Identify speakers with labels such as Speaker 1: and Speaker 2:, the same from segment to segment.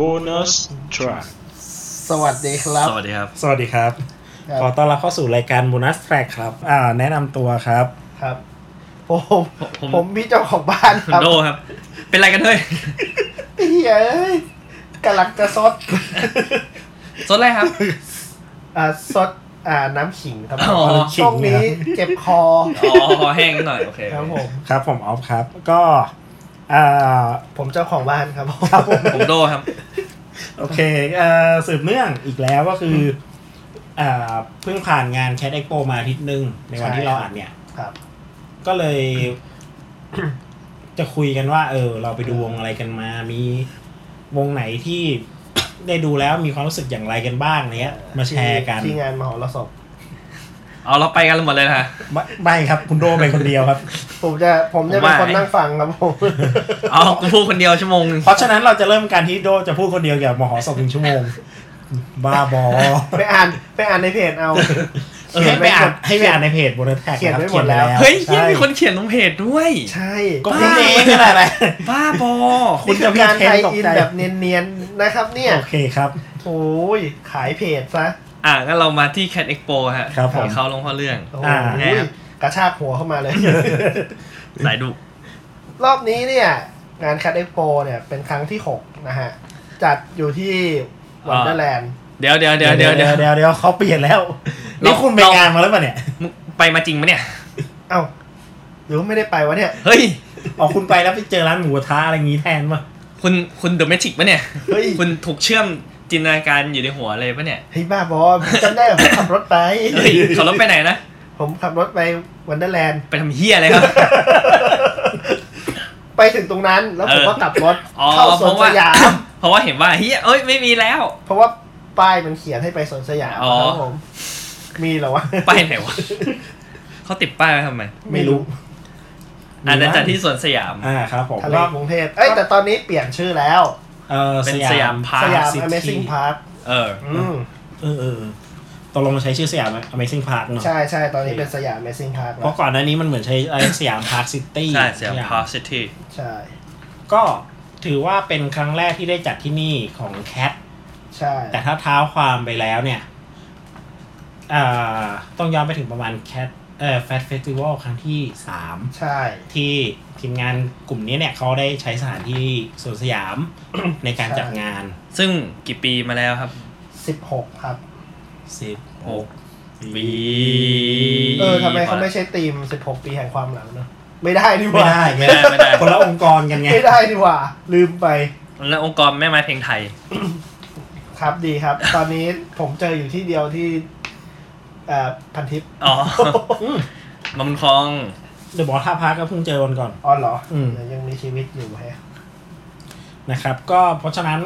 Speaker 1: bonus track
Speaker 2: สวัสดีครับ
Speaker 3: สวัสดีครับ
Speaker 4: สวัสดีครับ
Speaker 2: ครับ
Speaker 4: ขอต้อนรับเข้าสู่รายการโบนัสแทร็กครับ อ่า แนะนำตัวครับ
Speaker 2: ครับ ผม
Speaker 3: ผม
Speaker 2: ผมพี่เจ้าของบ้านครับ
Speaker 3: โดครับ เป็นไรกันเฮ้ย
Speaker 2: ไอ้เหี้ยเอ้ยกำลังจะซ ด
Speaker 3: สดอะไรครับ
Speaker 2: อ่าซดอ่าน้ำขิงครับ
Speaker 3: อ๋อ
Speaker 4: ขิง
Speaker 2: ช่วงนี้เจ็บคอ
Speaker 3: อ๋อขอแห้งนิดหน่อย โอเค
Speaker 2: ครับผม
Speaker 4: ครับผมออฟครับ ก็ อ่า
Speaker 2: ผมเจ้าของบ้านครับผม
Speaker 3: ผมโดครับ
Speaker 4: โอเคเอ่อสืบเนื่องอีกแล้วก็คือ อ่า เพิ่งผ่านงานแคดเอ็กโปมาอาทิตย์หนึง ในวันที่เราอัดเนี่ย
Speaker 2: ครับ
Speaker 4: ก็เลย จะคุยกันว่า เออ เราไปดูวงอะไรกันมา มีวงไหนที่ ได้ดูแล้วมีความรู้สึกอย่างไรกันบ้างเนี้ย มาแชร์กัน
Speaker 2: ที่ที่งานมหรสพ
Speaker 3: เอาเราไปกันหมดเลยนะฮะ
Speaker 4: ไม่ไม่ครับ คุณโดไปคนเดียวครับ
Speaker 2: ผมจะผมจะ
Speaker 3: ผม
Speaker 2: เป็น
Speaker 3: ว่า
Speaker 2: คนนั่งฟังครับ ผม
Speaker 3: เอากูพูดคนเดียวชั่วโมงหนึ่ง
Speaker 4: เพราะฉะนั้นเราจะเริ่มการที่โดจะพูดคนเดียวเกี่ยวกับมหสพหนึ่งชั่วโมง บ้าบอ
Speaker 2: ไปอ่านไปอ่านในเพจเอา
Speaker 4: เออให้ไปอ่าน
Speaker 2: เขียนไว้หมด
Speaker 4: ให้ไปอ่านในเพจบนแท็ก
Speaker 2: เขียนไว้หมดแล้ว
Speaker 3: เฮ้ย
Speaker 4: ใช่
Speaker 3: ยังมีคนเขียนลงเพจด้วย
Speaker 2: ใช่
Speaker 4: ก็พูดเองก็ได้แหละ
Speaker 3: บ้าบอ
Speaker 4: คุณจะ
Speaker 2: นี่
Speaker 4: พี่
Speaker 2: อการ
Speaker 4: เทน
Speaker 2: ไทย
Speaker 4: ตก
Speaker 2: อิน
Speaker 4: ใจ
Speaker 2: แบบเนียนๆ นะครับเนี่ย
Speaker 4: โอเคครับ
Speaker 2: โอ้ยขายเพจซะ
Speaker 3: อ่ะงั้นเรามาที่ Cat Expo ฮะ
Speaker 4: ครับผม
Speaker 3: ของเขาลงเข้อเรื่อง
Speaker 2: โอ้
Speaker 4: อ่า
Speaker 2: ยกระชากหัวเข้ามาเลย
Speaker 3: สายดุ
Speaker 2: รอบนี้เนี่ย งาน Cat Expo เนี่ย เป็นครั้งที่ 6 นะฮะ จัดอยู่ที่วันเดอร์แลนด์
Speaker 3: เดี๋ยวเดี๋ยวเดี๋ยวเดี๋ยวเดี๋ยว
Speaker 4: เดี๋ยวเดี๋ยวเขาเปลี่ยนแล้ว
Speaker 3: เรานี่
Speaker 4: นี่คุณไปงานมาแล้วป่ะเนี่ย
Speaker 3: มึงไปมาจริงไหมเนี่ย
Speaker 2: เอ้า หรือว่าไม่ได้ไปวะเนี่ย
Speaker 3: เฮ้ย
Speaker 4: อ๋อคุณไปแล้วไปเจอร้านหมูกระทะอะไรอย่างงี้แทนป่ะ
Speaker 3: คุณคุณเดอะแมทริกปะเนี่ย
Speaker 2: เฮ้ย
Speaker 3: คุณถูกเชื่อมจินตนาการอยู่ในหัวเลยปะเนี่ย
Speaker 2: เฮ้ยบ้าบอผมจำได้ผมขับรถไป
Speaker 3: เฮ้ยขับรถไปไหนนะ
Speaker 2: ผมขับรถไปวันเดอร์แลนด์
Speaker 3: ไปทำเฮียอะไรครับ
Speaker 2: ไปถึงตรงนั้นแล้วผม
Speaker 3: เออ
Speaker 2: ก็กลับรถ
Speaker 3: อ๋อ
Speaker 2: เข้าส
Speaker 3: เพ
Speaker 2: วน
Speaker 3: ราะ
Speaker 2: ส
Speaker 3: ว่าย
Speaker 2: าม
Speaker 3: เพราะว่าเห็นว่าเฮียเอ้ยไม่มีแล้ว
Speaker 2: เพราะว่าป้ายมันเขียนให้ไปสวนสยาม
Speaker 3: อ๋อ
Speaker 2: ครับผม มีเหรอวะ
Speaker 3: ป้ายไหนวะ เขาติดป้ายไว้ทำไม
Speaker 4: ไม่รู้
Speaker 3: อาจจะจัดที่สวนสยาม
Speaker 4: อ่าครับผม
Speaker 2: ทะเล
Speaker 4: ก็
Speaker 2: กรุงเทพเอ้ยแต่ตอนนี้เปลี่ยนชื่อแล้ว
Speaker 4: เออ
Speaker 3: เป็น
Speaker 4: ส
Speaker 3: ส
Speaker 4: ยาย
Speaker 3: ามมพาร์ค
Speaker 2: สยาม
Speaker 4: ซิตี้
Speaker 2: Amazing Park
Speaker 3: เออ
Speaker 2: อืม
Speaker 4: เออเออตกลงใช้ชื่อสยาม Amazing Park เนอะ
Speaker 2: ใช่ใช่ตอนนี้เป็นสยาม Amazing Park
Speaker 4: เพ
Speaker 2: แล้
Speaker 4: ราะ
Speaker 2: ว
Speaker 4: ก่อนหน้านี้มันเหมือนใช้ไอ้สยามพาร์คซิตี้
Speaker 3: ใช่สยามพาร์คซิตี้
Speaker 2: ใช่
Speaker 4: ก็ถือว่าเป็นครั้งแรกที่ได้จัดที่นี่ของแคท
Speaker 2: ใช่
Speaker 4: แต่ถ้าเท้าความไปแล้วเนี่ยอ่าต้องย้อนไปถึงประมาณแคทเอ่อแฟตเฟสติวัลครั้งที่
Speaker 2: ใช่
Speaker 4: 3 ที่ทีมงานกลุ่มนี้เนี่ยเขาได้ใช้สถานที่สวนสยาม ในการจัดงาน
Speaker 3: ซึ่งกี่ปีมาแล้วครับ
Speaker 2: สิบหกครับ
Speaker 4: 16
Speaker 3: ปี
Speaker 2: เออทำไมเขาไม่ใช้ธีมสิบหกปีแห่งความหลังเนอะไม่ได้ดีก
Speaker 4: ไม่
Speaker 2: ว่า
Speaker 4: ได้
Speaker 3: ไม่
Speaker 4: ไม่
Speaker 3: ได้
Speaker 4: ได้
Speaker 3: ไม่ ได้
Speaker 4: คนละองค์กรกันไง
Speaker 2: ไม่ได้ดีกว่า ลืมไป
Speaker 3: แล้วองค์กรแม่ไม้เพลงไทย
Speaker 2: ครับดีครับ ตอนนี้ผมเจออยู่ที่เดียวที่เอ่อพันทิป
Speaker 3: อ๋อมัมคอง
Speaker 4: เดี๋ยวบอกท่าพักก็เพิ่งเจอวันก่อน
Speaker 2: อ๋อเหรออ
Speaker 4: ม
Speaker 2: ยังมีชีวิตอยู่แฮะ
Speaker 4: นะครับก็เพราะฉะนั้น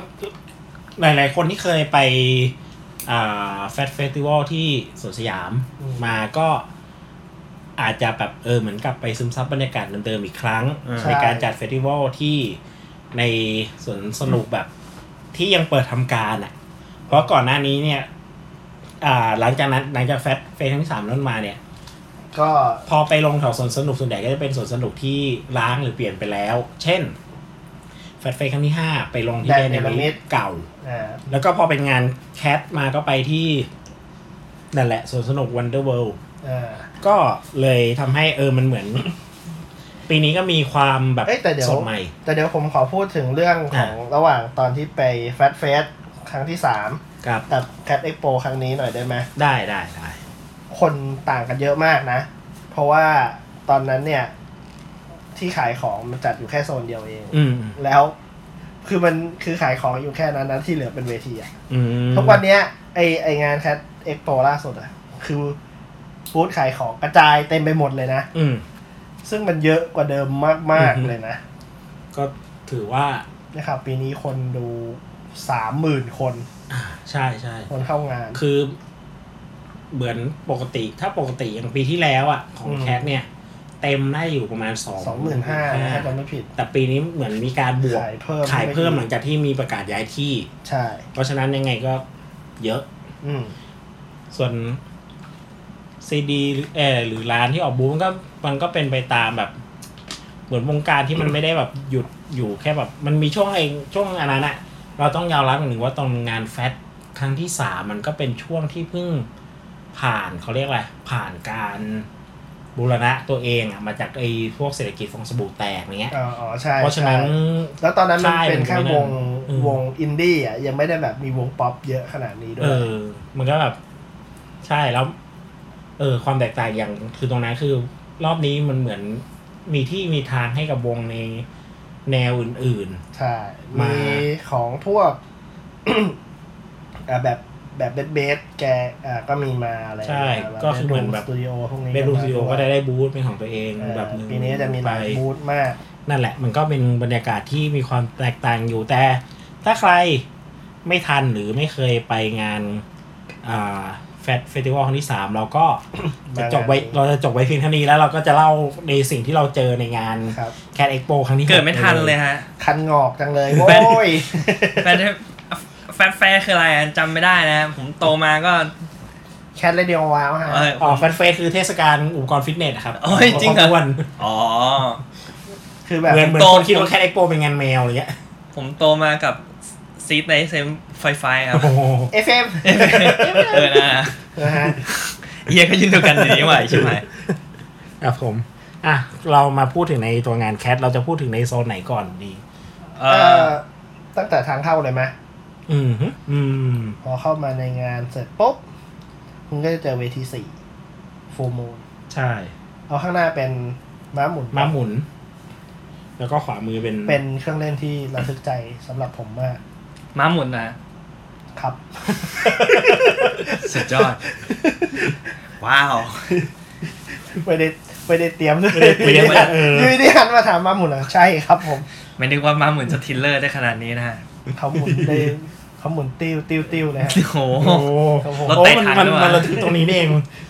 Speaker 4: หลาย ๆ คนที่เคยไปแฟตเฟสติวัลที่สวนสยาม
Speaker 2: อืม
Speaker 4: มาก็อาจจะแบบเออเหมือนกลับไปซึมซับบรรยากาศเดิม ๆ อีกครั้ง
Speaker 3: อืม
Speaker 4: ในการจัดเฟสติวัลที่ในสวนสนุกแบบที่ยังเปิดทำการอ่ะ เพราะก่อนหน้านี้เนี่ยอ่าหลังจากนั้นหลังจากแฟตเฟสทั้งสามนั้นมาเนี่ย
Speaker 2: ก็
Speaker 4: พอไปลงแถวสวนสนุกส่วนใหญ่ก็จะเป็นสวนสนุกที่ล้างหรือเปลี่ยนไปแล้ว เช่น แฟตเฟสครั้งที่ 5 ไปลงที่แดนเนลมิดเก่า
Speaker 2: อ่า
Speaker 4: แล้วก็พอเป็นงานแคทมาก็ไปที่ นั่นแหละสวนสนุกวันเดอร์เวิลด์
Speaker 2: อ่า
Speaker 4: ก็เลยทำให้เออมันเหมือน ปีนี้ก็มีความแบบ
Speaker 2: เอ้ยแต่เดี๋ยว
Speaker 4: สดใหม่
Speaker 2: แต่เดี๋ยวผมขอพูดถึงเรื่องของระหว่างตอนที่ไปแฟตเฟสครั้งที่สาม
Speaker 4: ครับ
Speaker 2: กับแคดเอ็กโปครั้งนี้หน่อยได้ไหม
Speaker 4: ได้ได้ได้
Speaker 2: คนต่างกันเยอะมากนะ เพราะว่าตอนนั้นเนี่ย ที่ขายของมันจัดอยู่แค่โซนเดียวเอง
Speaker 4: อืมอืม
Speaker 2: แล้วคือมันคือขายของอยู่แค่นั้นนะที่เหลือเป็นเวทีอะ
Speaker 4: อืม
Speaker 2: ทุกวันเนี้ยไอไองานแคดเอ็กโปล่าสุดอะคือบูธขายของกระจายเต็มไปหมดเลยนะ
Speaker 4: อืม
Speaker 2: ซึ่งมันเยอะกว่าเดิมมากๆเลยนะ
Speaker 4: ก็ถือว่า
Speaker 2: นะครับปีนี้คนดูสามหมื่นคน
Speaker 4: ใช่ใช่
Speaker 2: คนเข้างาน
Speaker 4: คือเหมือนปกติถ้าปกติอย่างปีที่แล้วอ่ะ ของ
Speaker 2: อืม
Speaker 4: แคทเนี่ย เต็มได้อยู่ประมาณสอง
Speaker 2: สองหมื่นห้าถ้าจำไม่ผิด
Speaker 4: แต่ปีนี้เหมือนมีการบวก
Speaker 2: ขายเพิ่ม
Speaker 4: ขายเพิ่มหลังจากที่มีประกาศย้ายที่
Speaker 2: ใช่
Speaker 4: เพราะฉะนั้นยังไงก็เยอะ
Speaker 2: อืม
Speaker 4: ส่วนซีดีเออหรือร้านที่ออกบูธมันก็มันก็เป็นไปตามแบบ เหมือนวงการที่มันไม่ได้แบบหยุดอยู่แค่แบบ มันมีช่วงเองช่วงอันนั้นอะ เราต้องยอมรับอย่างหนึ่งว่าตอนงานแฟตครั้งที่สามมันก็เป็นช่วงที่เพิ่งผ่านเขาเรียกอะไรผ่านการบูรณะตัวเองอะมาจากไอ้พวกเศรษฐกิจฟองสบู่แตกเนี้ย
Speaker 2: อ๋ออ๋อใช่
Speaker 4: เพราะฉะนั้น
Speaker 2: ใช่แล้วตอนนั้นมัน
Speaker 4: ค่าย
Speaker 2: เป็นแค่
Speaker 4: มันไม่
Speaker 2: ว
Speaker 4: นั่น
Speaker 2: ง
Speaker 4: อืม
Speaker 2: วงอินดี้อ่ะยังไม่ได้แบบมีวงป๊อปเยอะขนาดนี้ด้ว
Speaker 4: เอย อ มันก็แบบ ใช่แล้ว เออ ความแตกต่างอย่างคือตรงนั้นคือ รอบนี้มันเหมือนมีที่มีทางให้กับวงในแนวอื่น
Speaker 2: ใช่
Speaker 4: มามี
Speaker 2: มีของพวก อ่าแบบแบบเบสเบสแกอ่าก็มีมาอะไร
Speaker 4: ๆ ใช่ ก็คือเหมือนแบบ
Speaker 2: สตูดิโอพวกนี้
Speaker 4: เบลูสตูดิโอก็ได้
Speaker 2: มา
Speaker 4: ได้บูธเป็นของตัวเอง
Speaker 2: เออ
Speaker 4: แบบหนึ่ง
Speaker 2: ปีนี้จะมีหลาย
Speaker 4: ไป
Speaker 2: บูธมาก
Speaker 4: นั่นแหละมันก็เป็นบรรยากาศที่มีความแตกต่างอยู่แต่ ถ้าใครไม่ทันหรือไม่เคยไปงานอ่าแฟตเฟสติวัลครั้งที่สามเราก็ จะจบไว้
Speaker 2: มางานนี้
Speaker 4: เราจะจบไว้เพียงเท่านี้แล้วเราก็จะเล่าในสิ่งที่เราเจอในงาน
Speaker 2: ครับ
Speaker 4: แคดเอ็กโปครั้งที่ห
Speaker 3: เกิดไม่ทันเลยฮะ
Speaker 2: คันงอกจังเลย
Speaker 3: แฟน
Speaker 2: โว้ย
Speaker 3: แฟนแฟนแฟนคืออะไรอะจำไม่ได้นะ ผมโตมาก็
Speaker 2: แคทเรดิโอว้าวฮะ
Speaker 3: เออ
Speaker 4: อ๋อแฟตเฟสคือเทศกาลอุปกรณ์ฟิตเนสครับ
Speaker 3: โอ้ยจริงเหรอ
Speaker 4: ขวน
Speaker 3: อ๋อ
Speaker 2: คือแบบ
Speaker 4: เหมือนเหมือน
Speaker 3: โต
Speaker 4: คนคิดว่าแคดเอ็กโปเป็นงานแมวอะไรเงี้ย
Speaker 3: ผมโตมากับซีดในเซมไฟไฟครับ
Speaker 4: โอ้โห
Speaker 2: FM
Speaker 3: เออนะ
Speaker 2: นะฮะ
Speaker 3: เฮียก็ยืนเดียวกันอย่างนี้ไหวใช่ไหม
Speaker 4: ครับผมอ่ะเรามาพูดถึงในตัวงานแคดเราจะพูดถึงในโซนไหนก่อนดี
Speaker 3: เอ
Speaker 2: เอ
Speaker 3: อ
Speaker 2: อตั้งแต่ทางเข้าเลยไหม
Speaker 4: อืมฮึอืม
Speaker 2: พอเข้ามาในงานเสร็จปุ๊บคุณก็จะเจอเวทีสี่ฟูมูล
Speaker 4: ใช่
Speaker 2: เอาข้างหน้าเป็นม้าหมุน
Speaker 4: ม้าหมุน แล้วก็ขวามือเป็น
Speaker 2: เป็นเครื่องเล่นที่ระทึกใจสำหรับผมมาก
Speaker 3: ม้าหมุนนะครับ สุดยอด ว้าว
Speaker 2: ไม่ได้ไม่ได้เตรียมด้วย
Speaker 4: เปลี่ยน
Speaker 3: เออ
Speaker 2: อ
Speaker 4: เออ
Speaker 2: ยู่ดีๆหันมาถามมาหมุนเหรอใช่ครับผม
Speaker 3: ไม่นึกว่าม้าหมุนจะทริลเลอร์ได้ขนาดนี้นะฮะ
Speaker 2: เขาหมุนได้เขาหมุนติ้วติ้วติ้วเลยฮะ
Speaker 3: โอ้โห
Speaker 4: โอ้โห
Speaker 2: ครับผม
Speaker 4: โอ้มันมัน
Speaker 3: รถไต่ทางด้วย
Speaker 4: มันระทึกตรงนี้นี่เอง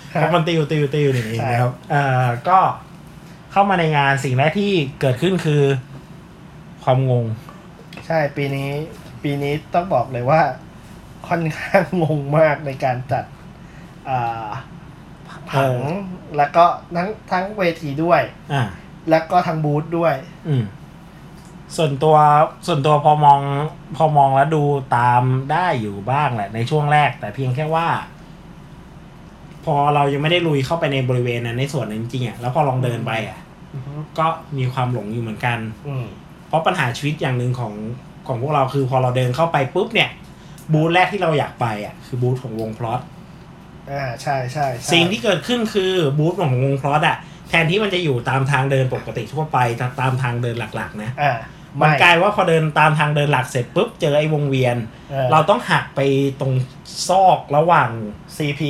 Speaker 4: เพราะมันติวติวติวนี่เองนะครับเอ่อก็เข้ามาในงานสิ่งแรกที่เกิดขึ้นคือ ความงง
Speaker 2: ใช่ปีนี้ ปีนี้ต้องบอกเลยว่า ค่อนข้างงงมากในการจัดอ่า
Speaker 4: เอ
Speaker 2: ผัง
Speaker 4: อ
Speaker 2: แล้วก็ทั้งทั้งเวทีด้วย
Speaker 4: อ่า
Speaker 2: แล้วก็ทั้งบูธด้วย
Speaker 4: อืม ส่วนตัวส่วนตัวพอมองพอมองแล้วดูตามได้อยู่บ้างแหละในช่วงแรก แต่เพียงแค่ว่า พอเรายังไม่ได้ลุยเข้าไปในบริเวณนั้นในส่วนนั้นจริงๆอ่ะแล้วพอลองเดินไปอ่ะ
Speaker 2: อือฮึ
Speaker 4: ก็มีความหลงอยู่เหมือนกัน
Speaker 2: อืม
Speaker 4: เพราะปัญหาชีวิตอย่างหนึ่งของของพวกเราคือพอเราเดินเข้าไปปุ๊บเนี่ย บูธแรกที่เราอยากไปอ่ะคือบูธของวงพลอต
Speaker 2: อ่าใช่ใช่ใช่
Speaker 4: สิ่งที่เกิดขึ้นคือบูธของวงพลอตอ่ะแทนที่มันจะอยู่ตามทางเดินปกติทั่วไปตามตามทางเดินหลักๆนะ
Speaker 2: อ่า
Speaker 4: มัน
Speaker 2: ไม่
Speaker 4: กลายว่าพอเดินตามทางเดินหลักเสร็จปุ๊บเจอไอ้วงเวียน
Speaker 2: ออ
Speaker 4: เราต้องหักไปตรงซอกระหว่าง
Speaker 2: CP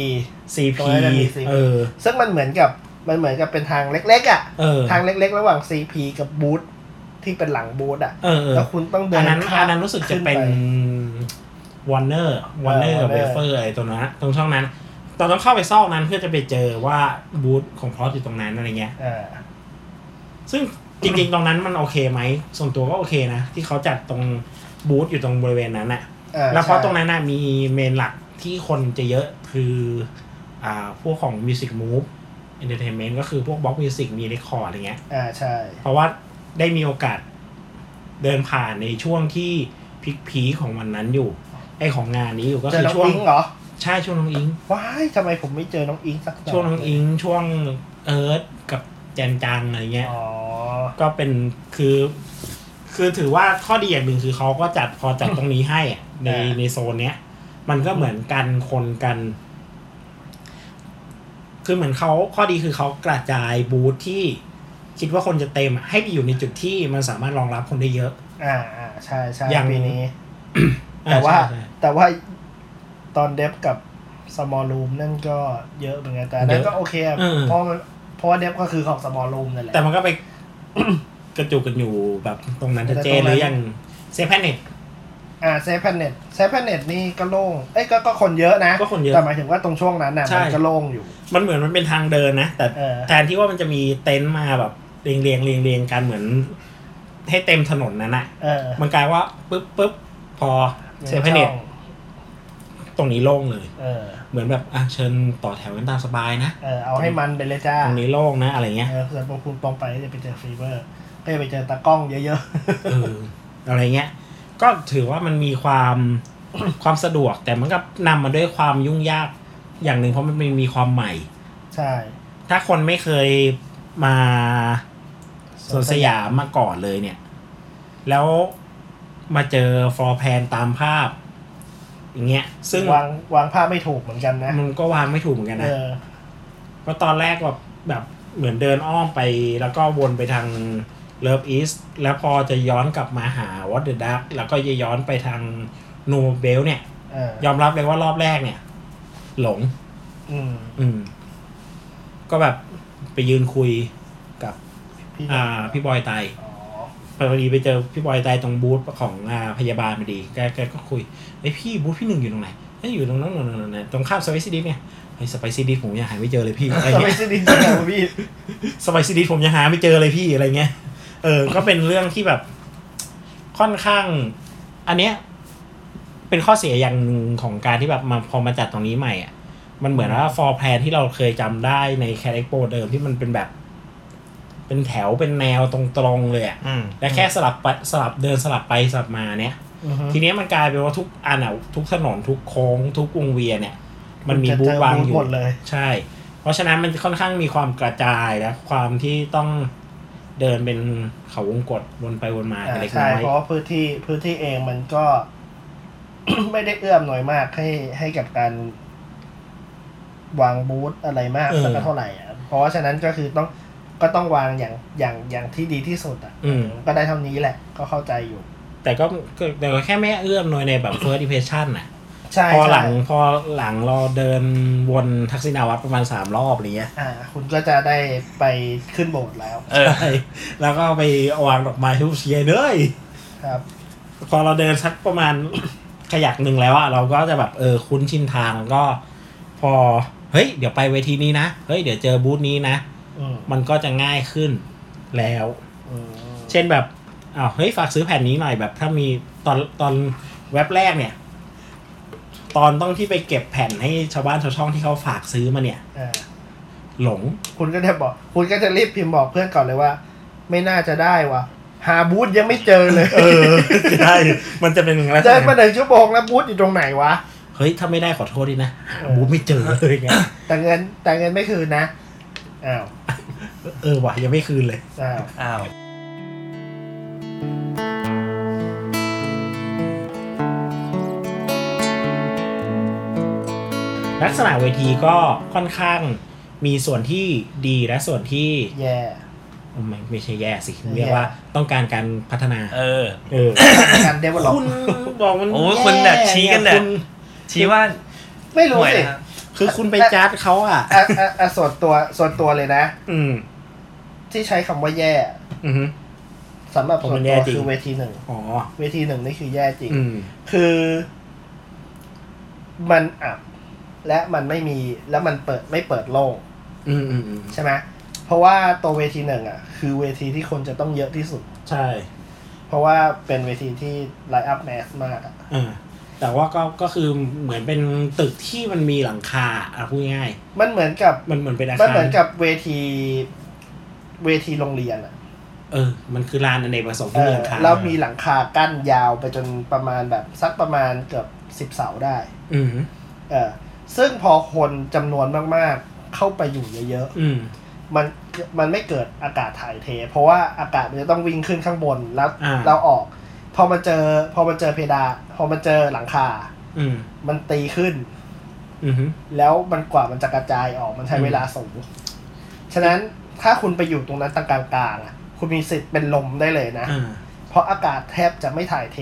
Speaker 4: CP
Speaker 2: ตรงนั้นน่ะมี CP
Speaker 4: เออ
Speaker 2: ซึ่งมันเหมือนกับมันเหมือนกับเป็นทางเล็กๆอ่ะ
Speaker 4: เออ
Speaker 2: ทางเล็กๆ ระหว่าง CP กับบูธที่เป็นหลังบูธอ่ะ
Speaker 4: เออเออ
Speaker 2: แล้วคุณต้องเดิ
Speaker 4: อั
Speaker 2: น
Speaker 4: นนั้น
Speaker 2: ข้าม
Speaker 4: อันนั้นรู้สึกจะเป็น
Speaker 2: ขึ้ไ
Speaker 4: วอร์เนอร์วอร์เนอร์กับเว
Speaker 2: Warner
Speaker 4: เฟอร์อะไรตัวนั้นตรงช่องนั้นตอนต้องเข้าไปซอกนั้นเพื่อจะไปเจอว่าบูธของพลอตอยู่ตรงนั้นอะไรเงี้ย
Speaker 2: อ่า
Speaker 4: ซึ่งจริง ๆ ตรงนั้นมันโอเคไหมส่วนตัวก็โอเคนะ ที่เขาจัดตรงบูธอยู่ตรงบริเวณนั้นอะ
Speaker 2: อ่
Speaker 4: แล้วเพราะ
Speaker 2: ใช่
Speaker 4: ตรงนั้นน่ะมีเมนหลักที่คนจะเยอะคืออ่าพวกของ Music Move Entertainment ก็คือพวกบล็อกมิวสิกมีเรคคอร์ดอะไรเงี้ย
Speaker 2: อ่าใช่
Speaker 4: เพราะว่าได้มีโอกาสเดินผ่านในช่วงที่พีคพีของวันนั้นอยู่ ไอของงานนี้อยู่ก็
Speaker 2: เจ
Speaker 4: คืออ
Speaker 2: น้อง
Speaker 4: ช่วง
Speaker 2: อิงเหรอ
Speaker 4: ใช่ช่วงน้องอิง
Speaker 2: ว้ายทำไมผมไม่เจอน้องอิงสักหย
Speaker 4: ช่วงน้องอิง ช่วงเอิร์ธกับแจนจังอะไรเงี้ย
Speaker 2: อ๋อ
Speaker 4: ก็เป็นคือ คือถือว่าข้อดีอย่างหนึ่งคือเขาก็จัดพอจัดตรงนี้ให้อะใน
Speaker 2: อ่า
Speaker 4: ในโซนเนี้ย มันก็เหมือนกันคนกัน คือเหมือนเขาข้อดีคือเขากระจายบูธที่คิดว่าคนจะเต็มอะให้ไปอยู่ในจุดที่มันสามารถรองรับคนได้เยอะ
Speaker 2: อ่าอ่าใช่ใช่
Speaker 4: อย่าง
Speaker 2: ปีนี้ แต่ว่า
Speaker 4: อ่ใช่ใช่
Speaker 2: แต่ว่าตอนเดฟกับสมอลรูมนั่นก็เยอะเหมือนกันแต่อันนั่นก็โอเคอะ
Speaker 4: เออ
Speaker 2: เพราะมันเพราะว่าเดฟก็คือของสมอลรูมนั่นแหละ
Speaker 4: แต่มันก็ไป กระจุกกันอยู่แบบตรงนั้นชัดเจน
Speaker 2: แต่ตรงนั้น
Speaker 4: หรืออย่างเซฟแพนเน็ต
Speaker 2: อ่าเซฟแพนเน็ตเซฟแพนเน็ตนี่ก็โล่งเอ้ยก็ก็คนเยอะนะ
Speaker 4: ก็คนเยอะ
Speaker 2: แต่หมายถึงว่าตรงช่วงนั้นน่ะ
Speaker 4: ใช่
Speaker 2: มันก็โล่งอยู่
Speaker 4: มันเหมือนมันเป็นทางเดินนะแต่
Speaker 2: เออ
Speaker 4: แทนที่ว่ามันจะมีเต็นท์มาแบบเรียงเรียงเรียงเรียงกันเหมือน ให้เต็มถนนนั้นอะ
Speaker 2: เออ
Speaker 4: มันกลายว่าปุ๊บปุ๊บพอเซฟแพนเน็ตตรงนี้โล่งเลย
Speaker 2: เออ
Speaker 4: เหมือนแบบอ่ะเชิญต่อแถวกันตามสบายนะ
Speaker 2: เออ เอาให้มันไปเลยจ้า
Speaker 4: ตรงนี้โล่งนะ อะไรเงี้ย
Speaker 2: เออส่วนพวกคุณปองไปจะไปเจอฟีเวอร์ ก็จะไปเจอตากล้องเยอะ
Speaker 4: เอออะไรเงี้ย ก็ถือว่ามันมีความ ความสะดวก แต่มันก็นำมาด้วยความยุ่งยากอย่างหนึ่งเพราะมันมีมีความใหม่
Speaker 2: ใช่
Speaker 4: ถ้าคนไม่เคยมาสวนสยามมาก่อนเลยเนี่ย แล้วมาเจอฟลอร์แพนตามภาพ อย่างเงี้ย ซึ่ง
Speaker 2: วางวางภาพไม่ถูกเหมือนกันนะ
Speaker 4: มันก็วางไม่ถูกเหมือนกัน
Speaker 2: เอ
Speaker 4: นะ
Speaker 2: อ
Speaker 4: เพราะตอนแรกแบบแบบเหมือนเดินอ้อมไปแล้วก็วนไปทางเลิฟอีสแล้วพอจะย้อนกลับมาหาวอตเดอะดักแล้วก็จะย้อนไปทางนูเบลเนี่ย
Speaker 2: เออย
Speaker 4: อมรับเลยว่ารอบแรกเนี่ย หลง
Speaker 2: อืม
Speaker 4: อืม ก็แบบไปยืนคุยกับ
Speaker 2: พี่
Speaker 4: อ่า พี่บอยไตาย
Speaker 2: อ๋อ
Speaker 4: พอดีไปเจอพี่บอยไตายตรงบูธของอ่าพยาบาลพอดีแกแกก็คุยไอยพี่บูธพี่หนึ่งอยู่ตรงไหนเอ้ยอยู่ตรงนั้นตรงนั้นตรงนั้นตรงข้ามสไปซี่ดิฟเนี่ยไอสไปซี่ดิฟผมยังหาไม่เจอเลยพี่ อะไร
Speaker 2: ทำ
Speaker 4: เงี้
Speaker 2: ไม
Speaker 4: ย
Speaker 2: ซีดีจังเลยวะพี่
Speaker 4: สไปซี่ดิสผมยังหาไม่เจอเลยพี่อะไรเงี้ย เออ ก็เป็นเรื่องที่แบบค่อนข้าง อันเนี้ย เป็นข้อเสียอย่างหนึ่งของการที่แบบมาพอมาจัดตรงนี้ใหม่อ่ะ มันเหมือนว่าฟอร์แพนที่เราเคยจำได้ในแคด e โปเดิมที่มันเป็นแบบ เป็นแถวเป็นแนวตรงๆเลยอ่ะ
Speaker 3: อืม
Speaker 4: และแค่สลับไปสลับเดินสลับไปสลับมาเนี้ย
Speaker 2: อือฮึ
Speaker 4: ทีเนี้ยมันกลายเป็นว่าทุกอันอ่ะทุกถนนทุกโค้ง ทุกวงเวียนเนี่ย มันมีบูธวางอยู่
Speaker 2: หมดเลย
Speaker 4: ใช่ เพราะฉะนั้นมันค่อนข้างมีความกระจายและความที่ต้องเดินเป็นเขาวงกฏวนไปวนมาอะไร
Speaker 2: อ่า
Speaker 4: เล็ก
Speaker 2: ใช่
Speaker 4: น้
Speaker 2: เพราะ
Speaker 4: อย
Speaker 2: ว่าพื้นที่พื้นที่เองมันก็ ไม่ได้เอื้อมหน่วยมากให้ให้กับการ วางบูธอะไรมากสักเท่าไหร่อ่ะเพราะว่าฉะนั้นก็คือต้องก็ต้องวางอย่างอย่างอย่างที่ดีที่สุดอ่ะ
Speaker 4: อืม
Speaker 2: ก็ได้เท่านี้แหละ ก็เข้าใจอยู่
Speaker 4: แต่ก็ก็แต่ก็แค่ไม่เอื้อมหน่วยในแบบ first impression น่ะ
Speaker 2: ใช่
Speaker 4: พอห
Speaker 2: ใช่
Speaker 4: ลังพอหลังเราเดินวนทักษิณาวัดประมาณสามรอบอะไรเงี้ย
Speaker 2: อ่า คุณก็จะได้ไปขึ้นโบสถ์แล้ว
Speaker 3: เออ
Speaker 4: ใช่แล้วก็ไปวางดอกไม้ทุบเชียร์เลย
Speaker 2: ครับ
Speaker 4: พอเราเดินสักประมาณ ขยักหนึ่งแล้วอะเราก็จะแบบเออคุ้นชินทางก็ พอเฮ้ยเดี๋ยวไปเวทีนี้นะเฮ้ยเดี๋ยวเจอบูธนี้นะ
Speaker 2: อืม
Speaker 4: มันก็จะง่ายขึ้นแล้ว
Speaker 2: อืม
Speaker 4: เช่นแบบอ้าวเฮ้ยฝากซื้อแผ่นนี้หน่อยแบบ ถ้ามีตอนตอนเว็บแรกเนี่ย ตอนต้องที่ไปเก็บแผ่นให้ชาวบ้านชาวช่องที่เขาฝากซื้อมาเนี่ย
Speaker 2: อ่า
Speaker 4: หลง
Speaker 2: คุณก็จะบอก คุณก็จะรีบพิมพ์บอกเพื่อนก่อนเลยว่า ไม่น่าจะได้ว่ะ หาบูธยังไม่เจอเลย
Speaker 4: เออใช่มันจะเป็นอย่างไร
Speaker 2: เดินมาหนึ่งชั่วโมงแล้วบูธอยู่ตรงไหนวะ
Speaker 4: เฮ้ย ถ้าไม่ได้ขอโทษดีนะหาบูธไม่เจอ เลยไง
Speaker 2: แต่เงินแต่เงินไม่คืนนะ อ้าว
Speaker 4: เออว่ะยังไม่คืนเลย
Speaker 2: อ้าว
Speaker 3: อ้าว
Speaker 4: ลักษณะเวทีก็ค่อนข้างมีส่วนที่ดีและส่วนที่
Speaker 2: แย่
Speaker 4: ไม่ไม่ใช่แย่สิเรียกว่าต้องการการพัฒนา
Speaker 3: เออ
Speaker 4: เออ
Speaker 2: การเดเวลลอป
Speaker 4: คุณบอกมัน
Speaker 3: โอ้ยคุณแบบชี้กัน
Speaker 4: แห
Speaker 3: น่ะ ชี้ว่า
Speaker 2: ไม่รู้
Speaker 3: ห่วย
Speaker 2: สิ
Speaker 3: นะครับ
Speaker 4: คือคุณไปจัดเขาอ่ะ
Speaker 2: อ่ะอ่ะอ่ะส่วนตัวส่วนตัวเลยนะ
Speaker 4: อืม
Speaker 2: ที่ใช้คำว่าแย่
Speaker 4: อือฮึ
Speaker 2: สำหรับ
Speaker 4: ผม
Speaker 2: ส่
Speaker 4: มั
Speaker 2: วน
Speaker 4: นแย่
Speaker 2: ตัว
Speaker 4: จริง
Speaker 2: คือเวทีหนึ่ง
Speaker 4: อ๋อ
Speaker 2: เวทีหนึ่งนี่คือแย่จริง
Speaker 4: อืม
Speaker 2: คือ มันอับ และมันไม่มีและมันเปิดไม่เปิดโล่ง
Speaker 4: อืมอืมอืม
Speaker 2: ใช่ไหม เพราะว่าตัวเวทีหนึ่งอ่ะ คือเวทีที่คนจะต้องเยอะที่สุด
Speaker 4: ใช่
Speaker 2: เพราะว่าเป็นเวทีที่ไล n ์อัพแมสมากอะ
Speaker 4: อ่าแต่ว่าก็ก็คือเหมือนเป็นตึกที่มันมีหลังคาอ่ะพูดง่าย
Speaker 2: มันเหมือนกับ
Speaker 4: ๆมันเหมือนเป็นอา
Speaker 2: มัน
Speaker 4: คาร
Speaker 2: เหมือนกับเวที เวทีโรงเรียนอ่ะ
Speaker 4: เออ มันคือลานอเนกประสงค์
Speaker 2: เอ
Speaker 4: ที่มี
Speaker 2: อ
Speaker 4: หลังคา
Speaker 2: แล้วมีหลังคากั้นยาวไปจนประมาณแบบสักประมาณเกือบสิบเสาได้
Speaker 4: อืม
Speaker 2: เออซึ่งพอคนจำนวนมากๆ เข้าไปอยู่เยอะ
Speaker 4: อืม
Speaker 2: ๆ มันมันไม่เกิดอากาศถ่ายเท เพราะว่าอากาศมันจะต้องวิ่งขึ้นข้างบนแล้ว
Speaker 4: อ่า
Speaker 2: เราออก พอมันเจอ พอมันเจอเพดานพอมันเจอหลังคา
Speaker 4: อืม
Speaker 2: มันตีขึ้น
Speaker 4: อืม
Speaker 2: แล้วมันกว่ามันจะกระจายออกมันใช้
Speaker 4: อืม
Speaker 2: เวลาสูง ฉะนั้นถ้าคุณไปอยู่ตรงนั้นตรงกลางกลางๆอ่ะ คุณมีสิทธิ์เป็นลมได้เลยนะ
Speaker 4: อ่า
Speaker 2: เพราะอากาศแทบจะไม่ถ่ายเท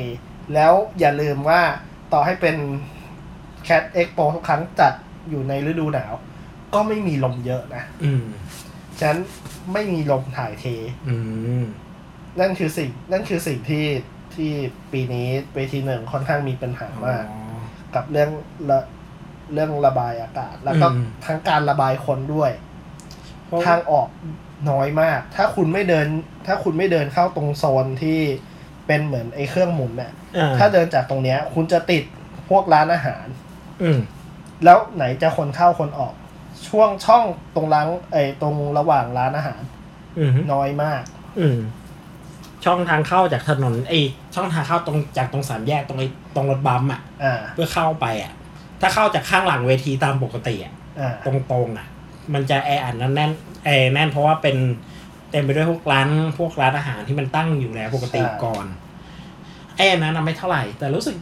Speaker 2: แล้วอย่าลืมว่าต่อให้เป็นแคดเอ็กโปทุกครั้งจัดอยู่ในฤดูหนาว ก็ไม่มีลมเยอะนะ
Speaker 4: อืม
Speaker 2: ฉะนั้นไม่มีลมถ่ายเท
Speaker 4: อืม
Speaker 2: นั่นคือสิ่ง นั่นคือสิ่งที่ที่ปีนี้เวทีหนึ่งค่อนข้างมีปัญหามาก
Speaker 4: อ๋อ
Speaker 2: กับเรื่องระเรื่องระบายอากาศ แล้วก็
Speaker 4: อืม
Speaker 2: ทั้งการระบายคนด้วย
Speaker 4: เพราะ
Speaker 2: ทางออกน้อยมาก ถ้าคุณไม่เดิน ถ้าคุณไม่เดินเข้าตรงโซนที่เป็นเหมือนไอ้เครื่องหมุนน่ะ
Speaker 4: อ่
Speaker 2: ถ้าเดินจากตรงเนี้ย คุณจะติดพวกร้านอาหาร
Speaker 4: อืม
Speaker 2: แล้วไหนจะคนเข้าคนออก ช่วงช่องตรงร้านไอ้ตรงระหว่างร้านอาหาร
Speaker 4: อืม
Speaker 2: น้อยมาก
Speaker 4: อืม ช่องทางเข้าจากถนนไอ้ช่องทางเข้าตรงจากตรงสามแยกตรงไอ้ตรงรถบัมป์อ่ะ
Speaker 2: อ่า
Speaker 4: เพื่อเข้าไปอ่ะ ถ้าเข้าจากข้างหลังเวทีตามปกติอ่ะ
Speaker 2: อ่า
Speaker 4: ตรงๆอ่ะ มันจะแออัดแน่นๆแอแน่นเพราะว่าเป็นเต็มไปด้วยพวกร้านพวกร้านอาหารที่มันตั้งอยู่แล้วปกติก่อนไอ้อันนั้นนะไม่เท่าไหร่ แต่รู้สึก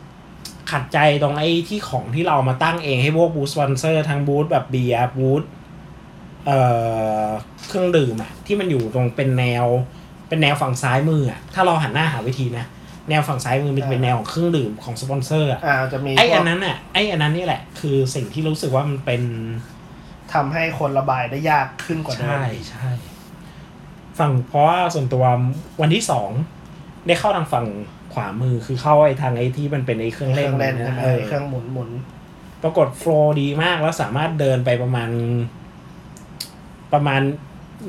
Speaker 4: ขัดใจตรงไอ้ที่ของที่เรามาตั้งเองให้พวกบูธสปอนเซอร์ทั้งบูธแบบเบียร์บูธเอ่อเครื่องดื่มอ่ะ ที่มันอยู่ตรงเป็นแนว เป็นแนวฝั่งซ้ายมืออ่ะถ้าเราหันหน้าหาเวิธีนะแนวฝั่งซ้ายมือมันจะเป็นแนวของเครื่องดื่มของสปอนเซอร์อ่ะ
Speaker 2: อ่าจะมี
Speaker 4: ไอ้
Speaker 2: พวก
Speaker 4: อันนั้นอ่ะไอ้อันนั้นนี่แหละ คือสิ่งที่รู้สึกว่ามันเป็น
Speaker 2: ทำให้คนระบายได้ยากขึ้นกว่าเดิม
Speaker 4: ใช่ใช่ฝั่งเพราะว่าส่วนตัววันที่สองได้เข้าทางฝั่งขวามือคือเข้าไอ้ทางไอ้ที่มันเป็นไอ้เครื่อง
Speaker 2: เครื่
Speaker 4: เล่
Speaker 2: อนงเล่นใช่
Speaker 4: นะ
Speaker 2: ไหม
Speaker 4: เออ
Speaker 2: เครื่องหมุนหมุน
Speaker 4: ปรากฏโฟล์ดีมากแล้วสามารถเดินไปประมาณ ประมาณ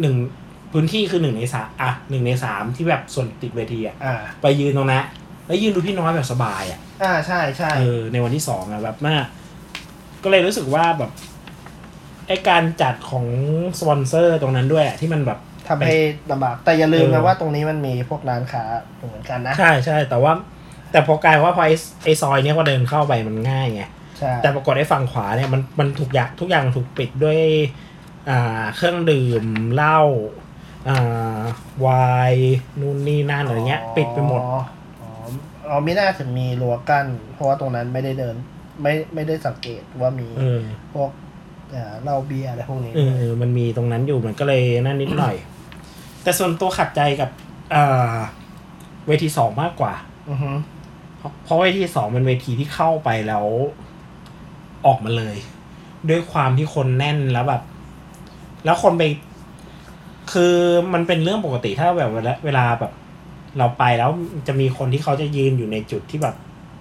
Speaker 4: หนึ่งพื้นที่คือหนึ่งในสามอ่ะหนึ่งในสามที่แบบส่วนติดเวทีอ่ะ
Speaker 2: อ่า
Speaker 4: ไปยืนตรงนั้นแล้วยืนดูพี่น้อยแบบสบายอ่ะ
Speaker 2: อ่าใช่ใช่
Speaker 4: เออในวันที่สองอะแบบมาก ก็เลยรู้สึกว่าแบบไอการจัดของสปอนเซอร์ตรงนั้นด้วยอะที่มันแบบ
Speaker 2: ทำให้ลำบากแต่อย่าลืม
Speaker 4: เอ
Speaker 2: นะ
Speaker 4: อ
Speaker 2: ว่าตรงนี้มันมีพวกร้านค้าเหมือนกันนะ
Speaker 4: ใช่ใช่แต่ว่า แต่พอกลายว่าพอไอ้ไอซอยเนี้ยพอเดินเข้าไปมันง่ายไง
Speaker 2: ใช่
Speaker 4: แต่ปรากฏไอ้ฝั่งขวาเนี่ยมันมันถูกอยางทุกอย่างถูกปิดด้วย อ่าเครื่องดื่มเหล้าอ่าวายนู่นนี่นั่นอะไรเงี้ย ปิดไปหมด
Speaker 2: อ๋ออ๋ออ๋อไม่น่าจะมีรั้วกั้น เพราะว่าตรงนั้นไม่ได้เดิน ไม่ไม่ได้สังเกตว่ามี
Speaker 4: เออ
Speaker 2: พวกเอ่อเหล้าเบียร์อะไรพวกนี้
Speaker 4: เออเออมันมีตรงนั้นอยู่มันก็เลยนั่นนิดหน่อย แต่ส่วนตัวขัดใจกับเอ่อเวทีสองมากกว่า
Speaker 2: อือฮึ
Speaker 4: เพราะเพราะเวทีสองมันเวทีที่เข้าไปแล้ว ออกมาเลย ด้วยความที่คนแน่นแล้วแบบ แล้วคนไป คือมันเป็นเรื่องปกติถ้าแบบเวลาเวลาแบบ เราไปแล้วจะมีคนที่เขาจะยืนอยู่ในจุดที่แบบ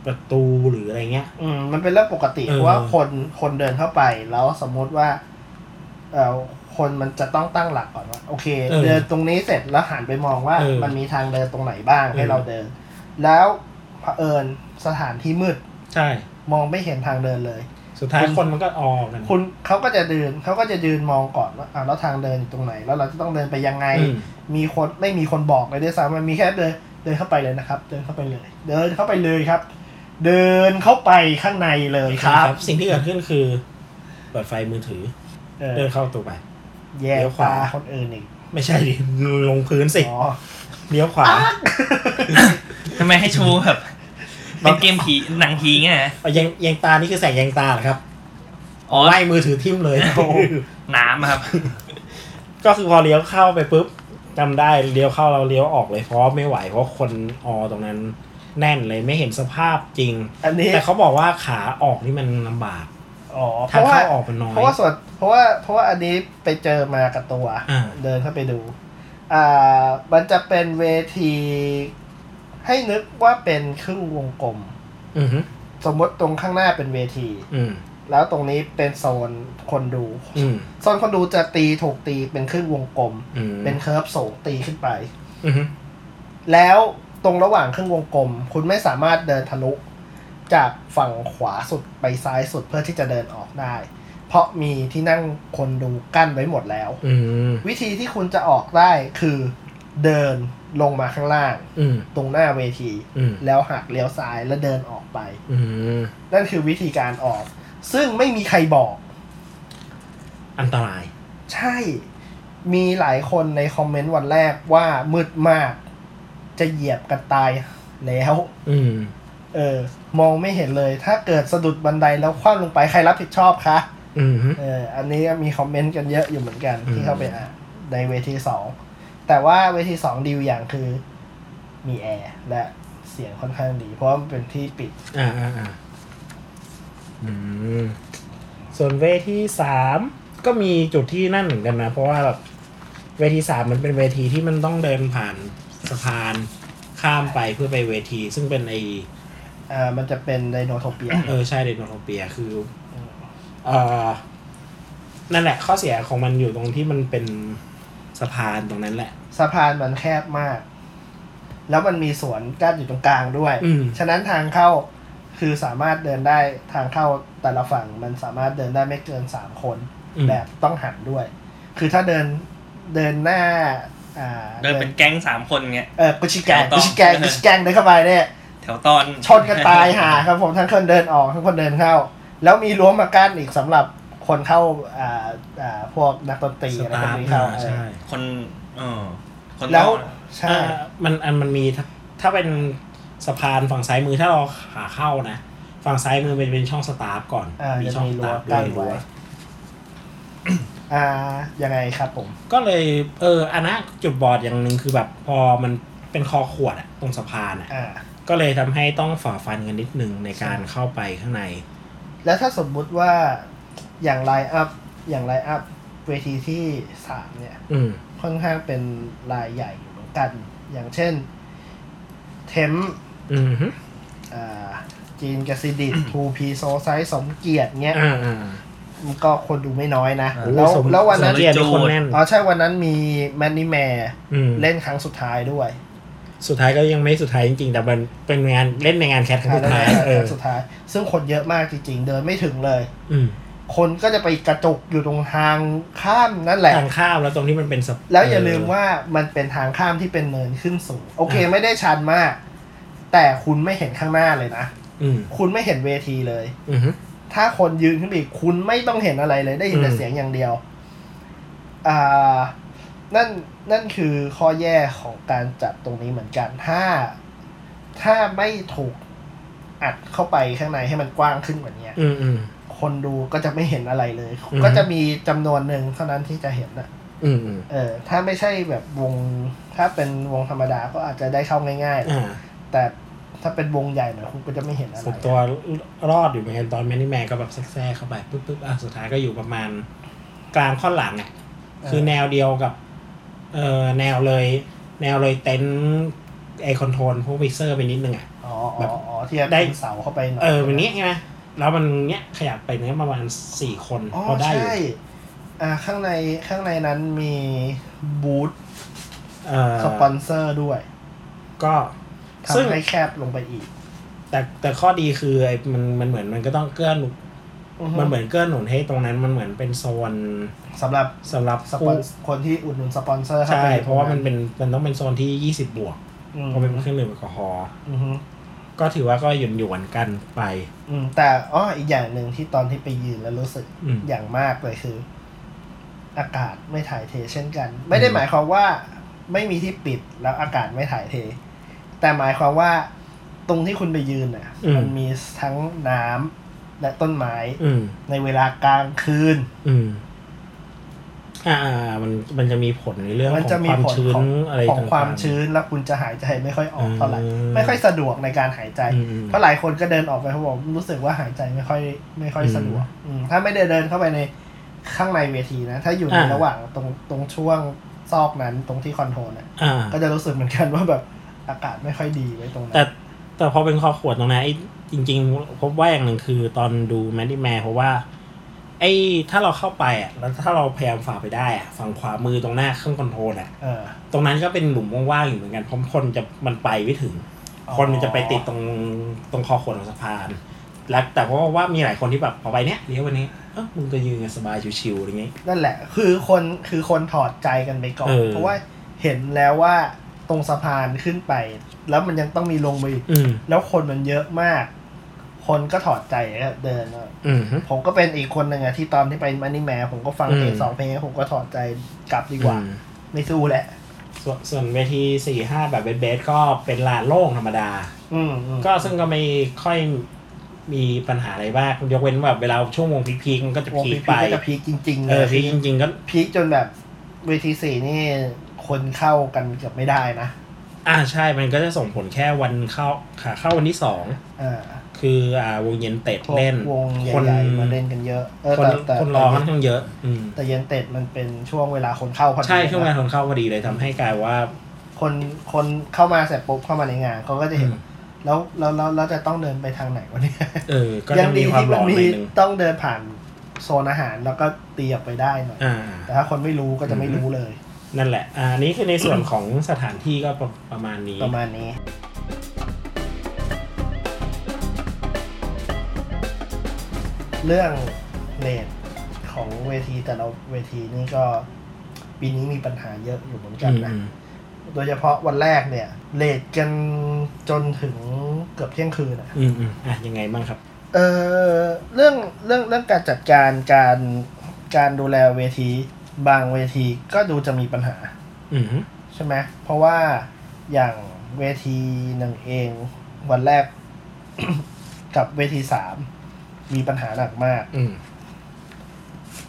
Speaker 4: ประตูหรืออะไรเงี้ย
Speaker 2: อืมมันเป็นเรื่องปกติ
Speaker 4: เออ
Speaker 2: เพราะว่าคนคนเดินเข้าไปแล้วสมมติว่าเอ่อคนมันจะต้องตั้งหลักก่อนว่าโอเค
Speaker 4: เออ
Speaker 2: เดินตรงนี้เสร็จแล้วหันไปมองว่า
Speaker 4: เออ
Speaker 2: มันมีทางเดินตรงไหนบ้างให้
Speaker 4: เออ
Speaker 2: เราเดิน แล้วเผอิญสถานที่มืด
Speaker 4: ใช่
Speaker 2: มองไม่เห็นทางเดินเลย
Speaker 4: สุดท้ายคนมันก็ออกกัน
Speaker 2: คุณเขาก็จะเดินเขาก็จะยืนมองก่อนว่าอ่ะแล้วทางเดินอยู่ตรงไหน แล้วเราจะต้องเดินไปยังไง
Speaker 4: อืม
Speaker 2: มีคนไม่มีคนบอกเลยด้วยซ้ำมันมีแค่เดินเดินเข้าไปเลยนะครับ เดินเข้าไปเลย เดินเข้าไปเลยครับ เดินเข้าไปข้างในเลยค
Speaker 4: ค
Speaker 2: รั
Speaker 4: รั
Speaker 2: บบ
Speaker 4: สิ่งที่เกิดขึ้นคือเปิดไฟมือถือ
Speaker 2: เออ
Speaker 4: เดินเข้าประตูไป
Speaker 2: แยก
Speaker 4: เดี๋ยวขวา
Speaker 2: ตาคนอื่นอีก
Speaker 4: ไม่ใช่ดิ ลงพื้นสิ
Speaker 2: อ๋อ
Speaker 4: เลี้ยวขวา
Speaker 3: ทำไมให้ชูแบบเป็นเกมผีหนังผีไงฮะ
Speaker 4: เอาแยงแยงตานี่คือแสงแยงตาเหรอครับ
Speaker 3: อ๋อ
Speaker 4: ไล่มือถือทิ่มเลย
Speaker 3: น้ำอะครับ
Speaker 4: ก็คือพอเลี้ยวเข้าไปปุ๊บจำได้เลี้ยวเข้าเราเลี้ยวออกเลยเพราะไม่ไหวเพราะคนออตรงนั้น แน่นเลยไม่เห็นสภาพจริง
Speaker 2: อันนี้
Speaker 4: แต่เขาบอกว่าขาออกนี่มันลำบาก
Speaker 2: อ๋อเพ
Speaker 4: ทาง
Speaker 2: ราะว่า
Speaker 4: เข้าออกมันน้อย
Speaker 2: เพราะว่าส่วนเพราะว่าเพราะว่าอันนี้ไปเจอมากับตัว
Speaker 4: อ่า
Speaker 2: เดินเข้าไปดู อ่า มันจะเป็นเวที ให้นึกว่าเป็นครึ่งวงกลม
Speaker 4: อือฮึ
Speaker 2: สมมติตรงข้างหน้าเป็นเวที
Speaker 4: อืม
Speaker 2: แล้วตรงนี้เป็นโซนคนดู
Speaker 4: อืม
Speaker 2: โซนคนดูจะตีถูกตีเป็นครึ่งวงกลม
Speaker 4: อืม
Speaker 2: เป็นเคิร์ฟสูงตีขึ้นไป
Speaker 4: อือฮึ
Speaker 2: แล้วตรงระหว่างครึ่งวงกลม คุณไม่สามารถเดินทะลุจากฝั่งขวาสุดไปซ้ายสุดเพื่อที่จะเดินออกได้ เพราะมีที่นั่งคนดูกั้นไว้หมดแล้ว
Speaker 4: อืม
Speaker 2: วิธีที่คุณจะออกได้คือเดินลงมาข้างล่าง
Speaker 4: อืม
Speaker 2: ตรงหน้าเวที
Speaker 4: อืม
Speaker 2: แล้วหักเลี้ยวซ้ายแล้วเดินออกไป
Speaker 4: อืม
Speaker 2: นั่นคือวิธีการออก ซึ่งไม่มีใครบอก
Speaker 4: อันตราย
Speaker 2: ใช่ มีหลายคนในคอมเมนต์วันแรกว่ามืดมาก จะเหยียบกันตายแล้ว
Speaker 4: อืม
Speaker 2: เออ มองไม่เห็นเลย ถ้าเกิดสะดุดบันไดแล้วคว่ำลงไปใครรับผิดชอบคะ
Speaker 4: อืมฮึ
Speaker 2: เออ อันนี้ก็มีคอมเมนต์กันเยอะอยู่เหมือนกัน
Speaker 4: อืม
Speaker 2: ที่เข้าไปอ่านในเวทีสอง แต่ว่าเวทีสองดีอยู่อย่างคือ มีแอร์และเสียงค่อนข้างดี เพราะว่ามันเป็นที่ปิด
Speaker 4: อ่าอ่าอ่าอืม ส่วนเวทีสามก็มีจุดที่นั่นเหมือนกันนะ เพราะว่าแบบเวทีสามมันเป็นเวทีที่มันต้องเดินผ่านสะพานข้ามไปเพื่อไปเวที ซึ่งเป็นไอ
Speaker 2: อ่า มันจะเป็นไดโนโทเปีย
Speaker 4: เออใช่เดนโนโทเปียคือเอ่อนั่นแหละ ข้อเสียของมันอยู่ตรงที่มันเป็นสะพานตรงนั้นแหละ
Speaker 2: สะพานมันแคบมาก แล้วมันมีสวนกั้นอยู่ตรงกลางด้วย
Speaker 4: อืม
Speaker 2: ฉะนั้นทางเข้าคือสามารถเดินได้ทางเข้าแต่ละฝั่งมันสามารถเดินได้ไม่เกินสามคน
Speaker 4: อืม
Speaker 2: แบบต้องหันด้วย คือถ้าเดินเดินหน้า อ่า
Speaker 3: เดินเป็นแก๊งสามคนเงี้ย
Speaker 2: เออกุชิแกง
Speaker 3: แถวต่อ
Speaker 2: กุชิแกงกุชิแกงเดินเข้าไปเนี่ย
Speaker 3: แถวตอน
Speaker 2: ชนกันตายห่า ครับผมทั้งคนเดินออกทั้งคนเดินเข้า แล้วมีรั้วมากั้นอีกสำหรับคนเข้าอ่าอ่าพวกนักดนตรี
Speaker 4: ส
Speaker 2: อะไร
Speaker 4: ตา
Speaker 2: พวก
Speaker 4: ร์
Speaker 2: นี้
Speaker 4: ท
Speaker 2: เข้า
Speaker 4: ใช่
Speaker 3: คนเออคน
Speaker 2: แล้ว
Speaker 3: ต่อนะ
Speaker 2: ใช่
Speaker 4: อ่ามันอันมันมีถ้าถ้าเป็นสะพานฝั่งซ้ายมือถ้าเราขาเข้านะ ฝั่งซ้ายมือเป็นเป็นช่องสตาร์ก่อน
Speaker 2: อ่ามี
Speaker 4: ช่องสตาร์
Speaker 2: จะมีรั้วกั้
Speaker 4: ด้วย
Speaker 2: นไว้
Speaker 4: รั้ว
Speaker 2: อ่ายังไงครับผม
Speaker 4: ก็เลยเอออันนั้นจุดบอดอย่างหนึ่งคือแบบพอมันเป็นคอขวดอะตรงสะพานอะ
Speaker 2: อ่า
Speaker 4: ก็เลยทำให้ต้องฝ่าฟันกันนิดนึงในการเข้าไปข้างใน
Speaker 2: แล้วถ้าสมมุติว่าอย่างไลน์อัพอย่างไลน์อัพเวทีที่สามเนี่ย
Speaker 4: อืม
Speaker 2: ค่อนข้างเป็นรายใหญ่อยู่เหมือนกัน อย่างเช่น เทม
Speaker 4: อืมฮึ
Speaker 2: อ่าจีนกสิดิตทูพีโซไซสมเกียรติเนี้ย
Speaker 4: อ่าอ่า
Speaker 2: มันก็คนดูไม่น้อยนะ
Speaker 4: โอ้
Speaker 2: แล้ว
Speaker 4: สม
Speaker 2: แล้ววันนั้น
Speaker 4: สมเกียรตินี่คนแน่น
Speaker 2: อ๋อใช่วันนั้นมีแมนนี่แมร์
Speaker 4: ม
Speaker 2: เล่นครั้งสุดท้ายด้วย
Speaker 4: สุดท้ายก็ยังไม่สุดท้ายจริงๆ แต่มันเป็นงานเล่นในงานแคทครั้งสุดท้าย
Speaker 2: อ่า
Speaker 4: เอ
Speaker 2: เล่นค
Speaker 4: อ
Speaker 2: รั้งสุดท้าย ซึ่งคนเยอะมากจริง ๆ เดินไม่ถึงเลย
Speaker 4: อืม
Speaker 2: คนก็จะไปกระจุกอยู่ตรงทางข้ามนั่นแหละ
Speaker 4: ทางข้ามแล้วตรงที่มันเป็นสะ
Speaker 2: แล้วอย่า
Speaker 4: เ
Speaker 2: ลืมว่ามันเป็นทางข้ามที่เป็นเนินขึ้นสูง โอเคไม่ได้ชันมาก แต่คุณไม่เห็นข้างหน้าเลยนะ
Speaker 4: อืม
Speaker 2: คุณไม่เห็นเวทีเลย
Speaker 4: อืมฮึ
Speaker 2: ถ้าคนยืนขึ้นไปอีกคุณไม่ต้องเห็นอะไรเลย ได้ยินแต่
Speaker 4: อืม
Speaker 2: เสียงอย่างเดียว อ่า นั่นนั่นคือข้อแย่ของการจัดตรงนี้เหมือนกัน ถ้า ถ้าไม่ถูกอัดเข้าไปข้างในให้มันกว้างขึ้นกว่านี้
Speaker 4: อืมอืม
Speaker 2: คนดูก็จะไม่เห็นอะไรเลย
Speaker 4: อืม
Speaker 2: ก็จะมีจำนวนหนึ่งเท่านั้นที่จะเห็นนะ
Speaker 4: อืมอืม
Speaker 2: เออถ้าไม่ใช่แบบวงถ้าเป็นวงธรรมดาก็อาจจะได้เข้าง่าย
Speaker 4: อ่า
Speaker 2: ๆ แต่ถ้าเป็นวงใหญ่หน่อยคุณก็จะไม่เห็นอะไร
Speaker 4: ส่วนตัวรอดอยู่เหมือนกันตอนแมนนี่แมนก็แบบแทรกๆเข้าไปปุ๊บปุ๊บอ่ะสุดท้ายก็อยู่ประมาณ กลางข้อนหลังอ่ะ คือแนวเดียวกับเอ่อแนวเลย แนวเลยเต็นท์ไอคอนโทรลพวกวิเซอร์ไปนิดนึงอ่ะ
Speaker 2: อ๋อ
Speaker 4: แบ
Speaker 2: อ๋อบ อ๋อที่จะ
Speaker 4: ได้
Speaker 2: ได้เสาเข้าไปหน่อย
Speaker 4: เออวันนี้ใช่ไหมแล้วมันเนี้ยขยับไปเนี้ยประมาณสี่คน
Speaker 2: อ๋อ
Speaker 4: พอได้อยู่
Speaker 2: ใช่อ่าข้างในข้างในนั้นมีบูธ
Speaker 4: เออ
Speaker 2: สปอนเซอร์ด้วย
Speaker 4: ก็ ซึ่ง
Speaker 2: ทำให้แคบลงไปอีก
Speaker 4: แต่แต่ข้อดีคือไอมันมันเหมือนมันก็ต้องเกื้อหนุน
Speaker 2: อือฮึ
Speaker 4: มันเหมือนเกื้อหนุนให้ตรงนั้นมันเหมือนเป็นโซน
Speaker 2: สำหรับ
Speaker 4: สำหรับ
Speaker 2: สปอน
Speaker 4: ผู้
Speaker 2: คนที่อุดหนุนสปอนเซอร์ข้
Speaker 4: ใช่
Speaker 2: ไป
Speaker 4: เพราะว่ามันเป็นมันต้องเป็นโซนที่ยี่สิบบวก
Speaker 2: อืม
Speaker 4: เพราะเป็นเครื่องดื่มแอลกอฮอล์
Speaker 2: อือฮึ
Speaker 4: ก็ถือว่าก็หยวนหยวนๆกันไป
Speaker 2: อืมแต่อ๋ออีกอย่างหนึ่งที่ตอนที่ไปยืนแล้วรู้สึก
Speaker 4: อืม
Speaker 2: อย่างมากเลยคือ อากาศไม่ถ่ายเทเช่นกัน ไม่ได้หมายความว่าไม่มีที่ปิดแล้วอากาศไม่ถ่ายเท แต่หมายความว่าตรงที่คุณไปยืนน่ะ
Speaker 4: อืม
Speaker 2: มันมีทั้งน้ำและต้นไม้
Speaker 4: อืม
Speaker 2: ในเวลากลางคืน
Speaker 4: อืม อ่าอ่าอ่ามันมันจะมีผลในเรื่องข
Speaker 2: มั
Speaker 4: อน ง
Speaker 2: จะมี
Speaker 4: ความ
Speaker 2: ผล
Speaker 4: ชื้น
Speaker 2: ของ
Speaker 4: อะไร
Speaker 2: ของ
Speaker 4: ต่างๆ
Speaker 2: ความชื้นแล้วคุณจะหายใจไม่ค่อยออกเท่าไหร่
Speaker 4: อืม
Speaker 2: ไม่ค่อยสะดวกในการหายใจ
Speaker 4: อืม
Speaker 2: เพราะหลายคนก็เดินออกไปเขาบอกรู้สึกว่าหายใจไม่ค่อย ไม่ค่อยสะดวกอืมถ้าไม่ได้เดินเข้าไปในข้างในเวทีนะ ถ้าอยู่ใน
Speaker 4: อ่า
Speaker 2: ระหว่างตรงตรงช่วงซอกนั้นตรงที่คอนโทรลน่ะ
Speaker 4: อ่า
Speaker 2: ก็จะรู้สึกเหมือนกันว่าแบบอากาศไม่ค่อยดีไว้ตรงนั้
Speaker 4: แต่
Speaker 2: น
Speaker 4: แต่พอเป็นคอขวดตรงนั้นไอ้จริง ๆ พบว่าอย่างหนึ่งคือตอนดูแมดดี้แมร์เพราะว่า ไอ้ถ้าเราเข้าไปอ่ะ แล้วถ้าเราพยายามฝ่าไปได้อ่ะ ฝั่งขวามือตรงหน้าเครื่องคอนโทรลอ่ะ
Speaker 2: เออ
Speaker 4: ตรงนั้นก็เป็นหลุมว่างๆอยู่เหมือนกันเพราะคนจะมันไปไม่ถึง
Speaker 2: อ๋อ
Speaker 4: คนมันจะไปติดตรงตรงคอขวดของสะพาน แล้วแต่เพราะว่ามีหลายคนที่แบบพอไปเนี้ยเลี้ยววันนี้เออมึงก็ยืนกันสบายชิวๆอะไรเงี้ย
Speaker 2: นั่นแหละ คือคนคือคนถอดใจกันไปก่อน
Speaker 4: เออ
Speaker 2: เพราะว่าเห็นแล้วว่าตรงสะพานขึ้นไป แล้วมันยังต้องมีลงไปอีก
Speaker 4: อืม
Speaker 2: แล้วคนมันเยอะมาก คนก็ถอดใจแล้วเดินแล้ว
Speaker 4: อืม
Speaker 2: ผมก็เป็นอีกคนหนึ่งอะที่ตอนที่ไปมันนี่แมผมก็ฟังเพลง
Speaker 4: อืม
Speaker 2: สองเพลงแล้วผมก็ถอดใจกลับดีกว่า ไม่สู้แหละ
Speaker 4: ส่วนส่วนเวทีสี่ห้าแบบเบสเบสก็เป็นลานโล่งธรรมดา
Speaker 2: อืมอืม
Speaker 4: ก็ซึ่งก็ไม่ค่อยมีปัญหาอะไรมากยกเว้นว่าแบบเวลาช่วงวงพีคๆมันก็จะ
Speaker 2: วงพี
Speaker 4: พีค
Speaker 2: ค
Speaker 4: ไป
Speaker 2: ก็จะพีคจริงๆ
Speaker 4: เอ
Speaker 2: เล
Speaker 4: อย พีคจริงๆก็
Speaker 2: พีคจนแบบเวทีสี่นี่คนเข้ากันเกือบไม่ได้นะ
Speaker 4: อ่าใช่ มันก็จะส่งผลแค่วันเข้าขาเข้าวันที่สอง
Speaker 2: อ่า
Speaker 4: คืออ่าวงเย็นเตด
Speaker 2: พวก
Speaker 4: เล่น
Speaker 2: วง
Speaker 4: คน
Speaker 2: ใหญ่ๆมาเล่นกันเยอะเออ
Speaker 4: คน
Speaker 2: แต่แต่
Speaker 4: คนรอค่อนข้างเยอะ อืม
Speaker 2: แต่เย็นเต็ดมันเป็นช่วงเวลาคนเข้าพอดี
Speaker 4: ใช่ช่วงเวลา
Speaker 2: นะ
Speaker 4: คนเข้าพอดีเลยทำให้กลายว่า
Speaker 2: คนคนเข้ามาเสร็จปุ๊บเข้ามาในงานเขาก็จะเห็น
Speaker 4: อืม
Speaker 2: แล้วแล้วแล้วแล้วจะต้องเดินไปทางไหนวะเนี่ย
Speaker 4: เอ อ ก็
Speaker 2: ยั
Speaker 4: จะ
Speaker 2: ง
Speaker 4: มี
Speaker 2: ดี
Speaker 4: ความ
Speaker 2: ที่
Speaker 4: ร้
Speaker 2: มั
Speaker 4: อนนห
Speaker 2: มี
Speaker 4: น่อยนึง
Speaker 2: ต้องเดินผ่านโซนอาหารแล้วก็ตีออกไปได้หน่อย
Speaker 4: อ่า
Speaker 2: แต่ถ้าคนไม่รู้ก็จะไม่รู้เลย
Speaker 4: นั่นแหละ อ่าอันนี้คือในส่วนของสถานที่ก็ประประมาณนี้
Speaker 2: ประมาณนี้ เรื่องเลทของเวทีแต่ละเวทีนี่ก็ ปีนี้มีปัญหาเยอะอยู่เหมือนกันนะ
Speaker 4: อืม
Speaker 2: โดยเฉพาะวันแรกเนี่ยเลทกันจนถึงเกือบเที่ยงคืนอะ
Speaker 4: อืมอืมอ่ะยังไงบ้างครับ
Speaker 2: เออเรื่องเรื่องเรื่องการจัดการการการดูแลเวที บางเวทีก็ดูจะมีปัญหา
Speaker 4: อืม
Speaker 2: ใช่ไหมเพราะว่าอย่างเวทีหนึ่งเองวันแรก กับเวทีสามมีปัญหาหนักมาก
Speaker 4: อืม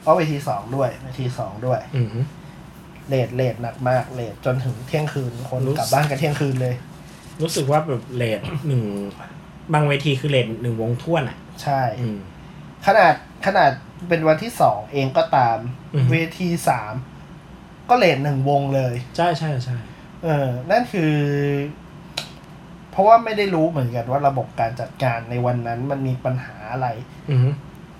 Speaker 2: เพราะเวทีสองด้วยเวทีสองด้วย
Speaker 4: อืม
Speaker 2: เลทเลทหนักมากเลทจนถึงเที่ยงคืนคนกลับบ้านกันเที่ยงคืนเลย
Speaker 4: รู้สึกว่าแบบเลทหนึ่งบางเวทีคือเลทหนึ่งวงท่วนอ่ะ
Speaker 2: ใช่
Speaker 4: อืม
Speaker 2: ขนาดขนาดเป็นวันที่สองเองก็ตาม
Speaker 4: อือฮึ
Speaker 2: เวทีสามก็เลทหนึ่งวงเลย
Speaker 4: ใช่ใช่ใช่
Speaker 2: เออ นั่นคือ เพราะว่าไม่ได้รู้เหมือนกันว่าระบบการจัดการในวันนั้นมันมีปัญหาอะไร
Speaker 4: อืม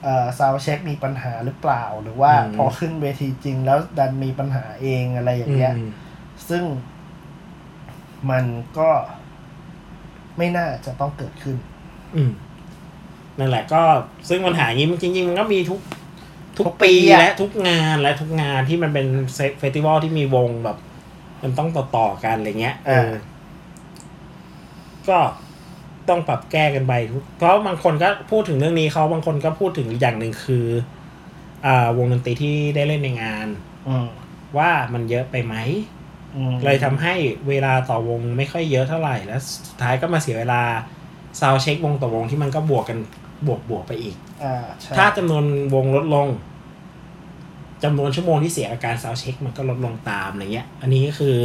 Speaker 2: เอ่อซาวเช็คมีปัญหาหรือเปล่า หรือว่า
Speaker 4: อืม
Speaker 2: พอขึ้นเวทีจริงแล้วดันมีปัญหาเองอะไรอย่างเงี้ย
Speaker 4: อืม
Speaker 2: ซึ่งมันก็ไม่น่าจะต้องเกิดขึ้น
Speaker 4: อืมนั่นแหละก็ซึ่งปัญหานี้มันจริงๆมันก็มีทุก ทุก
Speaker 2: ทุกปี
Speaker 4: ปี
Speaker 2: อะ
Speaker 4: และทุกงานและทุกงานที่มันเป็นเซเฟสติวัลที่มีวงแบบ มันต้องต่อต่อๆกันอะไรเงี้ยเออ ก็ต้องปรับแก้กันไปทุกเพราะบางคนก็พูดถึงเรื่องนี้เขาบางคนก็พูดถึงอย่างหนึ่งคืออ่าวงดนตรีที่ได้เล่นในงาน
Speaker 2: อืม
Speaker 4: ว่ามันเยอะไปไหม
Speaker 2: อืม
Speaker 4: เลยทำให้เวลาต่อวงไม่ค่อยเยอะเท่าไหร่แล้วสุดท้ายก็มาเสียเวลาซาวเช็ควงต่อวงที่มันก็บวกกันบวกบวกไปอีก
Speaker 2: อ่าใช่
Speaker 4: ถ้าจำนวนวงลดลงจำนวนชั่วโมงที่เสียกับการซาวเช็คมันก็ลดลงตามอะไรเงี้ย อันนี้ก็คือ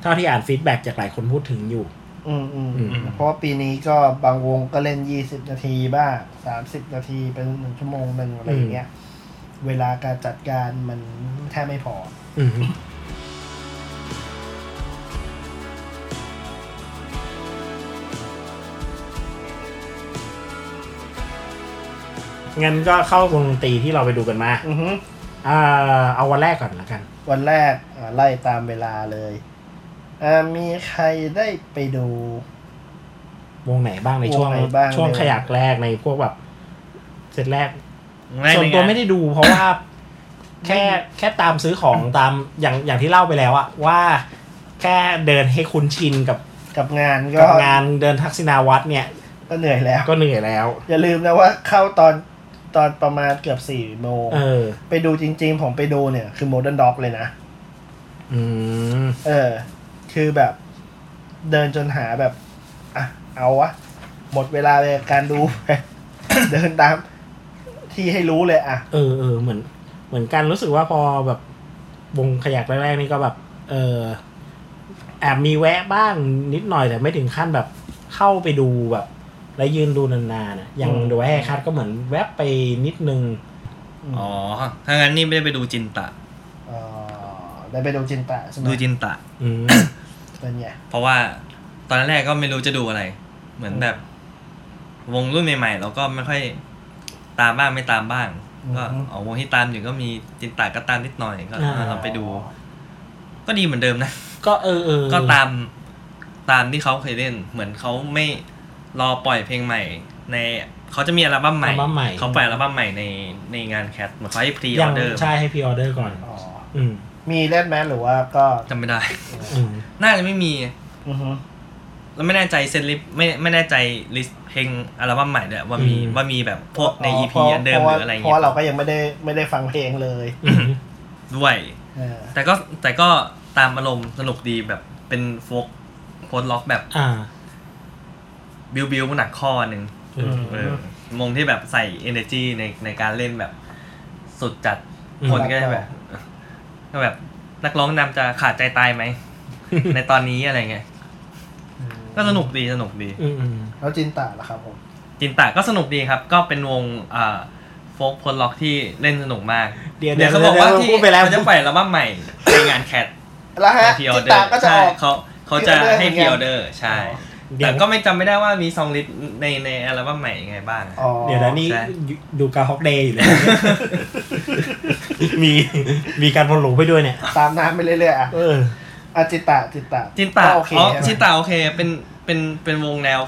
Speaker 4: เท่าที่อ่านฟีดแบ็กจากหลายคนพูดถึงอยู่
Speaker 2: อืมอืม
Speaker 4: อืม
Speaker 2: เพราะว่าปีนี้ก็บางวงก็เล่นยี่สิบนาทีบ้างสามสิบนาทีเป็นหนึ่งชั่วโมงหนึ่งอะไรอย่างเงี้ย เวลาการจัดการมันแทบไม่พอ
Speaker 4: อืมงั้นก็เข้าวงดนตรีที่เราไปดูกันมา
Speaker 2: อือฮึ
Speaker 4: อ่า เอาวันแรกก่อนละกัน
Speaker 2: วันแรกอ่าไล่ตามเวลาเลยอ่ามีใครได้ไปดู
Speaker 4: วงไหนบ้างในช่วง
Speaker 2: วงไหนบ้าง
Speaker 4: ช่วงขยักแรกในพวกแบบเสร็จแรก
Speaker 3: ง่าย
Speaker 4: ส่วนตัวไม่
Speaker 3: เลย
Speaker 4: ได้ดูเพราะว่า แค่แค่ตามซื้อของตามอย่างอย่างที่เล่าไปแล้วอะว่าแค่เดินให้คุ้นชินกับ
Speaker 2: กับงานก็
Speaker 4: กับงานเดินทักษิณาวัดเนี่ย
Speaker 2: ก็เหนื่อยแล้ว
Speaker 4: ก็เหนื่อยแล้ว
Speaker 2: อย่าลืมนะว่าเข้าตอนตอนประมาณเกือบสี่โมง
Speaker 4: เออ
Speaker 2: ไปดูจริงๆ ผมไปดูเนี่ย คือโมเดิร์นด็อกเลยนะ
Speaker 4: อืม
Speaker 2: เออ คือแบบเดินจนหาแบบ อ่ะ เอาวะ หมดเวลาเลยการดู เดินตามที่ให้รู้เลยอ่ะ
Speaker 4: เออเออเหมือน เหมือนกันรู้สึกว่าพอแบบวงขยักแรกๆนี่ก็แบบ เออแอบมีแวะบ้างนิดหน่อยแต่ไม่ถึงขั้นแบบเข้าไปดูแบบ แล้วยืนดูนานๆนะอย่าง
Speaker 2: อืม
Speaker 4: ดูแฮคัดก็เหมือนแวบไปนิดนึง
Speaker 2: ม
Speaker 3: อ๋อ ถ้างั้นนี่ไม่ได้ไปดูจินตะ
Speaker 2: อ๋อได้ไปดูจินตะใช่ไหม
Speaker 3: ดูจินตะ
Speaker 4: อืม
Speaker 2: เป็นไง
Speaker 3: เพราะว่าตอนแรกก็ไม่รู้จะดูอะไร เหมือนแบบ วงรุ่นใหม่ๆเราก็ไม่ค่อยตามบ้างไม่ตามบ้าง ก็
Speaker 2: อือฮึ
Speaker 3: เอาวงที่ตามอยู่ก็มีจินตาก็ตามนิดหน่อยก็
Speaker 4: อ่า
Speaker 3: เราไปดู ก็ดีเหมือนเดิมนะ
Speaker 4: ก็เออเออ
Speaker 3: ก็ตามตามที่เขาเคยเล่น เหมือนเขาไม่รอปล่อยเพลงใหม่ ในเขาจะมีอัลบั้มใหม่
Speaker 4: อัลบั้มใหม่
Speaker 3: เขาปล่อยอัลบั้มใหม่ในในงานแคทเหมือนเขาให้พรีอ
Speaker 4: ยั
Speaker 3: อง เดอร์
Speaker 4: ใช่ให้พรีออเดอร์ก่อน
Speaker 2: อ๋อ
Speaker 4: อืม
Speaker 2: มีเล่นไหมหรือว่าก็
Speaker 3: จำไม่ได้
Speaker 4: อืม
Speaker 3: น่าจะไม่มี
Speaker 2: อือฮึ
Speaker 3: แล้วไม่แน่ใจเซตลิสต์ไม่ไม่แน่ใจลิสต์เพลงอัลบั้มใหม่ด้วยว่ามีว่ามีแบบพวกใน EP อันเดิมหรืออะไรอย่าง
Speaker 2: เพราะว่าย
Speaker 3: เงี้
Speaker 2: เราก็ยังไม่ได้ไม่ได้ฟังเพลงเลย
Speaker 4: อืม
Speaker 3: ด้วย
Speaker 2: เออ
Speaker 3: แต่ก็แต่ก็ตามอารมณ์สนุกดีแบบเป็นโฟกโพสล็อกแบบ
Speaker 4: อ่า
Speaker 3: บิวบิวหนักข้อหนึ่ง
Speaker 4: เออ
Speaker 3: เออมงที่แบบใส่ energy ในในการเล่นแบบสุดจัดคนก็ได้แบบก็แบบนักร้องนำจะขาดใจตาย ไหม ในตอนนี้อะไรเงี้ยก็สนุกดีสนุกดี
Speaker 4: อืมอืม
Speaker 2: แล้วจินตาล่ะครับผม
Speaker 3: จินตะก็สนุกดีครับ ก็เป็นวงอ่าโฟกพลล็อกที่เล่นสนุกมาก
Speaker 4: เดี๋ยว
Speaker 3: เขาบอกว่าที่
Speaker 4: พูดไปแล้ว
Speaker 3: เขาจะปล่อยอัลบั้มใหม่ ในงานแคท
Speaker 2: แล้วฮะ
Speaker 3: พีออ
Speaker 2: จิน
Speaker 3: เดอ
Speaker 2: ตา
Speaker 3: ร์
Speaker 2: ก็จะ
Speaker 3: ใช่
Speaker 2: ออก
Speaker 3: เขาเขาจะ
Speaker 2: pre-order
Speaker 3: ให้
Speaker 2: เหมื
Speaker 3: พี
Speaker 2: อน
Speaker 3: อ
Speaker 2: กั
Speaker 3: อน เดอร์ใช่
Speaker 4: เดี๋
Speaker 3: แต่
Speaker 4: ยว
Speaker 3: ก็ไม่จำไม่ได้ว่ามีซองลิสต์ในในอัลบั้มใหม่ยังไงบ้างอะ
Speaker 2: อ๋อ
Speaker 4: เดี๋ยวนะนี่
Speaker 3: ใช่
Speaker 4: ดูการฮอกเดย์อยู่เลย มีมีการวนหลูไปด้วยเนี่ย
Speaker 2: ตามน้ำไปเรื่อยๆอ่ะ
Speaker 4: เออ
Speaker 2: อะจินตาจินตา
Speaker 3: จินตะ
Speaker 2: ก็โอเค
Speaker 3: อ๋อ
Speaker 2: ใช่ไหม
Speaker 3: จินตะโอเคเป็นเป็นเป็นวงแนว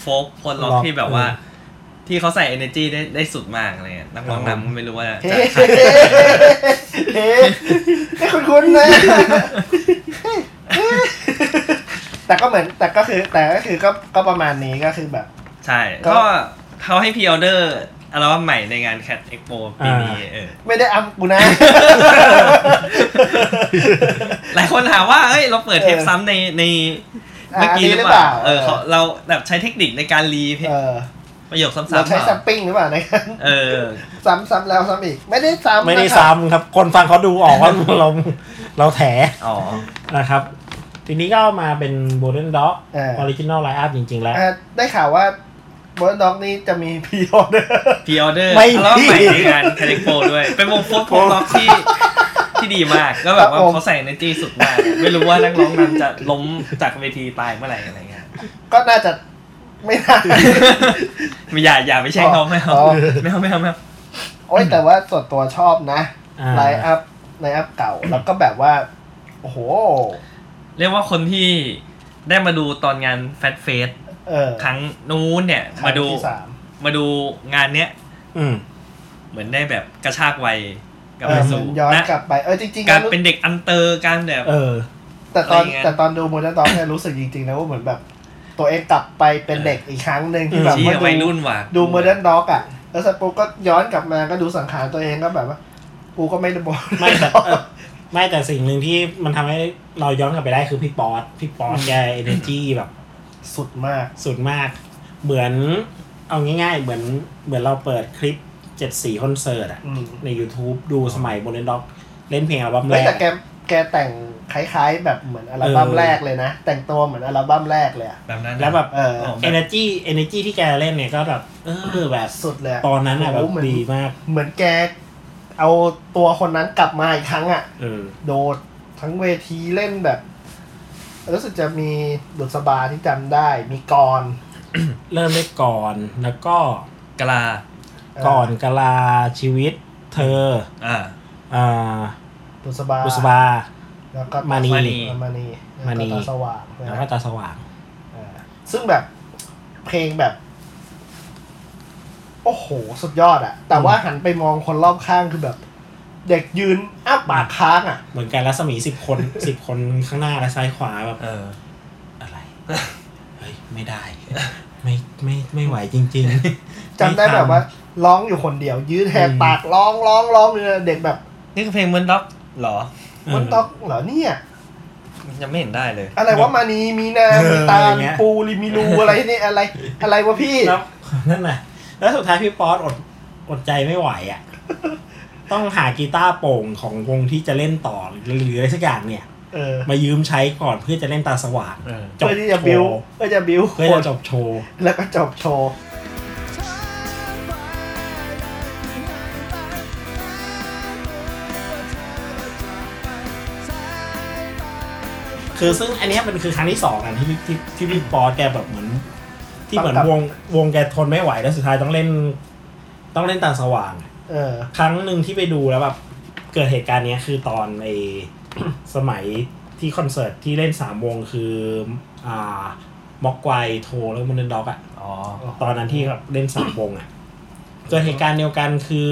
Speaker 3: โฟกพลล็อก
Speaker 4: folk
Speaker 3: ที่แบบว่า
Speaker 4: เ
Speaker 3: ที่เขาใส่ energy ได้ได้สุดมากอะไรเงี้ยนักร้องนำไม่รู้ว่า
Speaker 2: เฮ้
Speaker 3: จะ
Speaker 2: เฮ้ไม่คุ้นๆนะแต่ก็เหมือนแต่ก็คือ แต่ก็คือก็ก็ประมาณนี้ก็คือแบบ
Speaker 3: ใช่
Speaker 2: ก็
Speaker 3: ก็เขาให้พีออเดอร์อัลบั้มใหม่ในงาน Cat Expo ปีนี้เออ
Speaker 2: ไม่ได้อัมกูนะ
Speaker 3: หลายคนถามว่า เอ้ย เราเปิดเทปซ้ำในในเมื่อกี้
Speaker 2: อ่า
Speaker 3: หรือเปล่า
Speaker 2: อันนี้หรือเปล่า
Speaker 3: เออเขาเราแบบใช้เทคนิคในการรีเพ
Speaker 2: เออ
Speaker 3: ประโยคซ้ำๆเ
Speaker 2: เราใช้
Speaker 3: ป
Speaker 2: ซั
Speaker 3: ล่าม
Speaker 2: ปิ้งหรือเปล่าในการ
Speaker 3: เออ
Speaker 2: ซ้ำซ้ำแล้วซ้ำอีก ไม่ได้ซ้ำ
Speaker 4: ไม่ได้
Speaker 2: นะครับ
Speaker 4: ซ้ำครับ คนฟังเขาดูออกว่า เราเราแถ
Speaker 3: อ๋อ
Speaker 4: นะครับ ทีนี้ก็มาเป็นโบเดนด็อก
Speaker 2: เอ
Speaker 4: อ
Speaker 2: อ
Speaker 4: อริจินอลไลอัพจริง ๆ แล้ว
Speaker 2: อ่ะได้ข่าวว่าบนด็อกนี่จะมีพีออเดอร์
Speaker 3: พีออเดอร์
Speaker 4: ไม่
Speaker 3: แล้ว
Speaker 4: มี
Speaker 3: ใหม่ในงานคาเล็กโปด้วย เป็นวงโฟล์คโฟล็อกที่ที่ดีมาก ก็แบบ
Speaker 2: ค
Speaker 3: ว่า
Speaker 2: รับผม
Speaker 3: เขาใส่ในจีสุดมาก ไม่รู้ว่านักร้องนั้นจะล้มจากเวทีตายเมื่อไหร่อะไรเงี้ย
Speaker 2: ก็น่าจะไม่น่า
Speaker 3: ไม่อย่าอย่าไปแช่งเขาไม่เอา
Speaker 2: อ๋อ
Speaker 3: ไม่เอาไม่เอาไม่เอา
Speaker 2: โอ้ยแต่ว่าส่วนตัวชอบนะ
Speaker 4: อ่า
Speaker 2: ไลน์อัพไลน์อัพเก่า แล้วก็แบบว่า โอ้โห
Speaker 3: เรียกว่าคนที่ได้มาดูตอนงานแฟตเฟส
Speaker 2: เออ
Speaker 3: ครั้งนู้นเนี่ย
Speaker 2: ครั้
Speaker 3: มาง ดู
Speaker 2: ที่สาม
Speaker 3: มาดูงานเนี้ย
Speaker 4: อืม
Speaker 3: เหมือนได้แบบกระชากวัยกลับ
Speaker 2: เอ
Speaker 3: ไป
Speaker 2: อเหมื
Speaker 3: สู่
Speaker 2: อนย้อน
Speaker 3: นะ
Speaker 2: กลับไป เออจริงๆ
Speaker 3: การ
Speaker 2: แล้ว
Speaker 3: เป็นเด็กอันเตอร์การแบบ
Speaker 4: เออ
Speaker 2: แต่ตอน
Speaker 3: อะไรอย่างเงี้ย
Speaker 2: แต่ตอนดูโมเดลตอนเนี่ยรู้สึกจริงๆนะว่าเหมือนแบบ ตัวเองกลับไปเป็น
Speaker 3: เออ
Speaker 2: เด็กอีกครั้งหนึ่งที่แบบ
Speaker 3: ชี้
Speaker 2: ว่า
Speaker 3: วัย
Speaker 2: ดู
Speaker 3: รุ่นว่ะ
Speaker 2: ดูโมเดลด็อกอ่ะ แล้วสปูก็ย้อนกลับมาก็ดูสังขารตัวเองก็แบบว่า กูก็ไม่ได้บอก
Speaker 4: ไม่ แต่เออไม่แต่สิ่งหนึ่งที่มันทำให้เราย้อนกลับไปได้คือพี่ป๊อตพี่ป๊อตแกเอเนจีแบบ
Speaker 2: สุดมาก
Speaker 4: สุดมาก เหมือน เอาง่ายๆ เหมือนเหมือนเราเปิดคลิปเจ็ดสี่คอนเสิร์ตอะ
Speaker 2: อืม
Speaker 4: ใน YouTube ดูสมัยบนเลนด็อกเล่นเพลงอัลบั้มแร
Speaker 2: เฮ้ยแต่
Speaker 4: ก
Speaker 2: แกแกแต่งคล้ายๆ แบบเหมือนอัลบั้ม
Speaker 4: เออ
Speaker 2: แรกเลยนะ แต่งตัวเหมือนอัลบั้มแรกเลยอะ
Speaker 3: แบบนั้นนะ
Speaker 4: แล้วแบบ
Speaker 2: เออ
Speaker 3: ออก
Speaker 4: เอ
Speaker 3: แบบ
Speaker 4: เนจีเอเนจีที่แกเล่นเนี่ยก็แบบ เออแบบ
Speaker 2: สุดเลยะ
Speaker 4: ตอนนั้นอะแบบ
Speaker 2: โโหเหมือน
Speaker 4: ดีมาก
Speaker 2: เหมือนแกเอาตัวคนนั้นกลับมาอีกครั้งอะ่ะ
Speaker 4: เออ
Speaker 2: โดดทั้งเวทีเล่นแบบรู้สึกจะมีดุษบาที่จำได้ มีกร
Speaker 4: เริ่มได้ก่อนแล้วก็
Speaker 3: กะลา
Speaker 4: ก่อนกะลาชีวิต เธอ
Speaker 3: อ่า
Speaker 4: อ่า
Speaker 2: ดุษบา
Speaker 4: บุษบา
Speaker 2: แล้วก็
Speaker 4: มานี
Speaker 3: มานี
Speaker 2: มานีแล้วก็
Speaker 4: มานี
Speaker 2: ตาสว่างนะ
Speaker 4: แล้วก็ตาสว่าง
Speaker 2: เออซึ่งแบบเพลงแบบ โอ้โห สุดยอดอะ่ะ แต่ว่าหันไปมองคนรอบข้างคือแบบ เด็กยืนอ้าปากค้างอ่ะ
Speaker 4: เหมือนกันรัศมีสิบคน สิบคนข้างหน้าและซ้ายขวาแบบ
Speaker 3: เออ
Speaker 4: อะไร เฮ้ย ไม่ได้ ไม่ไม่ไม่ไหวจริง ๆ
Speaker 2: จำได้แบบว่าร้องอยู่คนเดียว ยืดแหกปากร้องร้องร้องเลยเด็กแบบ
Speaker 3: นี่คือเพลงเมือนด็อกเหรอ
Speaker 4: เออ
Speaker 2: มันต้องเหรอเนี่ย
Speaker 3: ยังไม่เห็นได้เลย
Speaker 2: อะไรว่ามานีมีนา
Speaker 4: เออ
Speaker 2: มีตา
Speaker 4: อะไร
Speaker 2: ล
Speaker 4: เงี้ย
Speaker 2: ปูริมิลูอะไรนี่อะไร อะไรวะพี่
Speaker 4: แล้วนั่นน่ะ แล้วสุดท้ายพี่ป๊อตอดอดใจไม่ไหวอ่ะ ต้องหากีตาร์โปร่งของวงที่จะเล่นต่อหรือหรืออะไรสักอย่างเนี่ย
Speaker 2: เออ
Speaker 4: มายืมใช้ก่อนเพื่อจะเล่นตาสว่าง
Speaker 3: เออ
Speaker 4: จบ
Speaker 2: เพื่อที่จะ
Speaker 4: โช
Speaker 2: บิว
Speaker 4: ว์
Speaker 2: เพื่อจะบิว
Speaker 4: เพื่อจะจบโชว์
Speaker 2: แล้วก็จบโชว์
Speaker 4: คือซึ่งอันเนี้ยมันคือครั้งที่สองอันที่ที่ที่พี่ป๊อตแกแบบเหมือน ที่เหมือน
Speaker 2: ต้องกลับ
Speaker 4: วงวงแกทนไม่ไหวแล้วสุดท้ายต้องเล่น ต้องเล่นตาสว่าง
Speaker 2: เออ
Speaker 4: ครั้งหนึ่งที่ไปดูแล้วแบบเกิดเหตุการณ์เนี้ย คือตอนไอ สมัยที่คอนเสิร์ตที่เล่นสามวงคือ อ่า ม็อกไกวโทแล้วมันเดนด็อกอะ
Speaker 3: อ๋อ
Speaker 4: ตอนนั้นที่แบบเล่นสามวงอะเกิดเหตุการณ์เดียวกันคือ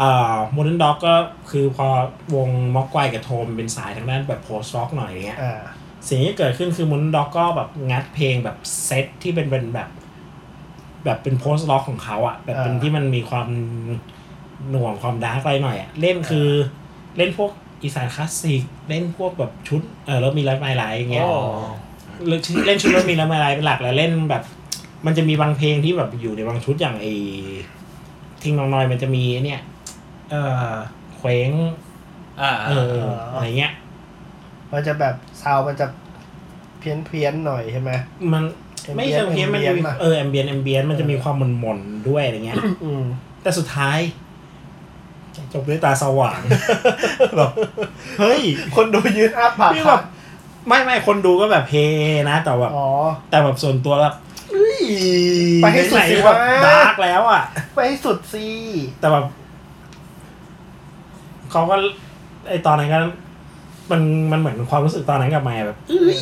Speaker 4: อ่าโมเดิร์นด็อกก็คือพอวงม็อกไกวกับโทมนเป็นสายทางด้านแบบโพสต์ร็อกหน่อยอย่างเงี้ย
Speaker 2: อ่า
Speaker 4: สิ่งที่เกิดขึ้นคือมุนด็อกก็แบบงัดเพลงแบบเซตที่เป็นเป็นแบบ แบบเป็นโพสต์ล็อกของเขาอะแบบเป็น
Speaker 2: อ่า
Speaker 4: ที่มันมีความหน่วงความดาร์กอะไรหน่อยอะเล่นคือเล่นพวกอีสานคลาสสิกเล่นพวกแบบชุดเออแล้วมีไลฟ์ไมล์ไลท์อย่างเงี้ย
Speaker 2: โอ้
Speaker 4: เล่นเล่นชุดแล้วมีไลฟ์ไมล์ไลท์เป็นหลักแล้วเล่นแบบ มันจะมีบางเพลงที่แบบอยู่ในบางชุดอย่างไอทิ้งน้องน้อยมันจะมีไอ้เนี่ย เออเคว้ง
Speaker 3: อ่า
Speaker 4: เอออะไรเงี้ย
Speaker 2: มันจะแบบซาวด์มันจะเพี้ยนเพี้ยนๆหน่อยใช่ไหม
Speaker 4: มันไม่เชิงเพี้ยนมันจะมี
Speaker 2: ambient ป่ะ
Speaker 4: เออแอมเบียนแอมเบียนมันจะมีความหม่นๆด้วยอะไรเงี้ย
Speaker 2: อืม
Speaker 4: แต่สุดท้าย จบด้วยตาสว่าง แบบเฮ้ย
Speaker 2: คนดูยืนอ้าปาก
Speaker 4: นี่แบ
Speaker 2: ค้า
Speaker 4: บ
Speaker 2: ง
Speaker 4: ไม่ไม่คนดูก็แบบเฮนะ แต่แบบ
Speaker 2: อ๋อ
Speaker 4: แต่แบบส่วนตัวแบบเฮ้ย
Speaker 2: ไปให้สุดสิ
Speaker 4: นๆแบบ
Speaker 2: วะ
Speaker 4: ดาร์กแล้วอ่ะ
Speaker 2: ไปให้สุดสิ
Speaker 4: แต่แบบเขาก็ไอตอนนั้นก็มันมันเหมือนความรู้สึกตอนนั้นกลับมาแบบเอ้ย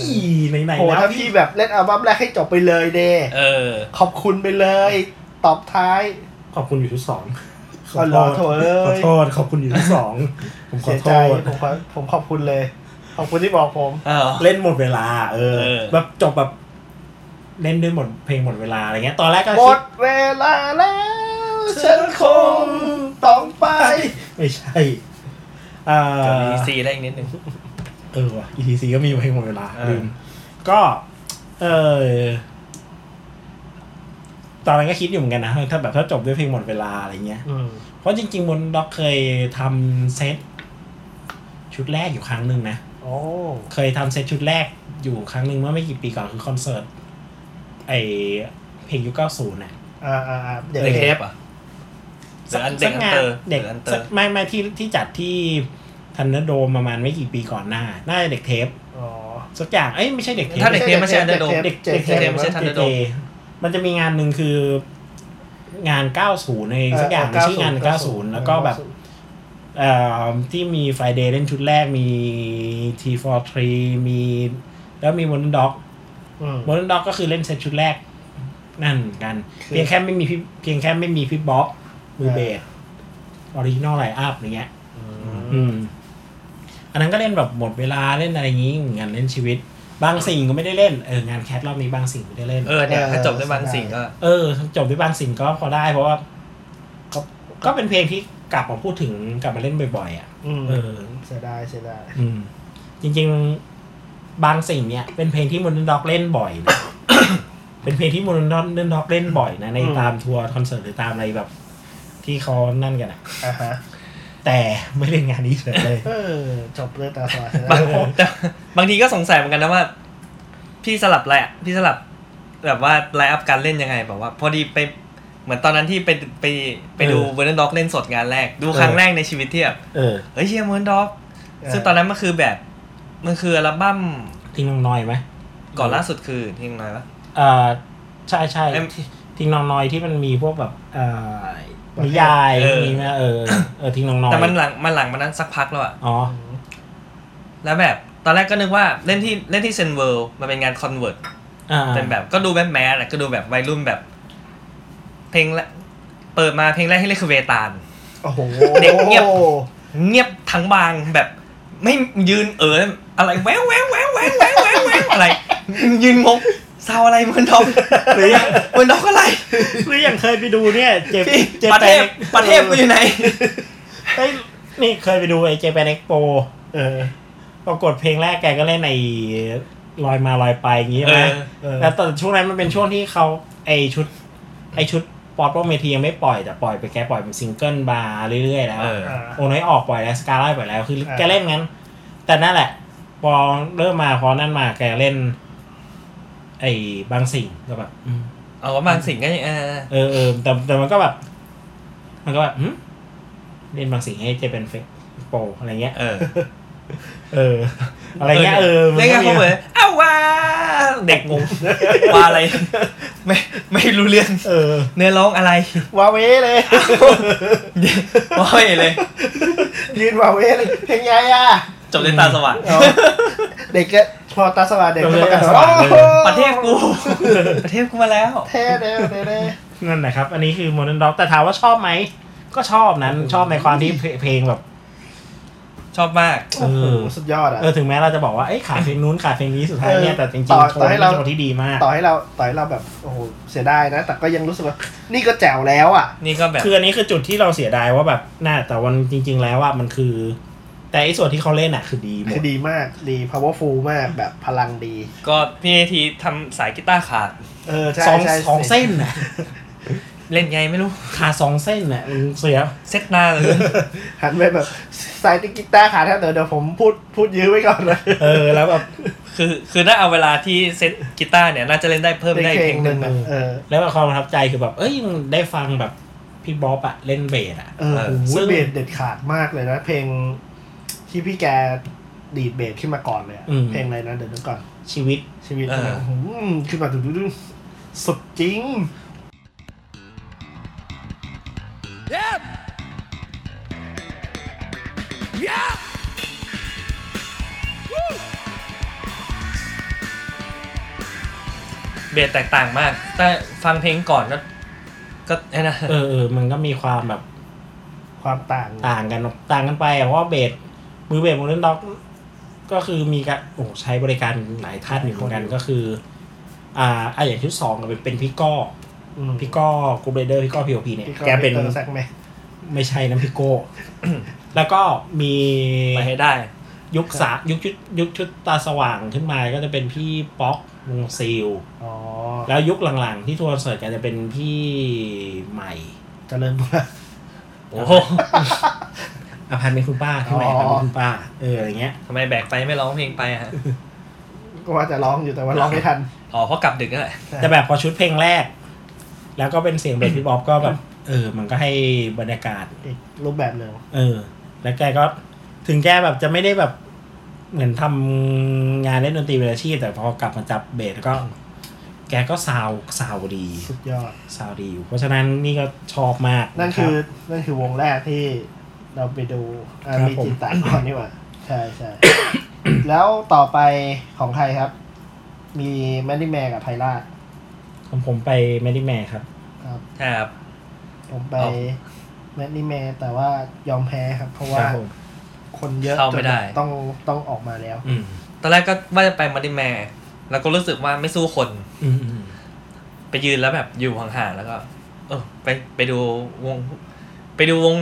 Speaker 4: ไหนไหน
Speaker 2: โห
Speaker 4: แล้
Speaker 2: ถ้าว พี่แบบเล่นอัลบั้มแรกให้จบไปเลยเด
Speaker 3: เออ
Speaker 2: ขอบคุณไปเลย
Speaker 4: เ
Speaker 2: ตอบท้าย
Speaker 4: ขอบคุณอยู่ทุกสอง
Speaker 2: อ๋อเหรอโถ่เอ้ย
Speaker 4: ขอโทษขอบคุณอยู่ทุกสองผมขอ
Speaker 2: เสีย
Speaker 4: โท
Speaker 2: ใจ
Speaker 4: ษ
Speaker 2: ผมขอผมขอบคุณเลย ขอบคุณที่บอกผม
Speaker 3: เออ
Speaker 4: เล่นหมดเวลา เออ
Speaker 3: เออ
Speaker 4: แบบจบแบบ เล่นด้วยหมดเพลงหมดเวลาอะไรเงี้ย ตอนแรกก็
Speaker 2: หม
Speaker 4: คิ
Speaker 2: ดเวลาแล้ว ฉันคงต้องไป
Speaker 4: ไม่ใช่เออ
Speaker 3: เดี๋ยวมีซีได้อีกนิดนึง
Speaker 4: เออว่ะ ETC ก็มีเพลงหมดเวลา
Speaker 3: เออ
Speaker 4: ลืมก็ เออตอนนั้นก็คิดอยู่เหมือนกันนะถ้าแบบถ้าจบด้วยเพลงหมดเวลาอะไรเงี้ย
Speaker 2: อืม
Speaker 4: เพราะจริงๆบนด็อกเคยทำเซตชุดแรกอยู่ครั้งหนึ่งนะ
Speaker 2: โอ้
Speaker 4: เคยทำเซตชุดแรกอยู่ครั้งหนึ่งเมื่อไม่กี่ปีก่อนคือคอนเสิร์ตไอเพลงยุคเก้าศูนย์น่ะ
Speaker 2: อ่าอ่าอ่าเดี๋ยว
Speaker 3: เด็ก
Speaker 2: เท
Speaker 3: เท
Speaker 2: ป
Speaker 3: ปอ่ะเด็
Speaker 4: สั
Speaker 3: ก
Speaker 4: ก
Speaker 3: อันเด็
Speaker 4: สัก
Speaker 3: กอัน
Speaker 4: งาน
Speaker 3: เตอร์
Speaker 4: เด็ก
Speaker 3: อันเตอ
Speaker 4: สัก
Speaker 3: ร์
Speaker 4: ไม่ไม่ที่ที่จัดที่ทันเดอร์โดมประมาณไม่กี่ปีก่อนหน้า น่าจะเด็กเทป
Speaker 2: อ๋อ
Speaker 4: สักอย่างเอ้ยไม่ใช่เด็กเทป
Speaker 3: ถ้าเด็กเทปไม่ใช่อันเดอร์โดม
Speaker 2: เด็
Speaker 4: เด็
Speaker 2: ก
Speaker 4: ก
Speaker 2: เทป
Speaker 4: เด็กเทป
Speaker 2: เด็กเทป
Speaker 4: มัน
Speaker 3: ไม่ใช่
Speaker 4: ใช่
Speaker 3: Thunder Dome
Speaker 4: มันจะมีงานหนึ่งคืองาน 90 ในสักอย่าง
Speaker 2: เออเออ
Speaker 4: ชื่องาน
Speaker 2: 90
Speaker 4: 90 แล้วก็แบบเอ่อที่มี Friday เล่นชุดแรกมี T43 มีแล้วมี Modern Dog
Speaker 2: อืม
Speaker 4: โมเดิร์นด็อกก็คือเล่นเซตชุดแรก นั่นเหมือนกัน เพียงแค่ไม่มีพี่เพียงแค่ไม่มีพี่บ๊อบมือเบสออริจินอลไลน์อัพอย่างเงี้ย อืม อันนั้นก็เล่นแบบหมดเวลาเล่นอะไรอย่างงี้เหมือนกันเล่นชีวิต บางสิ่งก็ไม่ได้เล่นเอองานแคทรอบนี้บางสิ่งไม่ได้เล่น
Speaker 3: เออเนี่ยถ้าจบด้วย
Speaker 2: เออ
Speaker 3: บางสิ่งก็
Speaker 4: เออจบด้วยบางสิ่งก็พอได้เพราะว่าก็ก็เป็นเพลงที่กลับมาพูดถึงกลับมาเล่นบ่อยๆอ่ะ
Speaker 2: อืม
Speaker 4: เออ
Speaker 2: เสียดายเสียดาย
Speaker 4: อืม จริงๆบางสิ่งเนี่ย เป็นเพลงที่มอนด็อกเล่นบ่อยนะ เป็นเพลงที่มอนด็อกนด็อกเล่นบ่อยนะในตามทัวร์คอนเสิร์ตหรือตามอะไรแบบ ที่เขานั่นกันอะ
Speaker 2: อ่ะฮะ
Speaker 4: แต่ไม่เล่นงานนี้เฉยเลย
Speaker 2: เออ จบเรื่องตาสว่าง
Speaker 3: บาง
Speaker 2: แล้ว
Speaker 3: แต่บางทีก็สงสัยเหมือนกันนะว่า พี่สลับไลน์พี่สลับแบบว่าไลน์อัพการเล่นยังไงแบบว่า พอดีไปเหมือนตอนนั้นที่ไปไปไปดู
Speaker 4: เออ
Speaker 3: เวอร์นด็อกเล่นสดงานแรก ดูครั้ง
Speaker 4: เออ
Speaker 3: แรกในชีวิตที่แบบ
Speaker 4: เออ
Speaker 3: เฮ้ยเชียร์เวอร์นด็อก
Speaker 2: เออ
Speaker 3: ซึ่งตอนนั้นมันคือแบบมันคืออัลบั้ม
Speaker 4: ทิ้งน้องน้อยไหม
Speaker 3: ก่อนล่าสุดคือทิ้งน้อยปะ
Speaker 4: เอ่อใช่ใช่
Speaker 3: เอ็ม
Speaker 4: ที่ทิ้งน้องน้อยที่มันมีพวกแบบเอ่อนิยาย
Speaker 3: เออ
Speaker 4: มีไหมเออเออทิ้งน้องน้อย
Speaker 3: แต่มันหลังมันหลังมันนั้นสักพักแล้วอะ
Speaker 4: อ๋อ
Speaker 3: แล้วแบบตอนแรกก็นึกว่าเล่นที่เล่นที่เซนเวิลด์มันเป็นงานคอนเวิร์ต
Speaker 4: อ่า
Speaker 3: เป็นแบบก็ดูแบบแมสอะก็ดูแบบวัยรุ่นแบบ เพลงละเปิดมาเพลงแรกให้เล่นคือเวตาล
Speaker 2: โอ้โห
Speaker 3: เด็กเงียบ เงียบทั้งบางแบบไม่ยืนเอออะไรแววแววแววแววแววแววแววอะไร ยืนงงเศร้าอะไรเหมือนดอก
Speaker 4: หรือยัง
Speaker 3: เหมือนดอกอะไร
Speaker 4: หรือยังเคยไปดูเนี่ย เจ
Speaker 3: พี่
Speaker 4: เจ
Speaker 3: ประ
Speaker 4: แป
Speaker 3: เท
Speaker 4: น
Speaker 3: ศประเทศกูอยู่ไหน
Speaker 4: เอ้ยนี่เคยไปดูไอ้เจแปนเอ็กโป
Speaker 2: เออ
Speaker 4: ปรากฏเพลงแรกแกก็เล่นในลอยมาลอยไปอย่างนี้ใช่ไหม
Speaker 3: เออ
Speaker 2: เออ
Speaker 4: แล้วตอนช่วงนั้นมันเป็นช่วงที่เขาไอชุด ไอชุดปอดโปรเมทียังไม่ปล่อยแต่ปล่อยไปแกปล่อยเป็นซิงเกิลบาร์เรื่อยๆแล้ว
Speaker 3: เออ
Speaker 2: อ่า
Speaker 4: โอ้น้อยออกปล่อยแล้วสกาไล่ปล่อยแล้วคือ
Speaker 2: เออ
Speaker 4: แกเล่นงั้น แต่นั่นแหละ พอเริ่มมาพอนั่นมาแกเล่น ไอบางสิ่งก็แบบอืม
Speaker 3: เอาว่าบางสิ่งก็ยังเออ
Speaker 4: เออเออแต่แต่มันก็แบบ มันก็แบบหึเล่นบางสิ่งให้เจเป็นเฟกโปอะไรเงี้ย
Speaker 3: เออ
Speaker 4: เอออะไรเงี้ยเออมั
Speaker 3: เล่น
Speaker 4: ก็
Speaker 3: กัน
Speaker 4: มี
Speaker 3: เขาเหมือนอ้าวว่าเด็กงงว่าอะไร ไม่ไม่รู้เรื่อง
Speaker 4: เออ
Speaker 3: เนื้อร้องอะไร
Speaker 2: วาเวเลย
Speaker 3: ว้อยเลย
Speaker 2: ยืนวาเวเลยเพลงไงอ่ะ
Speaker 3: จบเลยตาสว่าง
Speaker 2: เอาเด็กก็พอตาสว่างเด็กก็ประกาศ
Speaker 4: เออตาสว่างเลย
Speaker 2: โอ้โห
Speaker 3: ประเทศกู ประเทศกูมาแล้ว
Speaker 2: เท่เด้เด้เด้
Speaker 4: นั่นแหละครับ อันนี้คือโมเดิร์นด็อกแต่ถามว่าชอบไหม ก็ชอบนั้น ชอบในความที่เพลเพลงแบบ
Speaker 3: ชอบมาก
Speaker 4: เอ
Speaker 2: โอ้โห
Speaker 4: อ
Speaker 2: สุดยอดอ่ะ
Speaker 4: เออ ถึงแม้เราจะบอกว่า เอ้ยขาดเพลงนู้นขาดเพลงนี้สุดท้ายเนี่ย
Speaker 2: เออ
Speaker 4: แต่จริง
Speaker 2: ต่อ
Speaker 4: ๆโช
Speaker 2: ต่อ
Speaker 4: ว์
Speaker 2: ให้
Speaker 4: เป็น
Speaker 2: เรา
Speaker 4: โชว์ที่ดีมาก
Speaker 2: ต่อให้เราต่อให้เราแบบโอ้โหเสียดายนะ แต่ก็ยังรู้สึกว่า นี่ก็แจ๋วแล้วอ่ะ
Speaker 3: นี่ก็แบบ
Speaker 4: คืออันนี้คือจุดที่เราเสียดายว่าแบบ น่า แต่วันจริง ๆ แล้วว่ามันคือ แต่ไอ้ส่วนที่เขาเล่นอ่ะ คือดีหม
Speaker 2: คือ
Speaker 4: ด
Speaker 2: ดีมากดี powerful มากแบบพลังดี
Speaker 3: ก็พี่เอทีทำสายกีตาร์ขาด
Speaker 2: เออใช่
Speaker 4: สอง
Speaker 2: ใช่
Speaker 4: สองเส้นน่ะ
Speaker 3: เล่นไงไม่รู้
Speaker 4: ขาดสองเส้นน่ะมันเสีย
Speaker 3: เซ็ตหน้า เลย
Speaker 2: หันไปแบบสายกีตาร์ขาดแล้วเดี๋ยวเดี๋ยวผมพูดพูดยื้อไว้ก่อนเลย
Speaker 4: เออ แล้วแบบ
Speaker 3: คือคือถ้าเอาเวลาที่เซ็ตกีตาร์เนี่ย น่าจะเล่นได้เพิ่มได้อีกเพลงหนึ่ง
Speaker 2: เอ
Speaker 3: นะ
Speaker 2: อเออ
Speaker 4: แล้วแบบความประทับใจคือแบบ เอ้ยมึงได้ฟังแบบพี่บ๊อบอะเล่นเบสอะ
Speaker 2: เออโอ้โห
Speaker 4: ซึ่ง
Speaker 2: เบสเด็ดขาดมากเลยนะ เพลงที่พี่แกดีดเบสขึ้นมาก่อนเลยอะ
Speaker 4: อืม
Speaker 2: เพลงอะไรนะเดี๋ยวนึกก่อน
Speaker 4: ชีวิต
Speaker 2: ชีวิต
Speaker 3: เออ
Speaker 2: โอ้โหขึ้นมาดุดุดุสุดจริง
Speaker 3: เบสแตกต่างมาก แต่ฟังเพลงก่อนก็ ก็ ก็ไอ้นะ
Speaker 4: เออเออมันก็มีความแบบ
Speaker 2: ความต่าง
Speaker 4: ต่างกันต่างกันไปอะเพราะว่าเบสมือเบสโมเดิร์นด็อก ก็คือมีการโอ้ใช้บริการหลายท่านอยู่เหมือนกันก็คือ อ่าอ่ะอย่างที่สองเป็นเป็นพี่ก้อ
Speaker 2: อืม
Speaker 4: พี่ก้อกูเบเดอร์พี่ก้อพีโอพีเนี่ย
Speaker 2: พี่
Speaker 4: แกเป็น
Speaker 2: ตอร์แซกแมน
Speaker 4: ไม่ใช่นะพี่โก้ แล้วก็มี
Speaker 3: ไปให้ได้
Speaker 4: ยุคสายุคชุดยุคชุดตาสว่างขึ้นมาก็จะเป็นพี่ป๊อกวงซิล
Speaker 2: อ๋อ
Speaker 4: แล้วยุคหลังๆ ที่ทัวร์คอนเสิร์ตกันจะเป็นพี่ใหม่
Speaker 2: เจริญบุร
Speaker 3: โอ้โห
Speaker 4: อภัยเป็นคุณป้าพี่ใหม่อ
Speaker 2: อ๋อ
Speaker 4: ภัยเป็นคุณป้า เอออะไรเงี้ย
Speaker 3: ทำไมแบกไปไม่ร้องเพลงไปอะฮะ
Speaker 2: ก็ว่าจะร้องอยู่แต่ว่าร้องไม่ทัน
Speaker 3: อ๋อเพราะกลับดึกนั่นแหละ
Speaker 4: แต่แบบพอชุดเพลงแรก แล้วก็เป็นเสียงเบสพี่บ๊อบก็แบบ เออ มันก็ให้บรรยากาศ
Speaker 2: อีกรูปแบบหนึ่ง
Speaker 4: เออ แล้วแกก็ถึงแกแบบจะไม่ได้แบบเหมือนทำงานเล่นดนตรีเป็นอาชีพ แต่พอกลับมาจับเบสก็ แกก็ซาวซาวดี
Speaker 2: สุดยอด
Speaker 4: ซาวดีอยู่เพราะฉะนั้นนี่ก็ชอบมาก
Speaker 2: นั่นคือ
Speaker 4: ะรับ
Speaker 2: นั่นคือวงแรกที่เราไปดูอ่ะ
Speaker 4: ครับ
Speaker 2: มี
Speaker 4: ผม
Speaker 2: จิตตะก่อนนี่หว่า ใช่ใช่ แล้วต่อไปของใครครับ มีแมดดี้แมกับไพล่า
Speaker 4: ของผมไปแมดดี้แมร์ครับ
Speaker 2: ครับ
Speaker 3: ใช่ครับ
Speaker 2: ผมไป
Speaker 3: อ๋อ
Speaker 2: แมดดี้แมแต่ว่ายอมแพ้ครับ เพราะว่า
Speaker 4: ครับผม
Speaker 2: คนเยอะ
Speaker 3: เข้าไม่ได้
Speaker 2: จนต้องต้องออกมาแล้ว
Speaker 4: อืม
Speaker 3: ตอนแรกก็ว่าจะไปมาดิแมร์แล้วก็รู้สึกว่าไม่สู้คน
Speaker 4: อืมอืม
Speaker 3: ไปยืนแล้วแบบอยู่ห่างๆแล้วก็ เออไปไปดูวง ไปดูวง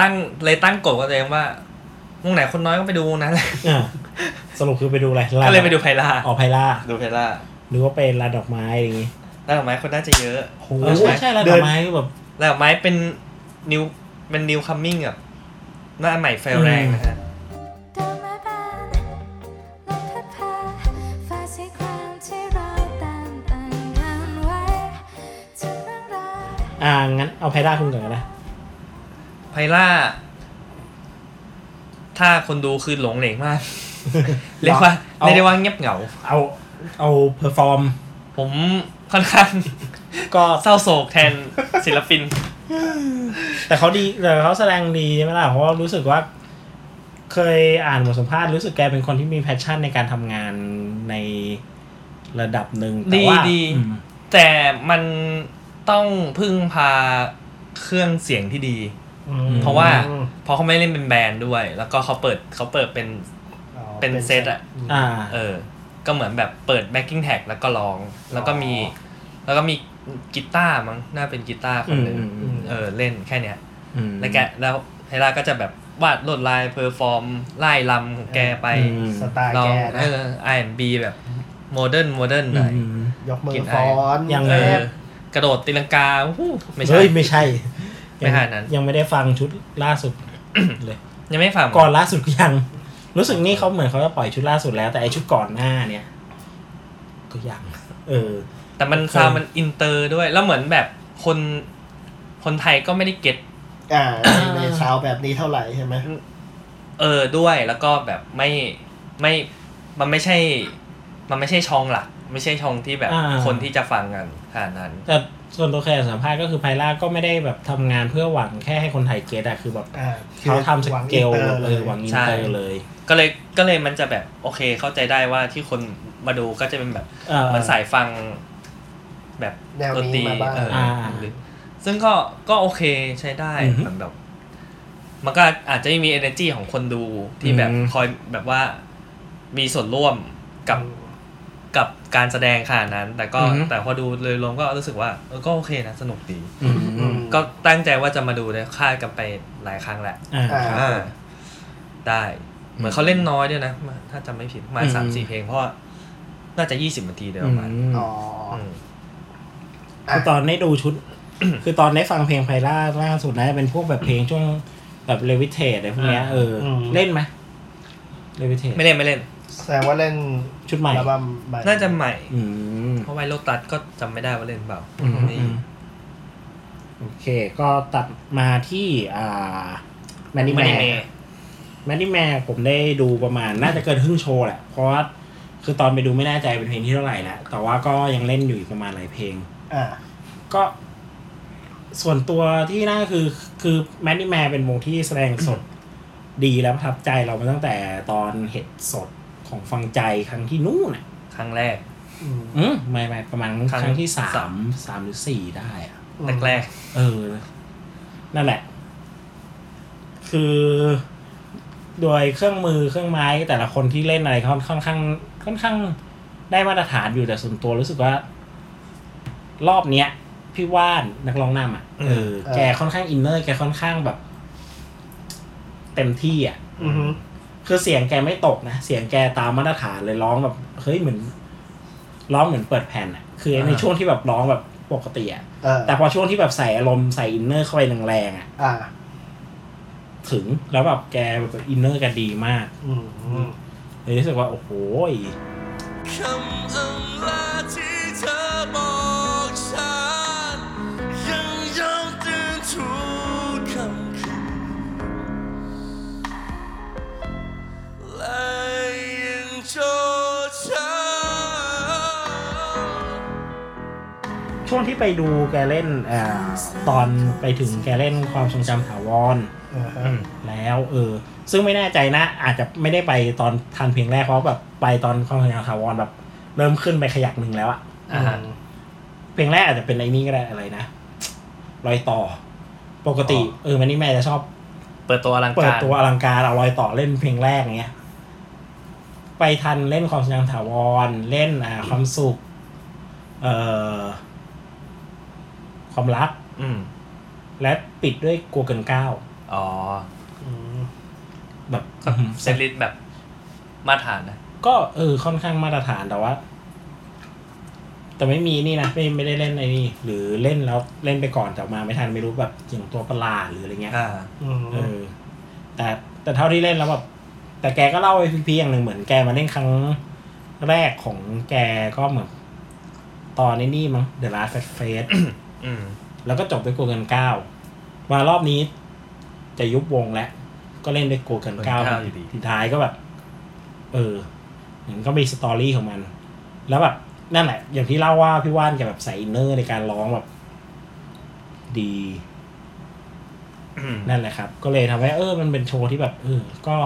Speaker 3: ตั้งเลยตั้งกฎกับตัวเองว่า วงไหนคนน้อยก็ไปดูวงนั้น
Speaker 4: อ่ะสรุปคือไปดูอะไร
Speaker 3: ก็เลยไปดูไพล่า
Speaker 4: ออกไพล่า
Speaker 3: ดูไพล่า
Speaker 4: หรือว่าไปลานดอกไม้อะไรอย่างงี้
Speaker 3: แล้วดอกไม้คนน่าจะเยอะ
Speaker 4: โอ้ใช่ใช่ลานด
Speaker 2: เดิ
Speaker 4: อน กไม้แบบ
Speaker 3: แล้วดอกไม้เป็นนิวเป็นนิวคัมมิ่งแบบหน้าใหม่ไฟแรงนะฮะ
Speaker 1: ดอกไม้บานลมพัดพาฟ้าสีครามที่เราตามตั้งกันไว้ทุกเรื่องราว
Speaker 4: อ่างั้นเอาไพล่าคุณก่อนก็ได้
Speaker 3: ไพล่า ถ้าคนดูคือหลงเหลงม าก เรียกว่าเรียกได้ว่าเงียบเหงา
Speaker 4: เอาเอาเพอร์ฟอร์ม
Speaker 3: ผมค่อนข้าง
Speaker 4: ก็
Speaker 3: เศร้าโศกแทนศิลปิน
Speaker 4: แต่เขาดีแต่เขาแสดงดีใช่ไหมล่ะเพราะว่ารู้สึกว่า เคยอ่านบทสัมภาษณ์รู้สึกแกเป็นคนที่มีแพชชั่นในการทำงานในระดับหนึ่งแต่ว่า
Speaker 3: ดีดี
Speaker 4: อืม
Speaker 3: แต่มันต้องพึ่งพาเครื่องเสียงที่ดี
Speaker 2: อืม
Speaker 3: เพราะว่า
Speaker 2: อืม
Speaker 3: เพราะเขาไม่เล่นเป็นแบรนด์ด้วย แล้วก็เขาเปิดเขาเปิดเป็น
Speaker 2: อ๋อ
Speaker 3: เป็นเซตอะ
Speaker 2: ม
Speaker 4: อ่า
Speaker 3: เออ ก็เหมือนแบบเปิด backing track แล้วก็ร้อง แล้วก็มี
Speaker 2: อ๋อ
Speaker 3: แล้วก็มีกีตาร์มั้งน่าเป็นกีตาร์คนหนึ่ง
Speaker 4: อืมอืมอืม
Speaker 3: เออเล่นแค่เนี้ย
Speaker 4: อืม
Speaker 3: แล้วแกแล้วไฮราก็จะแบบวาดลวดลายเพอร์ฟอร์มไล่ลำของแกไป
Speaker 4: อืม
Speaker 2: สไตล์
Speaker 3: ลอ
Speaker 2: แก
Speaker 3: ง
Speaker 2: นะ
Speaker 3: เออ R&B แบบโมเดิร์นโมเดิร์นหน่อย
Speaker 4: อืม
Speaker 2: ยกมือ
Speaker 3: กินไอ
Speaker 2: ฟ้อน
Speaker 4: ยัง
Speaker 3: เอ
Speaker 4: ไง
Speaker 3: อ กระโดดตีลังกาวู้ไม่ใช่
Speaker 4: เฮ้ยไม่ใช่
Speaker 3: ไม่ขนาดนั้น
Speaker 4: ยังไม่ได้ฟังชุดล่าสุดเลย
Speaker 3: ยังไม่ฟัง
Speaker 4: ก่อนล่าสุดก็ยัง รู้สึกนี่เขาเหมือนเขาจะปล่อยชุดล่าสุดแล้ว แต่ไอชุดก่อนหน้าเนี่ย ก็ยังเออ
Speaker 3: แต่มันซาวด์มันอินเตอร์ด้วย แล้วเหมือนแบบคนคนไทยก็ไม่ได้เก็ต
Speaker 2: อ่าในซาวด์แบบนี้เท่าไหร่ใช่ไหม
Speaker 3: เออด้วยแล้วก็แบบไม่ไม่มันไม่ใช่ มันไม่ใช่ช่องหลัก ไม่ใช่ช่องที่แบบ
Speaker 4: อ่า
Speaker 3: คนที่จะฟังกันขนาดนั้น
Speaker 4: แต่ส่วนตัวเคยอ่านสัมภาษณ์ก็คือไพล่าก็ไม่ได้แบบทำงานเพื่อหวังแค่ให้คนไทยเก็ตอะคือแบบ
Speaker 2: อ่
Speaker 4: เขาทำสเกล
Speaker 2: หวังอินตอร์เลย
Speaker 4: เออหวังอินเตอร์เลย
Speaker 3: ก็เลยก็เลยมันจะแบบโอเคเข้าใจได้ว่าที่คนมาดูก็จะเป็นแบบ
Speaker 4: เออ
Speaker 3: เหมันสายฟัง แบบ
Speaker 2: แนว
Speaker 3: ดนตรี
Speaker 2: นี้มาบ้าง
Speaker 3: เอออา หรือซึ่งก็ก็โอเคใช้ได้
Speaker 4: อือฮึ
Speaker 3: เหมือนแบบ มันก็อาจจะไม่มี energy ของคนดูที่แบบ
Speaker 4: อืม
Speaker 3: คอยแบบว่ามีส่วนร่วมกับ กับการแสดงขนาดนั้น แต่ก็
Speaker 4: อือฮึ
Speaker 3: แต่พอดูเลยรวมก็รู้สึกว่าเออก็โอเคนะ สนุกดี
Speaker 4: อืม
Speaker 2: อืม
Speaker 3: ก็ตั้งใจว่าจะมาดูเลยคาดกันไปหลายครั้งแหละ
Speaker 4: อ่า
Speaker 2: อ่า
Speaker 3: อ่าได้ เหมือนเขาเล่นน้อยด้วยนะมาถ้าจำไม่ผิดประมาณ
Speaker 4: อืม
Speaker 3: สามสี่เพลงเพราะว่าน่าจะยี่สิบนาทีเดียวประมาณ
Speaker 2: อ๋อ
Speaker 3: อืม
Speaker 4: คือตอนได้ดูชุด คือตอนได้ฟังเพลงไพล่าล่าสุดนะเป็นพวกแบบเพลงช่วงแบบเลวิเทตอะไรพวกเนี้ยเอออ
Speaker 2: ม
Speaker 4: เล่นไหมเลวิเทต
Speaker 3: ไม่เล่นไม่เล่น
Speaker 2: แสดงว่าเล่น
Speaker 4: ชุดใหม่
Speaker 2: อัลบั้มใหม่
Speaker 3: น่าจะใหม่
Speaker 4: อืม
Speaker 3: เพราะไวโรตัสก็จำไม่ได้ว่าเล่นเปล่า
Speaker 4: อืม
Speaker 3: นี่
Speaker 4: อืมโอเค ก็ตัดมาที่อ่าแมนนี่
Speaker 3: ไม่
Speaker 4: แม
Speaker 3: ได้
Speaker 4: น
Speaker 3: เม
Speaker 4: แมดดี้แมร์ผมได้ดูประมาณน่าจะเกินครึ่งโชว์แหละ เพราะว่าคือตอนไปดูไม่แน่ใจเป็นเพลงที่เท่าไหร่แล้ว แต่ว่าก็ยังเล่นอยู่อีกประมาณหลายเพลง
Speaker 2: อ่า
Speaker 4: ก็ส่วนตัวที่น่าคือคือแมดดี้แมร์เป็นวงที่แสดงสด ดีแล้วประทับใจเรามาตั้งแต่ตอนเห็ดสดของฟังใจครั้งที่นู่นน่ะ
Speaker 3: ครั้งแรก
Speaker 2: อืม
Speaker 4: อืมไม่ไม่ประมาณ
Speaker 3: ครั้ง
Speaker 4: ครั้งที่สา
Speaker 3: สาม ม
Speaker 4: สามหรือสี่ได้อะ
Speaker 2: อืม
Speaker 3: แรก
Speaker 4: เออ นั่นแหละ คือ โดยเครื่องมือเครื่องไม้แต่ละคนที่เล่นอะไรค่อนค่อนข้าง ค่อนข้างได้มาตรฐานอยู่แต่ส่วนตัวรู้สึกว่า รอบเนี้ย พี่ว่านนักร้องนำอ่ะเออ
Speaker 2: เออ
Speaker 4: แกค่อนข้างอินเนอร์แกค่อนข้างแบบ เต็มที่อ่ะ
Speaker 2: อือฮึ
Speaker 4: คือเสียงแกไม่ตกนะ เสียงแกตามมาตรฐานเลยร้องแบบเฮ้ยเหมือนร้องเหมือนเปิดแผ่นอ่ะ คือในช่วงที่แบบร้องแบบปกติอ่ะ
Speaker 2: เออ
Speaker 4: แต่พอช่วงที่แบบใส่อารมณ์ใส่อินเนอร์เข้าไปแรงๆอ่ะ
Speaker 2: อ่า
Speaker 4: ถึงแล้วแบบแกแบบอินเนอร์แกันดีมาก
Speaker 2: อืมอืม
Speaker 4: เลยรู้สึกว่า โอ้โหย
Speaker 5: คำอำลาที่เธอบอกฉันยังย้ำเตือนทุกคำคืนและยังโจดช้ำ
Speaker 4: ช่วงที่ไปดูแกเล่นอ่าตอนไปถึงแกเล่นความทรงจำถาวร
Speaker 2: เออฮะ
Speaker 4: แล้วเออ ซึ่งไม่แน่ใจนะ อาจจะไม่ได้ไปตอนทันเพลงแรกเพราะแบบไปตอนความทรงจำถาวรแบบ เริ่มขึ้นไปขยักหนึ่งแล้วอะ
Speaker 2: อ่าฮะ
Speaker 4: เพลงแรกอาจจะเป็นไอ้นี่ก็ได้อะไรนะรอยต่อ ปกติ เออมันนี่แม่จะชอบ
Speaker 3: ๆ เปิดตัวอลัง
Speaker 4: เปิด
Speaker 3: การ
Speaker 4: ตัวอลังการเอารอยต่อเล่นเพลงแรกเงี้ย ไปทันเล่นความทรงจำถาวรเล่นอ่าความสุข เอ่อ ความรัก
Speaker 3: อืม
Speaker 4: และปิดด้วยกลัวเกินเก้าว
Speaker 3: อ๋อ
Speaker 2: อืม
Speaker 4: แบบ
Speaker 3: เซตลิสต์แบบมาตรฐานนะ
Speaker 4: ก็เออค่อนข้างมาตรฐานแต่ว่า แต่ไม่มีนี่นะไม่ไม่ได้เล่นไอ้นี่ หรือเล่นแล้วเล่นไปก่อนแต่มาไม่ทันไม่รู้แบบอย่างตัวประหลาดหรืออะไรเงี้ย
Speaker 3: อ่า
Speaker 2: อืม
Speaker 4: เออแต่แต่เท่าที่เล่นแล้วแบบแต่แกก็เล่าให้พี่ๆอย่างหนึ่งเหมือนแกมาเล่นครั้งแรกของแกก็เหมือนตอนนี้นี่มั้ง The Last Fat Face
Speaker 3: อืม
Speaker 4: แล้วก็จบด้วยโกเกินเก้ามารอบนี้จะยุบวงแล้วก็เล่นด้วยโกเกินเก้า
Speaker 3: อยู่ดี
Speaker 4: สุดท้ายก็แบบ เออมันก็มีสตอรี่ของมัน แล้วแบบนั่นแหละ อย่างที่เล่าว่าพี่ว่านแกแบบใส่อินเนอร์ในการร้องแบบ ดี
Speaker 3: อืม
Speaker 4: นั่นแหละครับ ก็เลยทำให้เออ มันเป็นโชว์ที่แบบเออ ก็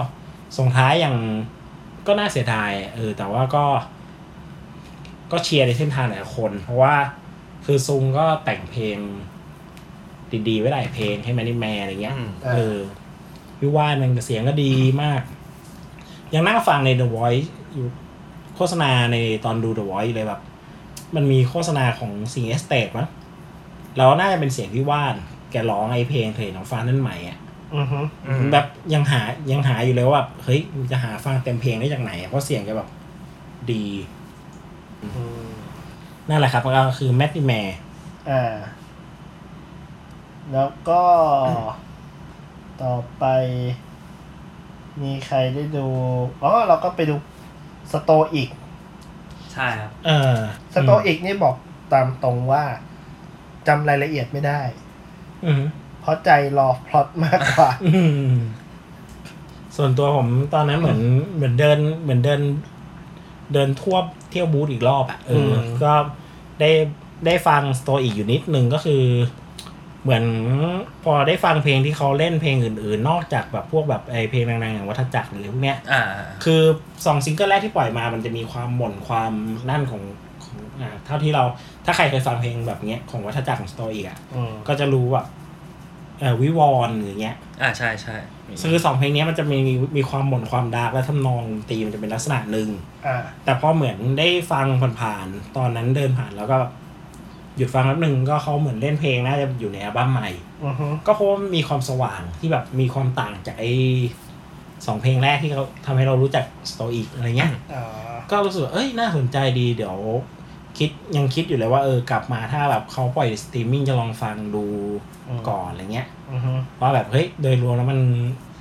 Speaker 4: ส่งท้ายอย่างก็น่าเสียดายเออ แต่ว่าก็ ก็เชียร์ในเส้นทางหลายคน เพราะว่าคือซุงก็แต่งเพลง ดีๆ ไว้หลายเพลงให้แมนนี่แมนอะไรเงี้ย
Speaker 3: อืม
Speaker 2: เอ
Speaker 4: เอ
Speaker 2: อ
Speaker 4: อพี่ว่านมันเสียงก็ดีมาก ยังนั่งฟังใน The Voice อยู่โฆษณาในตอนดู The Voice อยู่เลยแบบ มันมีโฆษณาของสิงเอสเตดมั้งแล้วน่าจะเป็นเสียงพี่ว่าน แกร้องไอเพลงเพลงของฟ้านั่นใหม่อ่ะ
Speaker 2: อือฮึ
Speaker 3: อืม
Speaker 4: แบบยังหายังหาอยู่เลยว่าแบบเฮ้ยมันจะหาฟังเต็มเพลงได้จากไหนอะเพราะเสียงแกแบบดี
Speaker 2: อืม
Speaker 4: นั่นแหละครับก็คือแมตติแมร์
Speaker 2: อ่า แล้วก็ ต่อไป มีใครได้ดูอ๋อเราก็ไปดูสโตอีก
Speaker 3: ใช่ครับ
Speaker 4: เออ
Speaker 2: สโตอีกนี่บอกตามตรงว่าจำรายละเอียดไม่ได้
Speaker 4: อืม
Speaker 2: เพราะใจรอพล็อตมากกว่า
Speaker 4: อืมส่วนตัวผมตอนนั้นเหมือนเหมือนเดินเหมือนเดิน เดินทั่วเที่ยวบูธอีกรอบอ่ะเอออ
Speaker 2: ม
Speaker 4: ก็ได้ได้ฟังสโตอีกอยู่นิดนึงก็คือ เหมือนพอได้ฟังเพลงที่เขาเล่นเพลงอื่นๆ นอกจากแบบพวกแบบไอเพลงดังๆอย่างวัฏจักรหรือพวกเนี้ย
Speaker 3: อ่า
Speaker 4: คือสองซิงเกิลแรกที่ปล่อยมามันจะมีความหม่นความนั่นของของอ่าเท่าที่เราถ้าใครเคยฟังเพลงแบบเนี้ยของวัฏจักรของสโตอีกอ่ะ
Speaker 2: อืม
Speaker 4: ก็จะรู้แบบเอ่อวิวรณ์หรือเงี้ย
Speaker 3: อ่าใช่ใช่มี
Speaker 4: คือสองเพลงเนี้ยมันจะมีมีความหม่นความดาร์กและทำนองดนตรีมันจะเป็นลักษณะหนึ่ง
Speaker 2: อ่า
Speaker 4: แต่พอเหมือนได้ฟังผ่านๆตอนนั้นเดินผ่านแล้วก็ หยุดฟังแป๊บหนึ่งก็เขาเหมือนเล่นเพลงน่าจะอยู่ในอัลบั้มใหม่
Speaker 2: อือฮึ
Speaker 4: ก็เพราะว่ามีความสว่างที่แบบมีความต่างจากไอ้สองเพลงแรกที่เขาทำให้เรารู้จักสโตอีกอะไรเงี้ย
Speaker 2: อ่า
Speaker 4: ก็รู้สึกว่าเอ้ย น่าสนใจดี เดี๋ยว คิดยังคิดอยู่เลยว่าเออกลับมาถ้าแบบเขาปล่อยสตรีมมิ่งจะลองฟังดู
Speaker 2: อืม
Speaker 4: ก่อนอะไรเงี้ย
Speaker 2: อือฮึ
Speaker 4: ว่าแบบเฮ้ย โดยรวมแล้วมัน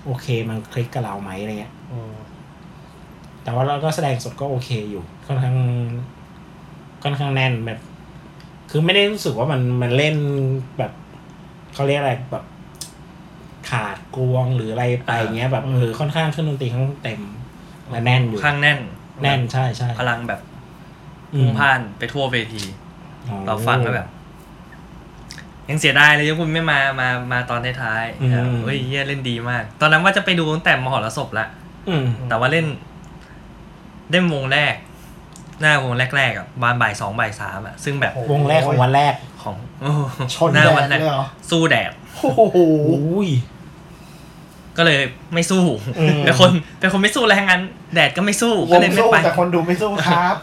Speaker 4: โอเคมันคลิกกับเราไหมอะไรเงี้ย
Speaker 2: อืม
Speaker 4: แต่ว่าเราก็แสดงสดก็โอเคอยู่ค่อนข้างค่อนข้างแน่นแบบ คือไม่ได้รู้สึกว่ามันมันเล่นแบบเขาเรียกอะไรแบบ ขาดกวงหรืออะไรไปเงี้ย แบบเออค่อนข้างเครื่องดนตรีค่อนข้างเต็มและแน่นอยู่
Speaker 3: ข้างแน่น
Speaker 4: แน่นใช่ใช่
Speaker 3: พลังแบบ
Speaker 4: อื
Speaker 3: พุ่
Speaker 4: ม
Speaker 3: งพ่านไปทั่วเวที
Speaker 4: อ๋อ
Speaker 3: เราฟังแล้วแบบ ยังเสียดายเลยที่คุณไม่มามามาตอนท้าย
Speaker 4: อืม
Speaker 3: ๆครับเฮ้ยเหี้ยเล่นดีมาก ตอนนั้นว่าจะไปดูตั้งแต่มหรสพละ
Speaker 4: อืม
Speaker 3: แต่ว่าเล่นเล่นวงแรก หน้าวงแรกๆอ่ะประมาณบ่ายสองบ่ายสามอ่ะซึ่งแบบ
Speaker 2: โอ้โห
Speaker 4: วงแรกของวันแรก
Speaker 3: ของโอ้โห
Speaker 2: ชน
Speaker 3: หน้าวันแร
Speaker 2: แดด
Speaker 3: ก
Speaker 2: เลยเหรอ
Speaker 3: สู้แดด
Speaker 2: โอ้โห
Speaker 4: อุ้ย
Speaker 3: ก็เลยไม่สู้
Speaker 2: อืม
Speaker 3: เป็นคนเป็นคนไม่สู้แรงงานแดดก็ไม่สู้
Speaker 2: ว
Speaker 3: ก็
Speaker 2: ง
Speaker 3: เลยไม่
Speaker 2: สู้
Speaker 3: ไป
Speaker 2: แต่คนดูไม่สู้ครับ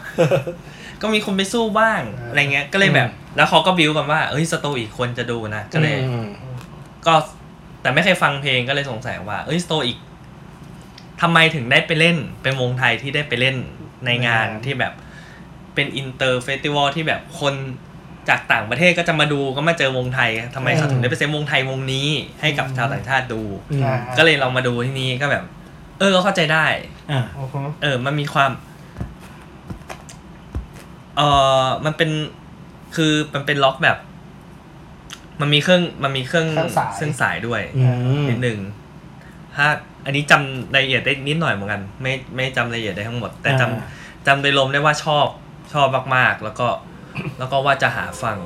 Speaker 3: ก็มีคนไปสู้บ้าง
Speaker 2: อ่า
Speaker 3: อะไรเงี้ย ก็เลยแบบ แล้วเขาก็บิวกันว่า เอ้ยสโตอีกควรจะดูนะ ก็เลย ก็แต่ไม่เคยฟังเพลงก็เลยสงสัยว่า เอ้ยสโตอีกทำไมถึงได้ไปเล่น เป็นวงไทยที่ได้ไปเล่นในงาน
Speaker 2: ในงาน
Speaker 3: ที่แบบเป็นอินเตอร์เฟสติวัลที่แบบคนจากต่างประเทศก็จะมาดูก็มาเจอวงไทยทำไม
Speaker 4: อืม
Speaker 3: เขาถึงได้ไปเซ็นวงไทยวงนี้ ให้กับชาวต่างชาติดู
Speaker 4: อืม
Speaker 2: อ่า
Speaker 3: ก็เลยเรามาดูที่นี่ก็แบบ เออก็เข้าใจได้
Speaker 4: อ่า
Speaker 2: อือฮึ
Speaker 3: เออ มันมีความ เออมันเป็น คือมันเป็นล็อกแบบ มันมีเครื่อง มันมีเครื่อง
Speaker 2: เครื่องสาย
Speaker 3: เครื่องสายด้วย
Speaker 4: อืม
Speaker 3: นิดหนึ่งถ้า อันนี้จำรายละเอียดได้นิดหน่อยเหมือนกัน ไม่ ไม่จำรายละเอียดได้ทั้งหมด แต่จำ
Speaker 4: อ่า
Speaker 3: จำโดยรวมได้ว่าชอบ ชอบมากๆ แล้วก็ แล้วก็ว่าจะหาฟัง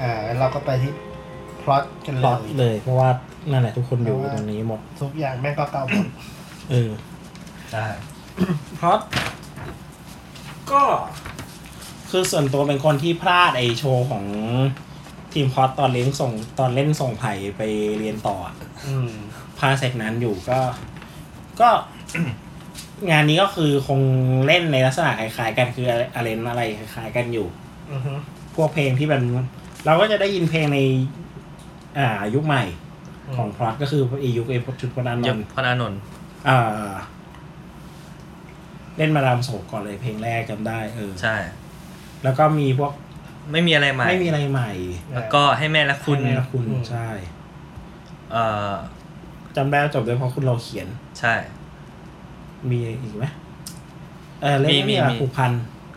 Speaker 2: อ่างั้นเราก็ไปที่พล็อตกัน
Speaker 4: พล็อต
Speaker 2: เล
Speaker 4: เลย ย เพราะว่านั่นแหละทุกคนอยู่
Speaker 2: เพราะว่า
Speaker 4: ตรงนี้หมด
Speaker 2: ทุกอย่างแม่งก็เก่าหมด
Speaker 4: เออ
Speaker 3: ใช่
Speaker 4: เพราะก็ คือส่วนตัวเป็นคนที่พลาดไอโชว์ของทีมพอดตอนเล่นส่งตอนเล่นส่งไผ่ไปเรียนต่ออะ
Speaker 2: อืม
Speaker 4: พลาดเซตนั้นอยู่ก็ ก็ งานนี้ก็คือคงเล่นในลักษณะคล้ายๆกันคืออะไรอะไรคล้ายๆกันอยู่
Speaker 2: อือฮึ
Speaker 4: พวกเพลงที่มันเราก็จะได้ยินเพลงใน อ่ายุคใหม่ของพลอตก็คือไอยุคไอชุดพนันน
Speaker 3: ยก
Speaker 4: นท์
Speaker 3: พจนอานนท์
Speaker 4: อ่า เล่นมาดามโศกก่อนเลยเพลงแรกจำได้เออ
Speaker 3: ใช่
Speaker 4: แล้วก็มีพวก
Speaker 3: ไม่มีอะไรใหม่
Speaker 4: ไม่มีอะไรใหม่
Speaker 3: แล้วก็ให้แม่และคุณ
Speaker 4: ใช่ไหมคุณใช่
Speaker 3: เออ
Speaker 4: จำได้ว่าจบด้วยเพราะคุณเราเขียน
Speaker 3: ใช่
Speaker 4: มีอีกไหมเออเล่น
Speaker 3: มี
Speaker 4: ไม่มี
Speaker 3: มี
Speaker 4: อะ
Speaker 3: มี
Speaker 4: ผูกพัน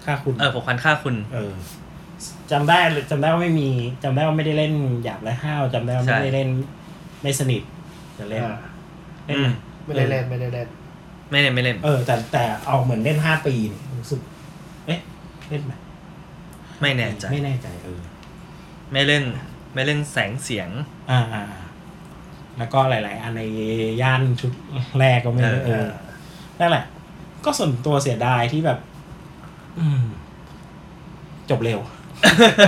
Speaker 4: ค่าคุณ
Speaker 3: เออผมควันค่าคุณ
Speaker 4: เออจำได้จำได้ว่าไม่มีจำได้ว่าไม่ได้เล่นหยาบและห้าวจำได้ว่าไม่
Speaker 3: ใช่
Speaker 4: ได้เล่นไม่สนิทจะเล่น
Speaker 2: อ่า
Speaker 4: เล่น
Speaker 3: อืม
Speaker 2: ไม่ได้เล่นไม่ได้เล่น
Speaker 3: ไม่เล่นไม่เล่น
Speaker 4: เออ แต่แต่เอาเหมือนเล่นห้าปีนี่รู้สึกเอ๊ะเล่นไหม
Speaker 3: ไม่แน่ใจ
Speaker 4: ไม่แน่ใจเออ
Speaker 3: ไม่เล่น ไม่เล่นแสงเสียง
Speaker 4: อ่าอ่าอ่าแล้วก็หลาย ๆ อันในย่านชุดแรกก็ไม่ได้
Speaker 3: เออ
Speaker 4: เออนั่นแหละ ก็ส่วนตัวเสียดายที่แบบ อืม จบเร็ว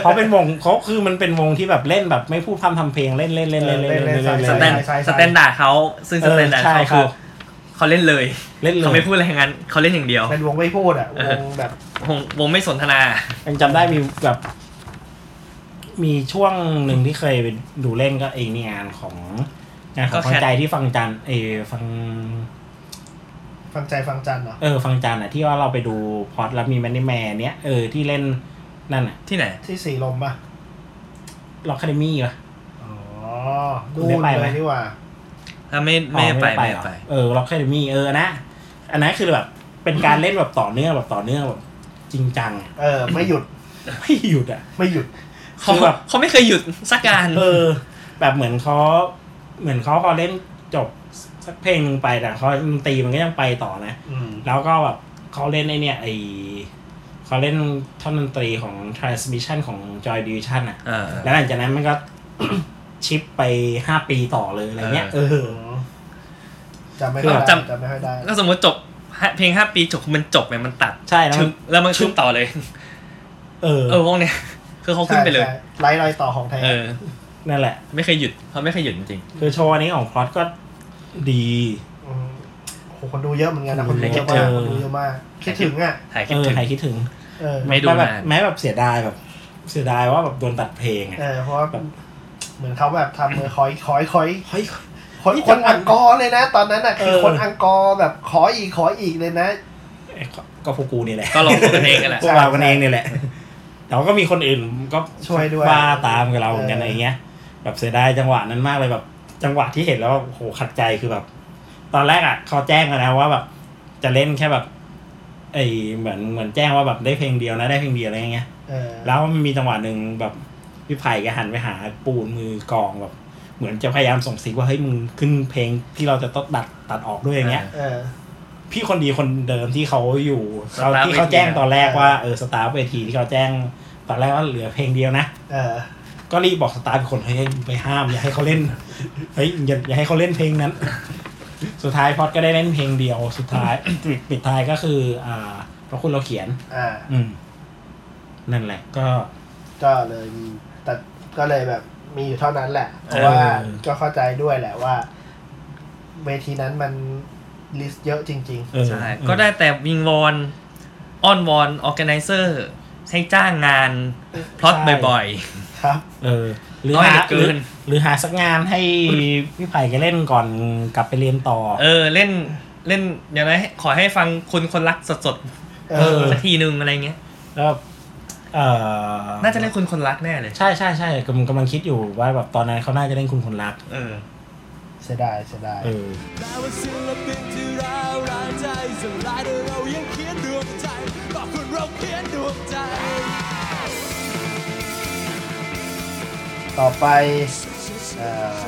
Speaker 4: เพราะเป็นวงเขาคือมันเป็นวงที่แบบเล่นแบบไม่พูดพร่ำทำเพลงเล่นเล่นเล่นเล่นเล่นเล่นเล่น
Speaker 3: ส
Speaker 4: เล่น
Speaker 3: แต
Speaker 4: เล่
Speaker 3: น
Speaker 4: น
Speaker 3: สแตนดาร์ดเขาซึ่ง
Speaker 4: เอ
Speaker 3: ส
Speaker 4: อ
Speaker 3: แตนดาร์ด
Speaker 4: ใช่ครั
Speaker 3: เขาคื
Speaker 4: บ
Speaker 3: อเขาเล่นเลย
Speaker 4: เล่นเล
Speaker 3: เขาไม่
Speaker 4: ย
Speaker 3: พูดอะไรทั้งนั้นเขาเล่นอย่างเดียว
Speaker 2: เป็นวงไม่พูดอ่ะ วงแบบ
Speaker 3: วงวงไม่สนทนา
Speaker 4: ยังจำได้มีแบบ มีช่วงหนึ่งที่เคยไปดูเล่นก็ไอ้นี่งานของงานข
Speaker 3: ก็
Speaker 4: อง
Speaker 3: แค
Speaker 4: ฟั
Speaker 3: ท
Speaker 4: งใจที่ฟังจันเออฟัง
Speaker 2: ฟังใจฟังจันเหรอ
Speaker 4: เออฟังจันอ่ะ ที่ว่าเราไปดูพอดแล้วมีแมนนี่แมนเนี้ยเออที่เล่นนั่นอ่ะ
Speaker 3: ที่ไหน
Speaker 2: ที่สีลมป่ะ
Speaker 4: ล็อกคาเดมี่ป่ะ
Speaker 2: อ๋อ
Speaker 4: คุ
Speaker 2: ดู
Speaker 4: ณได้ไปไหม
Speaker 2: เลยนี่หว่า
Speaker 3: ถ้าไม่ไม่ไปไม่
Speaker 4: เหรอ
Speaker 3: ไป
Speaker 4: เออล็อกคาเดมี่เออนะอันนั้นคือแบบเป็นการเล่นแบบต่อเนื่องแบบต่อเนื่องแบบจริงจังอะ
Speaker 2: เออ ไม่หยุด
Speaker 4: ไม่หยุดอ่ะ
Speaker 2: ไม่หยุด
Speaker 3: เขา
Speaker 4: คือแบบ
Speaker 3: เขาไม่เคยหยุดสักการ
Speaker 4: เออ แบบเหมือนเขาเหมือนเขาพอเล่นจบสักเพลงหนึ่งไปแต่เขาดนตรีมันก็ยังไปต่อนะ
Speaker 2: อืม
Speaker 4: แล้วก็แบบเขาเล่นไอเนี่ยไอเขาเล่นท่อนดนตรีของ transmission ของ joy division อ่ะ
Speaker 3: เออ
Speaker 4: แล้วหลังจากนั้นมันก็ ชิปไปห้าปีต่อเลยอะไรเงี้ยเออ
Speaker 2: จำไม่ค่อย
Speaker 3: จำ
Speaker 2: ได้จำไม่ค่อยได้
Speaker 3: ก็สมมติจบเพลงห้าปีจบมันจบไปมันตัด
Speaker 4: ใช่แล้ว
Speaker 3: ชึ
Speaker 4: มัน
Speaker 3: บแล้วมันชึบต่อเลย
Speaker 4: เออ
Speaker 3: เออวงเนี้ยคือเขาขึ้นไปเลย
Speaker 2: ใช่ใช่ไล่รอยต่อของไทย
Speaker 3: เออ
Speaker 4: นั่นแหละ
Speaker 3: ไม่เคยหยุดเขาไม่เคยหยุดจริง
Speaker 4: คือโชว์อันนี้ของพลอตก็ดี
Speaker 2: มโอ้โหคนดูเยอะเหมือนกันนะคนดูเยอะ
Speaker 4: เอ
Speaker 2: มากคน
Speaker 4: อ
Speaker 2: ดูเยอะมากคิดถึงอ่ะ
Speaker 3: ๆถ่ายค
Speaker 4: เอ
Speaker 3: ลิป
Speaker 4: อ
Speaker 3: ถึง
Speaker 4: ใครคิดถึง
Speaker 2: เออ
Speaker 3: ไม่ดู
Speaker 4: แบบ
Speaker 3: นาน
Speaker 4: แม้แบบเสียดายแบบ เสียดายว่าแบบโดนตัดเพลง
Speaker 2: เอ
Speaker 4: อ่ะ
Speaker 2: อ เพราะว่า
Speaker 4: แบบ
Speaker 2: เหมือนเขาแบบทำมือคอยคอยคอย
Speaker 4: เฮ้ย
Speaker 2: คน
Speaker 4: นี่
Speaker 2: คนอังกอร์เลยนะ ตอนนั้นอ่ะคือ
Speaker 4: เออ
Speaker 2: คนอังกอร์แบบขออีกขออีกเลยนะ
Speaker 4: ไอ้ก็พวกกูนี่แหละ
Speaker 3: ก็ลองตัวกันเองกันแหละ
Speaker 4: พวกเรากันเองนี่แหละ แต่ว่าก็มีคนอื่นก็
Speaker 2: ช่วยด้วย
Speaker 4: บ้าตามกับเราเหมือนกัน
Speaker 2: เอออ
Speaker 4: อะไรเงี้ย แบบเสียดายจังหวะนั้นมากเลยแบบ จังหวะที่เห็นแล้วแบบโอ้โหขัดใจคือแบบ ตอนแรกอ่ะเขาแจ้งกันนะว่าแบบ จะเล่นแค่แบบ ไอเหมือนเหมือนแจ้งว่าแบบได้เพลงเดียวนะได้เพลงเดียวอะไรเงี้ย
Speaker 2: เออ
Speaker 4: แล้วมันมีจังหวะหนึ่งแบบพี่ไผ่แกหันไปหาปูนมือกลองแบบ เหมือนจะพยายามส่งสิกว่าเฮ้ยมึงขึ้นเพลงที่เราจะต้องตัดตัดออกด้วยอย่างเงี้ย
Speaker 2: เออ
Speaker 4: พี่คนดีคนเดิมที่เขาอยู่
Speaker 3: ส
Speaker 4: เขา
Speaker 3: ตาร์ฟ
Speaker 4: ที่เขา
Speaker 3: เวที
Speaker 4: แจ้ง
Speaker 3: อะ
Speaker 4: ตอนแรกว่า
Speaker 2: เออ
Speaker 4: เออสตาร์ฟเวทีที่เขาแจ้งตอนแรกว่าเหลือเพลงเดียวนะ
Speaker 2: เออ
Speaker 4: ก็รีบบอกสตาร์เป็นคนให้ยไปห้าม อย่าให้เขาเล่น เฮ้ยอย่าอย่าให้เขาเล่นเพลงนั้น สุดท้ายพอดก็ได้เล่นเพลงเดียวสุดท้าย ปิดปิดท้ายก็คือ อ่าเพราะคุณเราเขียน
Speaker 2: อ่า
Speaker 4: อืม นั่นแหละ ก็
Speaker 2: ก็เลยมีแต่ก็เลยแบบมีอยู่เท่านั้นแหละ เพราะ
Speaker 4: เออ
Speaker 2: ว่าก็เข้าใจด้วยแหละว่า เวทีนั้นมันลิสต์เยอะจริง
Speaker 4: เออ
Speaker 3: ใช่
Speaker 4: เออ
Speaker 3: ก็ได้แต่วิงวอนอ้อนวอนออแกไนเซอร์ให้จ้างงานพลอตบ่อย
Speaker 2: ๆ ครับ
Speaker 4: เออ หรือ
Speaker 3: น้อย
Speaker 4: หา
Speaker 3: เหลือ
Speaker 4: ห
Speaker 3: เกิ
Speaker 4: รือน หรือหาสักงาน ให้พี่ไผ่แกเล่นก่อนกลับไปเรียนต่อ
Speaker 3: ๆ เออเล่นเล่นอย่างไรขอให้ฟังคุณคนรักสด
Speaker 2: เอ
Speaker 4: เอ
Speaker 2: อ
Speaker 4: อ
Speaker 3: ๆสักทีนึงอะไรเงี้ย
Speaker 4: แล้วเออ
Speaker 3: น่าจะเล่นคุณคนรักแน่เลย
Speaker 4: ใช่ใช่ใช่กำลังกำลังคิดอยู่ว่าแบบตอนนั้นเขาน่าจะเล่นคุณคนรัก
Speaker 3: เออ
Speaker 2: เสียดายเสียดาย
Speaker 4: เออ
Speaker 5: แม้ว่าศิลปินที่เราร้ายใจสลายแต่เรายังเขียนดวงใจบอกคุณเราเขียนดวงใจ
Speaker 2: ต่อไปเอ่อ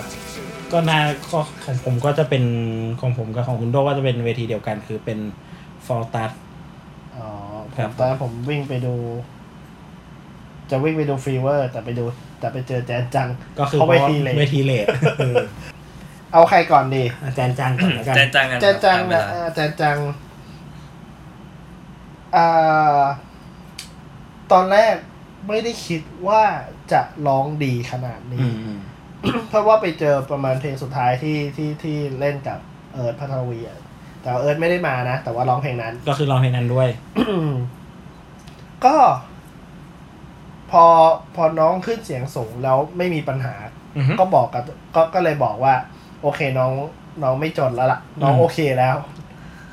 Speaker 4: ก็น่าก็ของผมก็จะเป็นของผมกับของคุณโดว่าจะเป็นเวทีเดียวกันคือเป็นฟอลตัส
Speaker 2: อ๋อผ
Speaker 4: ครั
Speaker 2: ม
Speaker 4: บ
Speaker 2: ตอนนั้นผมวิ่งไปดู จะวิ่งไปดูฟีเวอร์ แต่ไปดู แต่ไปเจอแจนจัง
Speaker 4: ก็คือ
Speaker 2: เขาะเวทีเล
Speaker 4: เวย ทีเลทเออ
Speaker 2: เอาใครก่อนดี
Speaker 4: อาจารย์จังก่อนแล้วกัน
Speaker 3: แจนจังกัน
Speaker 2: แจนจัง
Speaker 3: ตามเว
Speaker 2: นะ
Speaker 3: ลา
Speaker 2: เอ่อแจนจังอ่าตอนแรกไม่ได้คิดว่าจะร้องดีขนาดนี้
Speaker 4: อืมอืม
Speaker 2: เพราะว่าไปเจอประมาณเพลงสุดท้ายที่ที่ที่เล่นกับเอิร์ธพัทรวีอะแต่ว่าเอิร์ธไม่ได้มานะ แต่ว่าร้องเพลงนั้น
Speaker 4: ก็คือลองเพลงนั้นด้วย
Speaker 2: ก็ พอพอน้องขึ้นเสียงสูงแล้วไม่มีปัญหา
Speaker 4: อือฮึ
Speaker 2: ก็บอกกับก็ก็เลยบอกว่า โอเคน้อง น้องไม่จนแล้วล่ะ น้อง
Speaker 4: อืม
Speaker 2: โอเคแล้ว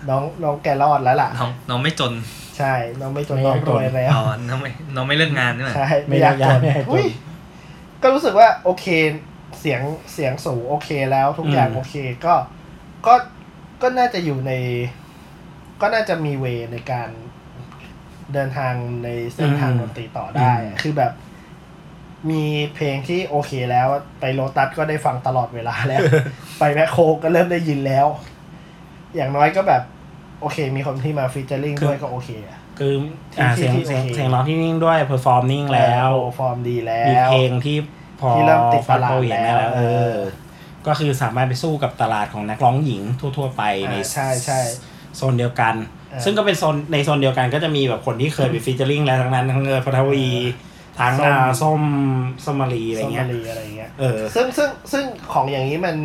Speaker 2: น้องน้องแกรอดแล้วล่ะ
Speaker 3: น้องน้องไม่จน
Speaker 2: ใช่ น้องไม่จน
Speaker 4: ไม่
Speaker 2: น้
Speaker 4: ยา
Speaker 2: อง
Speaker 4: กจน
Speaker 2: รวยแล้ว
Speaker 3: อ๋อน้องไม่น้องไม่เลิกงานนี่แหละ
Speaker 2: ใช่
Speaker 4: ไม่ยากจนไม่ยากจน
Speaker 2: อุ๊ยก็รู้สึกว่าโอเค เสียงเสียงสูงโอเคแล้วทุกอย่าง
Speaker 4: อืม
Speaker 2: โอเคก็ก็ก็น่าจะอยู่ใน ก็น่าจะมีเวในการเดินทางในเส้นทางดนตรีต่อได้อะคือแบบ มีเพลงที่โอเคแล้วไปโลตัสก็ได้ฟังตลอดเวลา แล้ว ไปแมคโครก็เริ่มได้ยินแล้ว อย่างน้อยก็แบบ โอเค มีคนที่มาฟีเจอริงด้วยก็โอเคอะ
Speaker 4: คืออ่า
Speaker 2: ที่
Speaker 4: เสียง
Speaker 2: ที่
Speaker 4: เสียง
Speaker 2: โอเค
Speaker 4: เสียงร้องที่นิ่งด้วยเพอร์ฟอร์มนิ่งแล้ว
Speaker 2: ฟอร์มดีแล้
Speaker 4: มี
Speaker 2: ว
Speaker 4: เพลงที่พอ
Speaker 2: ที่เริ่มติดตลาด
Speaker 4: ฟังเขเห็นได้
Speaker 2: แล้ว
Speaker 4: เอ
Speaker 2: เอ
Speaker 4: อ
Speaker 2: อ
Speaker 4: ก็คือสามารถไปสู้กับตลาดของนักร้องหญิงทั่ว ๆ ไป
Speaker 2: อ่า
Speaker 4: ใน
Speaker 2: ใช่ใช่
Speaker 4: โซนเดียวกัน
Speaker 2: เออ
Speaker 4: ซึ่งก็เป็นโซนในโซนเดียวกันก็จะมีแบบคนที่เคยไปฟีเจอริงแล้วทั้งนั้นทั้งเออพัทวีทั้ง
Speaker 2: ส้ม
Speaker 4: อ่าส้มสมมารีอะไร
Speaker 2: ซอม
Speaker 4: เงี้ย
Speaker 2: บารีอะไรเงี้ย
Speaker 4: เออ
Speaker 2: ซึ่งซึ่งซึ่งของอย่างนี้มัน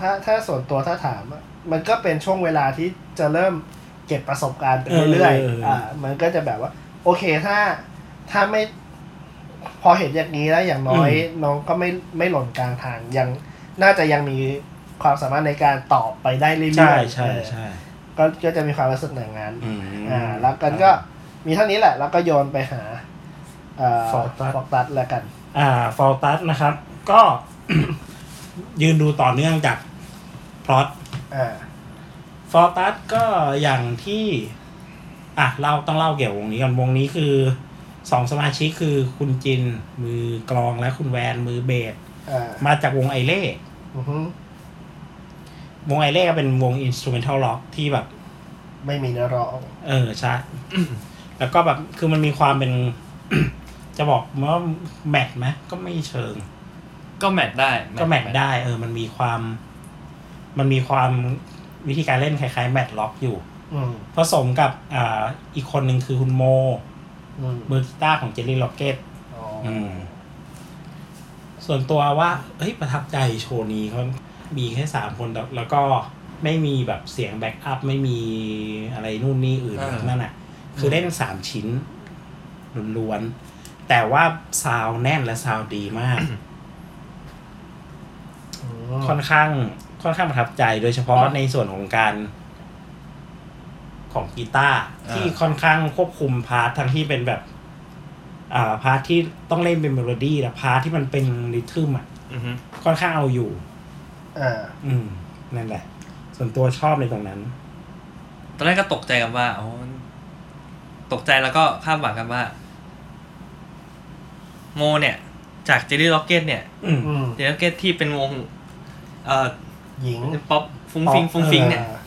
Speaker 2: ถ้าถ้าส่วนตัวถ้าถามอะมันก็เป็นช่วงเวลาที่จะเริ่มเก็บประสบการณ์ไปเรื่อย
Speaker 4: เออ
Speaker 2: ๆ
Speaker 4: เออเอออ่
Speaker 2: อ่ามันก็จะแบบว่า โอเคถ้าถ้าไม่พอเห็นอย่างนี้แล้วอย่างน้อยน้องก็ไม่ไม่หล่นกลางทางยังน่าจะยังมีความสามารถในการตอบไปได้เรื่อยๆ
Speaker 4: ใช่ใช่
Speaker 2: เออ
Speaker 4: ใช่
Speaker 2: ก็ก็จะมีความรู้สึกอย่างนั้น
Speaker 4: อืม
Speaker 2: อ่าแล้วกันก็มีเท่านี้แหละ แล้วก็โยนไปหาเอ่อ
Speaker 4: Faultus
Speaker 2: ฟอกตัสแล้วกัน
Speaker 4: อ่าฟอลตัสนะครับ ก็ ยืนดูต่อเนื่องจากพล็อต
Speaker 2: อ่า
Speaker 4: ฟอลตัสก็อย่างที่ อ่ะเล่าต้องเล่าเกี่ยวกับวงนี้ก่อนวงนี้คือสองสมาชิกคือคุณจิน มือกลองและคุณแวนมือเบส
Speaker 2: อ่า
Speaker 4: มาจากวงไอเล่
Speaker 2: อือฮึ
Speaker 4: วงไอเล่ก็เป็นวงอินสตูเมนทัลล็อกที่แบบ
Speaker 2: ไม่มีเนื้อร้อง
Speaker 4: เออใช่ แล้วก็แบบคือมันมีความเป็น จะบอกว่าแมทไหมก็ไม่เชิง
Speaker 3: ก็แมทได้
Speaker 4: ก็แมทได้ เออ มันมีความ มันมีความวิธีการเล่นคล้ายๆ แมทล็อกอยู่
Speaker 2: อืม
Speaker 4: ผสมกับอ่าอีกคนหนึ่งคือคุณโม
Speaker 2: อืม
Speaker 4: มือกีตาร์ของเจลลี่ล็อกเก็ต
Speaker 2: อ๋ออ
Speaker 4: อืม ส่วนตัวว่า เฮ้ย ประทับใจโชว์นี้เขามีแค่สามคนแล้วแล้วก็ไม่มีแบบเสียงแบ็กอัพ ไม่มีอะไรนู่นนี่อื่นทั้งนั่นน่ะ คือเล่นสามชิ้นล้วนๆ แต่ว่าซาวด์แน่นและซาวด์ดีมาก
Speaker 2: อืม
Speaker 4: ค่อนข้างค่อนข้างประทับใจโดยเฉพาะในส่วนของการของกีตาร์ที่ค่อนข้างควบคุมพาร์ททั้งที่เป็นแบบ อ่าพาร์ทที่ต้องเล่นเป็นเมโลดี้และพาร์ทที่มันเป็นริทึมอ่ะ
Speaker 3: อือฮึ
Speaker 4: ค่อนข้างเอาอยู่
Speaker 2: อ่า
Speaker 4: อืม นั่นแหละ ส่วนตัวชอบในตรงนั้น
Speaker 3: ตอนแรกก็ตกใจกันว่าอ๋อตกใจแล้วก็คาดหวังกันว่า โมเนี่ย จากเจลลี่ล็อกเก็ตเนี่ย
Speaker 4: อืม
Speaker 2: อืม
Speaker 3: เจลลี่ล็อกเก็ตที่เป็นวง เอ่อ
Speaker 2: หญิง
Speaker 3: ป๊อปฟุ้งฟิงฟุ้งฟิงเนี่ย
Speaker 2: อ่า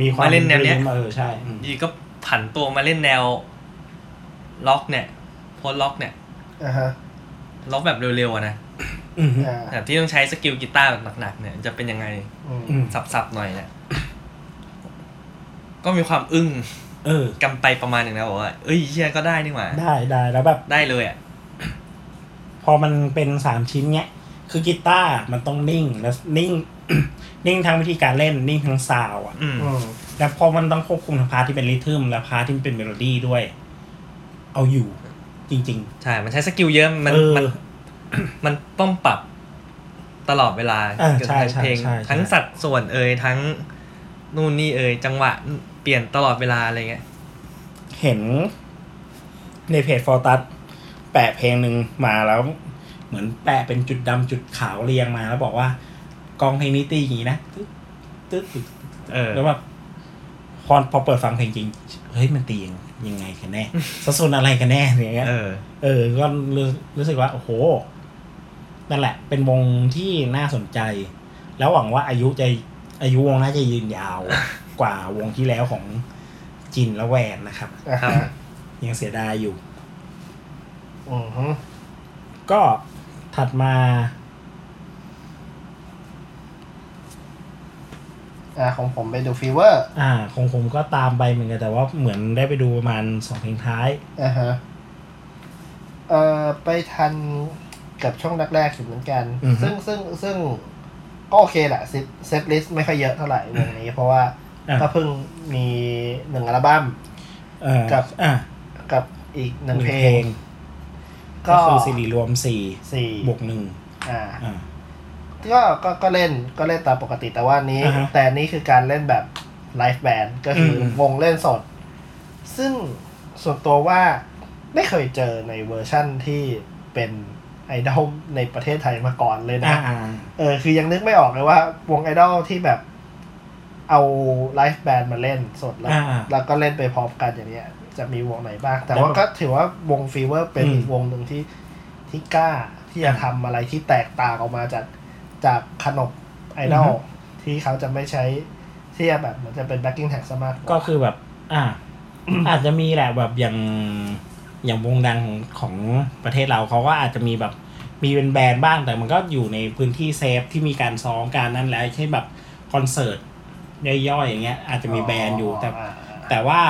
Speaker 4: มีความ
Speaker 3: มาเล่นแนวเนี้ย
Speaker 4: ริทึมเออใช่อืม
Speaker 3: อยู่ดีก็ผันตัวมาเล่นแนว ล็อกเนี่ยโพสต์ล็อกเนี่ย
Speaker 2: อ่าฮะ
Speaker 3: ล็อกแบบเร็วๆอะนะ
Speaker 4: อืม
Speaker 2: อ่า
Speaker 3: แบบที่ต้องใช้สกิลกีตาร์แบบหนักๆเนี่ยจะเป็นยังไง
Speaker 2: อืม
Speaker 4: อืม
Speaker 3: สับๆหน่อยเนี่ยก็มีความอึ้ง
Speaker 4: เออ
Speaker 3: กำไปประมาณหนึ่งนะบอกว่าเอ้ยเชี่ยก็ได้นี่หว่า
Speaker 4: ได้ได้แล้วแบบ
Speaker 3: ได้เลยอ่ะ
Speaker 4: พอมันเป็นสามชิ้นเนี้ย คือกีตาร์มันต้องนิ่งแล้วนิ่ง นิ่งทั้งวิธีการเล่นนิ่งทั้งซาวด์อะ
Speaker 3: อืม
Speaker 2: อืม
Speaker 4: แล้วพอมันต้องควบคุมทั้งพาร์ทที่เป็นริทึมและพาร์ทที่เป็นเมโลดี้ด้วย เอาอยู่ จริง
Speaker 3: ใช่มันใช้สกิลเยอะมัน
Speaker 4: เออ
Speaker 3: มัน มันต้องปรับตลอดเวลา
Speaker 4: อ่าใช่
Speaker 3: ทั้ง
Speaker 4: ใช่
Speaker 3: เพลง
Speaker 4: ใช่ใช่
Speaker 3: ทั้งสัดส่วนเอ่ยทั้งนู่นนี่เอ่ยจังหวะเปลี่ยนตลอดเวลาอะไรเงี้ย
Speaker 4: ๆ เห็นในเพจฟอร์ตัสแปะเพลงหนึ่งมาแล้ว เหมือนแปะเป็นจุดดำจุดขาวเรียงมาแล้วบอกว่ากองเพลงนี้ตีอย่างนี้นะตึ๊ดตึ๊ดตึ๊ด
Speaker 3: เออ
Speaker 4: แล้วแบบพอพอเปิดฟังเพลงจริงเฮ้ยมันตียังยังไงกันแน่สัดส่วนอะไรกันแน่อย่างเงี้ย
Speaker 3: เออ
Speaker 4: เออ ก็รู้รู้สึกว่า โอ้โห นั่นแหละ เป็นวงที่น่าสนใจ แล้วหวังว่าอายุจะอายุวงน่าจะยืนยาว กว่าวงที่แล้วของจินและแวนนะครับ
Speaker 2: อ่า
Speaker 3: ครับ
Speaker 4: ยังเสียดายอยู่
Speaker 2: อืมฮึ
Speaker 4: ก็ถัดมา
Speaker 2: อ่าของผมไปดูฟีเวอร์
Speaker 4: อ่าของผมก็ตามไปเหมือนกัน แต่ว่าเหมือนได้ไปดูประมาณสองเพลงท้าย
Speaker 2: อ่าฮะเอ่อไปทันกับช่องแรกๆสุดเหมือนกัน
Speaker 4: อือฮึ
Speaker 2: ซึ่งซึ่งซึ่งก็โอเคแหละเซตเซตลิสต์ไม่ค่อยเยอะเท่าไหร่วงนี้ เพราะว่า
Speaker 4: อ่ะ
Speaker 2: ก็เพิ่งมีหนึ่งอัลบั้ม
Speaker 4: เอ่อ
Speaker 2: กับ
Speaker 4: อ่ะ
Speaker 2: กับอีกหนึ่ง
Speaker 4: หนึ่ง
Speaker 2: เพล
Speaker 4: เพล
Speaker 2: ง
Speaker 4: ง ก็
Speaker 2: ก็
Speaker 4: คือซีรีส์รวมสี่
Speaker 2: สี่
Speaker 4: บวกหนึ่ง
Speaker 2: อ่า
Speaker 4: อ่า
Speaker 2: ก็ก็ก็เล่นก็เล่นตามปกติแต่ว่านี้
Speaker 4: อ่าฮะ
Speaker 2: แต่นี้คือการเล่นแบบไลฟ์แบนด์ก็คืออ
Speaker 4: ม
Speaker 2: วงเล่นสด ซึ่งส่วนตัวว่าไม่เคยเจอในเวอร์ชั่นที่เป็นไอดอลในประเทศไทยมาก่อนเลย
Speaker 4: อ่า
Speaker 2: นะ
Speaker 4: อ่า
Speaker 2: เออคือยังนึกไม่ออกเลยว่าวงไอดอลที่แบบเอาไลฟ์แบนด์มาเล่นสดแล้ว
Speaker 4: อ่าอ่า
Speaker 2: แล้วก็เล่นไปพร้อมกันอย่างเนี้ย จะมีวงไหนบ้าง แต่
Speaker 4: แล้ว
Speaker 2: ว่าก็ถือว่าวงฟีเวอร์เป็น
Speaker 4: อืม
Speaker 2: อีกวงหนึ่งที่ที่กล้าที่จะทำอะไรที่แตกต่างออกมาจากจากขนบไอดอล
Speaker 4: อือฮึ
Speaker 2: ที่เขาจะไม่ใช้ที่จะแบบเหมือนจะเป็นแบ็กกิ้งแท็กซะมาก
Speaker 4: ก็คือแบบ อ่า อาจจะมีแหละแบบอย่างอย่างวงดังของของประเทศเราเขาก็อาจจะมีแบบมีเป็นแบรนด์บ้างแต่มันก็อยู่ในพื้นที่เซฟที่มีการซ้อมการนั่นแล้วเช่นแบบคอนเสิร์ตย่อยๆอย่างเงี้ย อาจจะมีแบรนด์อยู่แต่
Speaker 2: า
Speaker 4: แต่ว่า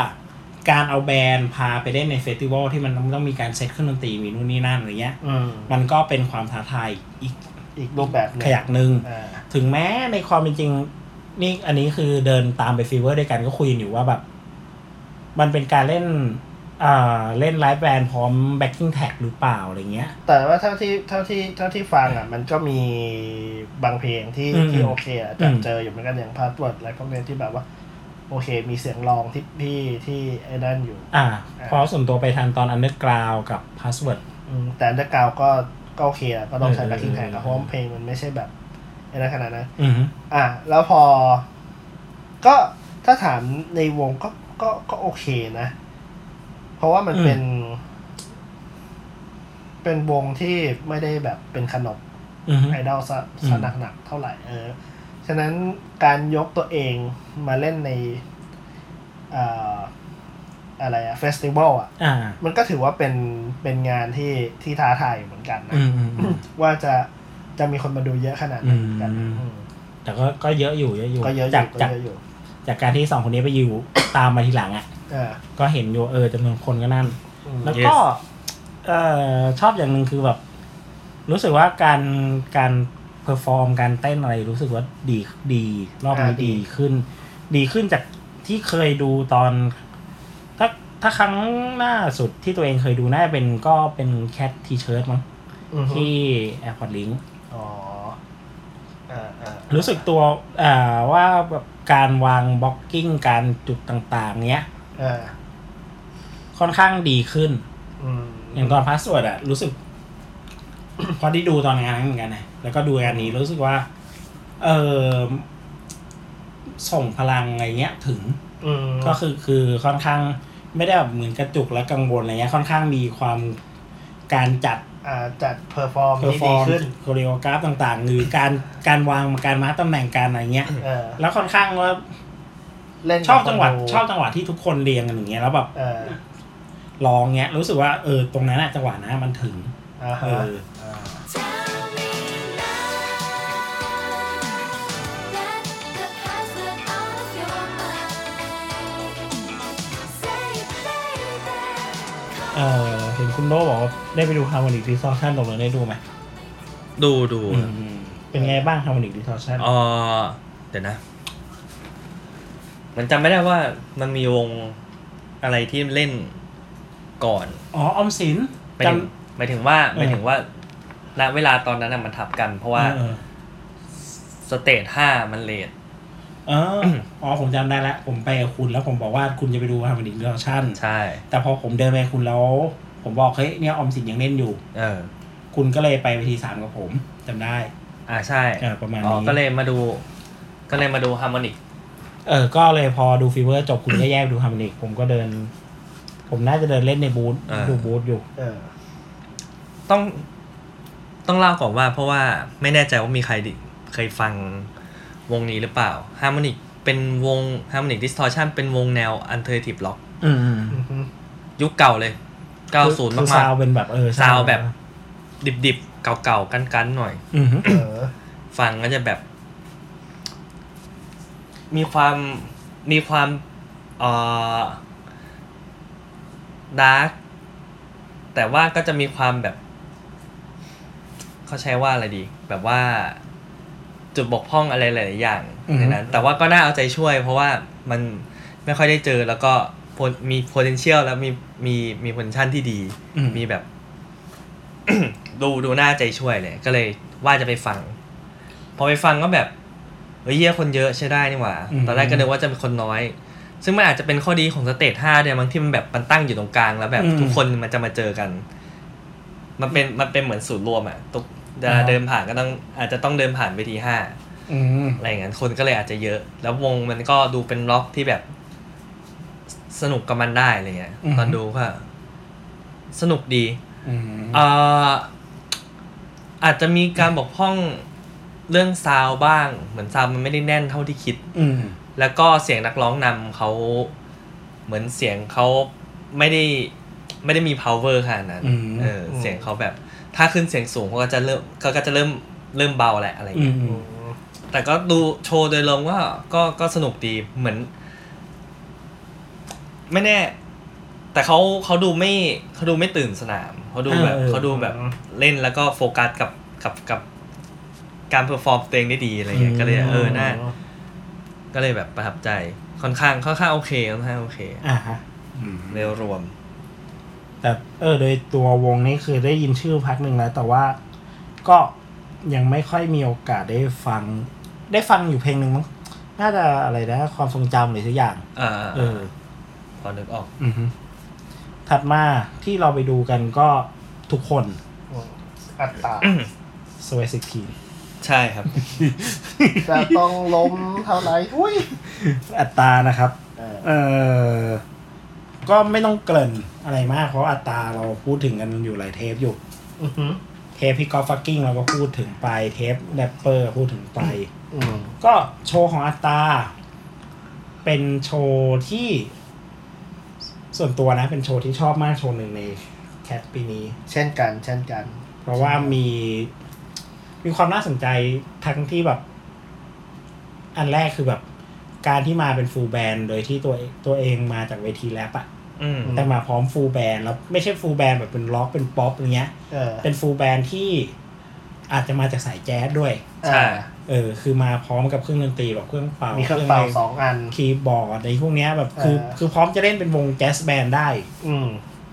Speaker 4: การเอาแบรนด์พาไปเล่นในเฟสติวัลที่มันต้องมีการเซตเครื่องดนตรีมีนู่นนี่นั่นอะไรเงี้ย
Speaker 2: อืม
Speaker 4: มันก็เป็นความท้าทายอีก
Speaker 2: อีกรูปแบบหนึ่ง
Speaker 4: ขยักหนึ่ง
Speaker 2: อ่า
Speaker 4: ถึงแม้ในความเป็นจริงนี่อันนี้คือเดินตามไปฟีเวอร์ด้วยกันก็คุยกันอยู่ว่าแบบ มันเป็นการเล่นอ่าเล่นไลฟ์แบนด์พร้อมแบ็กกิ้งแท็กหรือเปล่าอะไรเงี้ย
Speaker 2: แต่ว่าเท่าที่เท่าที่เท่าที่ฟังอ่ะ มันก็มีบางเพลงที่
Speaker 4: อืม
Speaker 2: ที่โอเคอะแต่
Speaker 4: อืม
Speaker 2: เจออยู่เหมือนกันอย่างพาสเวิร์ดอะไรพวกเนี้ยที่แบบว่า โอเค มีเสียงร้องที่พี่ที่ไอ้นั่นอยู่
Speaker 4: อ่าเพราะส่วนตัวไปทันตอนอันเดอร์กราวกับพาสเวิร์ด
Speaker 2: อืมแต่อันเดอร์กราวก็ก็โอเคอะก็ต้องใช้
Speaker 4: เออ
Speaker 2: แบ็คกิ้งแทน
Speaker 4: เออ
Speaker 2: เพราะว่าเพลงมันไม่ใช่แบบไอ้นั่นขนาดนั้น
Speaker 4: อืม
Speaker 2: อ่ะแล้วพอ ก็ถ้าถามในวงก็ก็ก็โอเคนะ เพราะว่ามันเป็น เป็นวงที่ไม่ได้แบบเป็นขนบ
Speaker 4: อืม
Speaker 2: ไอดอลซะ
Speaker 4: อืม
Speaker 2: ซะหนักๆเท่าไหร่เออ ฉะนั้นการยกตัวเองมาเล่นในอ่าอะไรอะเฟสติวัลอะ
Speaker 4: อ่า
Speaker 2: มันก็ถือว่าเป็นเป็นงานที่ที่ท้าทายเหมือนกันนะ
Speaker 4: อืมอืมอืม
Speaker 2: ว่าจะจะมีคนมาดูเยอะขนาดนั้นเหมือนกัน
Speaker 4: อืม
Speaker 2: อืม
Speaker 4: แต่ก็ก็เยอะอยู่เยอะอยู่
Speaker 2: ก็เยอะอ
Speaker 4: จาก
Speaker 2: ยู่ก็
Speaker 4: จาก
Speaker 2: เยอะอยู่
Speaker 4: จากการที่สองคนนี้ไปอยู่ ตามมาทีหลังอ่ะ
Speaker 2: เออ
Speaker 4: ก็เห็นอยู่เออจำนวนคนก็นั่น
Speaker 2: อืม
Speaker 4: แล้วก็เอ่อชอบอย่างหนึ่งคือแบบ รู้สึกว่าการการเพอร์ฟอร์มการเต้นอะไรรู้สึกว่าดีดี รอบนี้ดีขึ้น ดีขึ้นจากที่เคยดูตอน ถ้าถ้าครั้งหน้าสุดที่ตัวเองเคยดูน่าจะเป็นก็เป็นแคททีเชิร์ตมั้ง
Speaker 2: อือฮึ
Speaker 4: ที่แอร์พอร์ตลิง
Speaker 2: อ๋ออ่าอ่า
Speaker 4: รู้สึกตัวเอ่อว่าแบบการวางบล็อกกิ้งการจุดต่างๆ เนี้ย
Speaker 2: อ่า
Speaker 4: ค่อนข้างดีขึ้น
Speaker 2: อืม
Speaker 4: อย่างตอนพาสเวิร์ดอะรู้สึก พอได้ดูตอนงานนั้นเหมือนกันนะแล้วก็ดูงานนี้รู้สึกว่า เออส่งพลังอะไรเงี้ย ถึง
Speaker 2: อืม
Speaker 4: ก็คือคือค่อนข้าง ไม่ได้แบบเหมือนกระจุกและกังวลอะไรเงี้ย ค่อนข้างมีความการจัด
Speaker 2: อ่าจัดเพอร์ฟอร์ม
Speaker 4: เพอ
Speaker 2: ที่
Speaker 4: ร์ฟอ
Speaker 2: ดี
Speaker 4: ร์ม
Speaker 2: ขึ้น
Speaker 4: โคเรียกราฟต่าง ๆ หรือการการวางการมาร์คตำแหน่งการอะไรเงี้ย
Speaker 2: เออ
Speaker 4: แล้วค่อนข้างว่า
Speaker 2: เล่นกับ
Speaker 4: ชอบจังหวะ
Speaker 2: คนดู
Speaker 4: ชอบจังหวะที่ทุกคนเรียงกันอย่างเงี้ยแล้วแบบ
Speaker 2: เออ
Speaker 4: ร้องเงี้ย รู้สึกว่าเออตรงนั้นอะจังหวะนั้นมันถึง
Speaker 2: อ่า
Speaker 4: เอ
Speaker 2: ฮะ
Speaker 4: อ
Speaker 1: Tell me now, let the past slip out of your mind. Say it, baby,
Speaker 4: เออเห็นคุณโน้บอกว่าได้ไปดูฮาร์มอนิกดิสซอชันตกลงได้ดูไหม
Speaker 3: ดูดู
Speaker 4: อืมเป็นไงบ้างฮาร์มอนิกดิสซอชัน
Speaker 3: เออเดี๋ยวนะ มันจำไม่ได้ว่ามันมีวงอะไรที่เล่นก่อน
Speaker 4: อ๋อออมสิน
Speaker 3: หมายถึง
Speaker 4: จำ
Speaker 3: หมายถึงว่า
Speaker 4: เออ
Speaker 3: หมายถึงว่าณเวลาตอนนั้นน่ะมันทับกัน เพราะว่า
Speaker 4: เออ
Speaker 3: สเตจห้ามันเลท
Speaker 4: เออออ๋อผมจำได้แล้วผมไปกับคุณแล้วผมบอกว่าคุณจะไปดูฮาร์มอนิกดิสซอชัน
Speaker 3: ใช่
Speaker 4: แต่พอผมเดินไปกับคุณแล้วผมบอกเฮ้ยเนี่ยออมสินยังเล่นอยู่
Speaker 3: เออ
Speaker 4: คุณก็เลยไปเวทีสามกับผมจำได้
Speaker 3: อ่าใช่
Speaker 4: เออประมาณ
Speaker 3: อ๋อ
Speaker 4: นี้
Speaker 3: ก็เลยมาดู ก็เลยมาดูฮาร์มอนิก
Speaker 4: เออก็เลยพอดูฟีเวอร์จบคุณก็แยกดูฮาร์มอนิกผมก็เดิน ผมน่าจะเดินเล่นในบูธ
Speaker 3: อ่า
Speaker 4: ดูบูธอยู่
Speaker 2: เออ
Speaker 3: ต้องต้องเล่าก่อนว่า เพราะว่าไม่แน่ใจว่ามีใครดิเคยฟังวงนี้หรือเปล่าฮาร์มอนิกเป็นวงฮาร์มอนิกดิสทอร์ชันเป็นวงแนวอันเทอร์ทีฟล็อก
Speaker 4: อืม
Speaker 2: อือฮึ
Speaker 3: ยุคเก่าเลย 90
Speaker 4: คือ
Speaker 3: มา
Speaker 4: ซาก วด์เป็นแบบเออ
Speaker 3: ซาวด์แบบ ๆ ดิบๆ เก่าๆ กันๆ หน่อย
Speaker 4: อืม
Speaker 2: เออ
Speaker 3: ฟังก็จะแบบ มีความมีความเอ่อดาร์กแต่ว่าก็จะมีความแบบ เขาใช้ว่าอะไรดี แบบว่าจุดบกพร่องอะไรหลายๆอย่าง
Speaker 4: อือฮึ
Speaker 3: ในนั้น แต่ว่าก็น่าเอาใจช่วย เพราะว่ามันไม่ค่อยได้เจอแล้วก็ po- มี potential แล้วมีมีมี potential ที่ดี
Speaker 4: อืม
Speaker 3: มีแบบ ดูดูหน้าใจช่วยเลยก็เลยว่าจะไปฟัง พอไปฟังก็แบบเฮ้ยเยี่ยคนเยอะใช่ได้นี่หว่า
Speaker 4: อืม
Speaker 3: ตอนแรกก็นึกว่าจะเป็นคนน้อย ซึ่งมันอาจจะเป็นข้อดีของสเตจห้าด้วยมั้งที่มันแบบมันตั้งอยู่ตรงกลางแล้วแบบทุกคนมันจะมาเจอกัน มันเป็นมันเป็นเหมือนศูนย์รวมอ่ะทุกเวลาเดินผ่านก็ต้อง อาจจะต้องเดินผ่านเวทีห้า
Speaker 4: อืม
Speaker 3: อะไรอย่างนั้นคนก็เลยอาจจะเยอะ แล้ววงมันก็ดูเป็นล็อกที่แบบสสนุกกับมันได้อะไรเงี้ย
Speaker 4: อือฮึ
Speaker 3: ตอนดูก็สนุกดี
Speaker 4: อืม
Speaker 3: เอ่ออาจจะมีการบกพร่องเรื่องซาวด์บ้าง เหมือนซาวด์มันไม่ได้แน่นเท่าที่คิด
Speaker 4: อืม
Speaker 3: แล้วก็เสียงนักร้องนำเขาเหมือนเสียงเขาไม่ได้ไม่ได้มี power ขนาดนั้นเอออ
Speaker 2: ม
Speaker 3: เสียงเขาแบบ ถ้าขึ้นเสียงสูงเขาก็จะเริ่มเขาก็จะเริ่มเริ่มเบาแหละอะไร
Speaker 4: อื
Speaker 3: เงี้ย
Speaker 4: ม
Speaker 2: อืม
Speaker 3: แต่ก็ดูโชว์โดยรวมก็ก็ก็สนุกดีเหมือน ไม่แน่ แต่เขาเขาดูไม่เขาดูไม่ตื่นสนามเขาดูแบบเขาดูแบบเล่นแล้วก็โฟกัสกับกับกับการเพอร์ฟอร์มตัวเองได้ดีอะไรเงี้ยก็เลยเออน่าก็เลยแบบประทับใจค่อนข้างค่อนข้างโอเคค่อนข้างโอเค
Speaker 4: อ่าฮะอืม
Speaker 3: โดยรวม
Speaker 4: แต่เออ โดยตัววงนี้คือได้ยินชื่อพักหนึ่งแล้ว แต่ว่าก็ยังไม่ค่อยมีโอกาสได้ฟัง ได้ฟังอยู่เพลงหนึ่งมั้งน่าจะอะไรนะความทรงจำหรือสักอย่าง
Speaker 3: อ่า
Speaker 4: เออ
Speaker 3: พอนึกออก
Speaker 4: อือฮึถัดมาที่เราไปดูกันก็ทุกคน
Speaker 2: อืมอัตตา
Speaker 4: สวีสิกที
Speaker 3: ใช่ครับ
Speaker 2: จะต้องล้มเท่าไหร่อุ้ย
Speaker 4: อัตตรานะครับ
Speaker 2: เออ
Speaker 4: เออก็ไม่ต้องเกริ่นอะไรมาก เพราะอัตราเราพูดถึงกันอยู่หลายเทปอยู่
Speaker 2: อือฮึ
Speaker 4: เทปพี่กอล์ฟฟักกิ้งเราก็พูดถึงไปเทปแรปเปอร์พูดถึงไป
Speaker 2: อืม
Speaker 4: ก็โชว์ของอัตตา เป็นโชว์ที่ ส่วนตัวนะ เป็นโชว์ที่ชอบมากโชว์หนึ่งในแคทปีนี้
Speaker 2: เช่นกัน เช่นกัน
Speaker 4: เพราะว่ามีมีความน่าสนใจทั้งที่แบบ อันแรกคือแบบ การที่มาเป็นฟูลแบนด์โดยที่ตัวเองตัวเองมาจากเวทีแรปอะ
Speaker 3: อืม
Speaker 4: แต่มาพร้อมฟูลแบนด์แล้วไม่ใช่ฟูลแบนด์แบบเป็นล็อกเป็นป๊อปอย่างเงี้ย
Speaker 2: เออ
Speaker 4: เป็นฟูลแบนด์ที่อาจจะมาจากสายแจ๊สด้วย
Speaker 3: ใช่
Speaker 4: เออ คือมาพร้อมกับเครื่องดนตรีแบบเครื่องเป่า
Speaker 2: อ่า
Speaker 4: มี
Speaker 2: มีเครื่องเป่าสองอัน
Speaker 4: คีย์บอร์ดในพวกเนี้ยแบบคือ
Speaker 2: เออ
Speaker 4: คือพร้อมจะเล่นเป็นวงแจ๊สแบนด์ได้
Speaker 2: อืม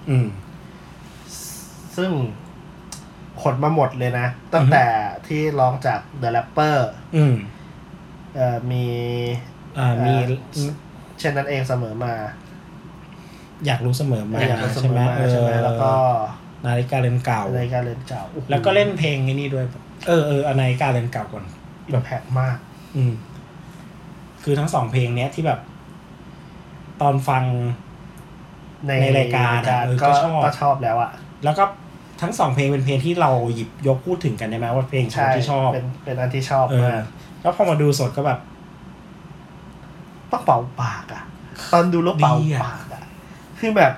Speaker 4: อืม
Speaker 2: ซึ่งขนมาหมดเลยนะ ตั้งแต่ที่ลองจาก The Rapper
Speaker 4: อืม
Speaker 2: เอ่อมี
Speaker 4: อ่ามี
Speaker 2: เอ่อ เช่นนั้นเองเสมอมา
Speaker 4: อยากรู้เสมอมา
Speaker 2: อยากรู้เส
Speaker 4: ใช่
Speaker 2: ม
Speaker 4: ไหม
Speaker 2: อมา
Speaker 4: เออ
Speaker 2: ใช่ไหมแล้วก็
Speaker 4: นาฬิกาเรือนเก่า
Speaker 2: รายการเล่นเก่าโอ้โห
Speaker 4: แล้วก็เล่นเพลงไอ้นี่ด้วย เออเออเอานาฬิกาเรือนเก่าก่อน
Speaker 2: อิมแพกมาก
Speaker 4: อืม คือทั้งสองเพลงเนี้ยที่แบบ ตอนฟัง
Speaker 2: ใน
Speaker 4: ในรายการอะเออ
Speaker 2: ก็
Speaker 4: ก็ชอบ
Speaker 2: ก็ชอบแล้วอ่ะ
Speaker 4: แล้วก็ทั้งสองเพลงเป็นเพลงที่เราหยิบยกพูดถึงกันได้ไหมว่าเพลงชอบที่ชอบ
Speaker 2: เป็นเป็นอันที่ชอบ
Speaker 4: เออ
Speaker 2: มาก
Speaker 4: แล้วพอมาดูสดก็แบบ
Speaker 2: ต้องเป่าปากอ่ะ ตอนดูแล้วเป่า
Speaker 4: ดีอะ
Speaker 2: ปากอ่ะ คือแบบ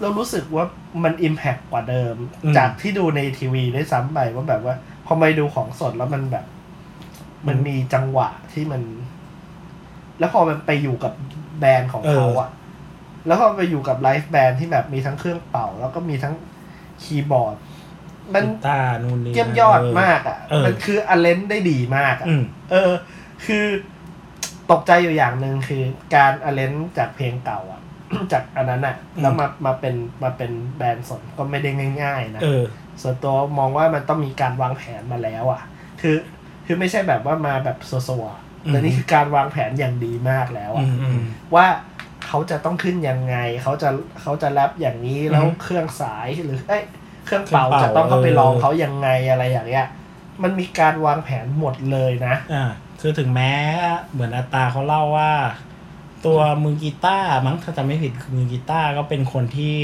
Speaker 2: เรารู้สึกว่า มันอิมแพกกว่าเดิม
Speaker 4: อืม
Speaker 2: จากที่ดูในทีวีได้วยซ้ำไปว่าแบบว่าพอมาดูของสดแล้วมันแบบ มันมีจังหวะที่มัน แล้วพอมันไปอยู่กับแบรนด์ของเขาอะแล้วพอไปอยู่กับไลฟ์แบรนด์ที่แบบมีทั้งเครื่องเป่า แล้วก็มีทั้งคีย์บอร์ด มัน
Speaker 4: กีตาร์นู่นนี่
Speaker 2: เยี่ยมยอดมากอะ
Speaker 4: เออ
Speaker 2: มันคืออเลนได้ดีมากอะ
Speaker 4: อืม
Speaker 2: เออ คือตกใจอยู่อย่างหนึ่งคือการอเลนจากเพลงเก่าอ่ะ จากอันนั้นอ่ะ
Speaker 4: อืม
Speaker 2: แล้วมามาเป็นมาเป็นแบรนด์สดก็ไม่ได้ง่ายๆนะ
Speaker 4: เออ
Speaker 2: ส่วนตัวมองว่ามันต้องมีการวางแผนมาแล้วอ่ะ คือคือไม่ใช่แบบว่ามาแบบสัวๆอะ
Speaker 4: อืม
Speaker 2: แต่นี่คือการวางแผนอย่างดีมากแล้ว
Speaker 4: อื
Speaker 2: อ่ะ
Speaker 4: มอืม
Speaker 2: ว่าเขาจะต้องขึ้นยังไง เขาจะเขาจะแรปอย่างนี้แล้ว
Speaker 4: อืม
Speaker 2: เครื่องสายหรือเอ้ยเครื่องเป่า
Speaker 4: เครื่อง
Speaker 2: จะ
Speaker 4: เป่า
Speaker 2: ต้องเข้าไปลอง
Speaker 4: เออ
Speaker 2: เขายังไงอะไรอย่างเงี้ย มันมีการวางแผนหมดเลยนะ
Speaker 4: อ่าคือถึงแม้เหมือนอัตตาเขาเล่าว่า ตัวมือกีตาร์มั้งถ้าจำไม่ผิดคือมือกีตาร์ก็เป็นคนที่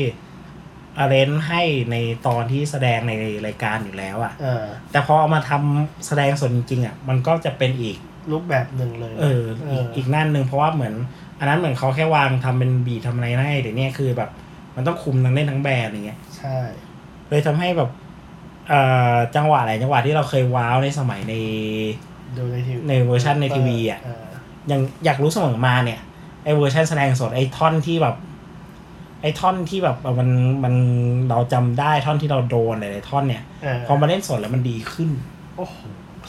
Speaker 4: อาเรนให้ในตอนที่แสดงในรายการอยู่แล้วอะ่ะ
Speaker 2: เออ
Speaker 4: แต่พอเอามาทำแสดงสดจริงๆอะ่ะ มันก็จะเป็นอีก
Speaker 2: รูปแบบหนึ่งเลยนะ
Speaker 4: เออ
Speaker 2: เอ
Speaker 4: อี
Speaker 2: ออ
Speaker 4: กอีกนั่นหนึ่งเพราะว่าเหมือน อันนั้นเหมือนเขาแค่วางทำเป็นบีททำอะไรให้แต่เนี่ยคือแบบ มันต้องคุมทั้งเล่นทั้งแบรนด์อย่างเงี้ย
Speaker 2: ใช่
Speaker 4: เลยทำให้แบบเอ่อจังหวะหลายจังหวะที่เราเคยว้าวในสมัยใน
Speaker 2: ดูในทีวี
Speaker 4: ในเวอร์ชันในทีวีอะ
Speaker 2: เ
Speaker 4: อย่างอยากรู้เสมอมาเนี่ยไอเวอร์ชันแสดงสดไอท่อนที่แบบ ไอท่อนที่แบบมันมันเราจำได้ท่อนที่เราโดนหลายๆท่อนเนี่ย
Speaker 2: เออ
Speaker 4: พอมาเล่นสดแล้วมันดีขึ้น
Speaker 2: โอ้โห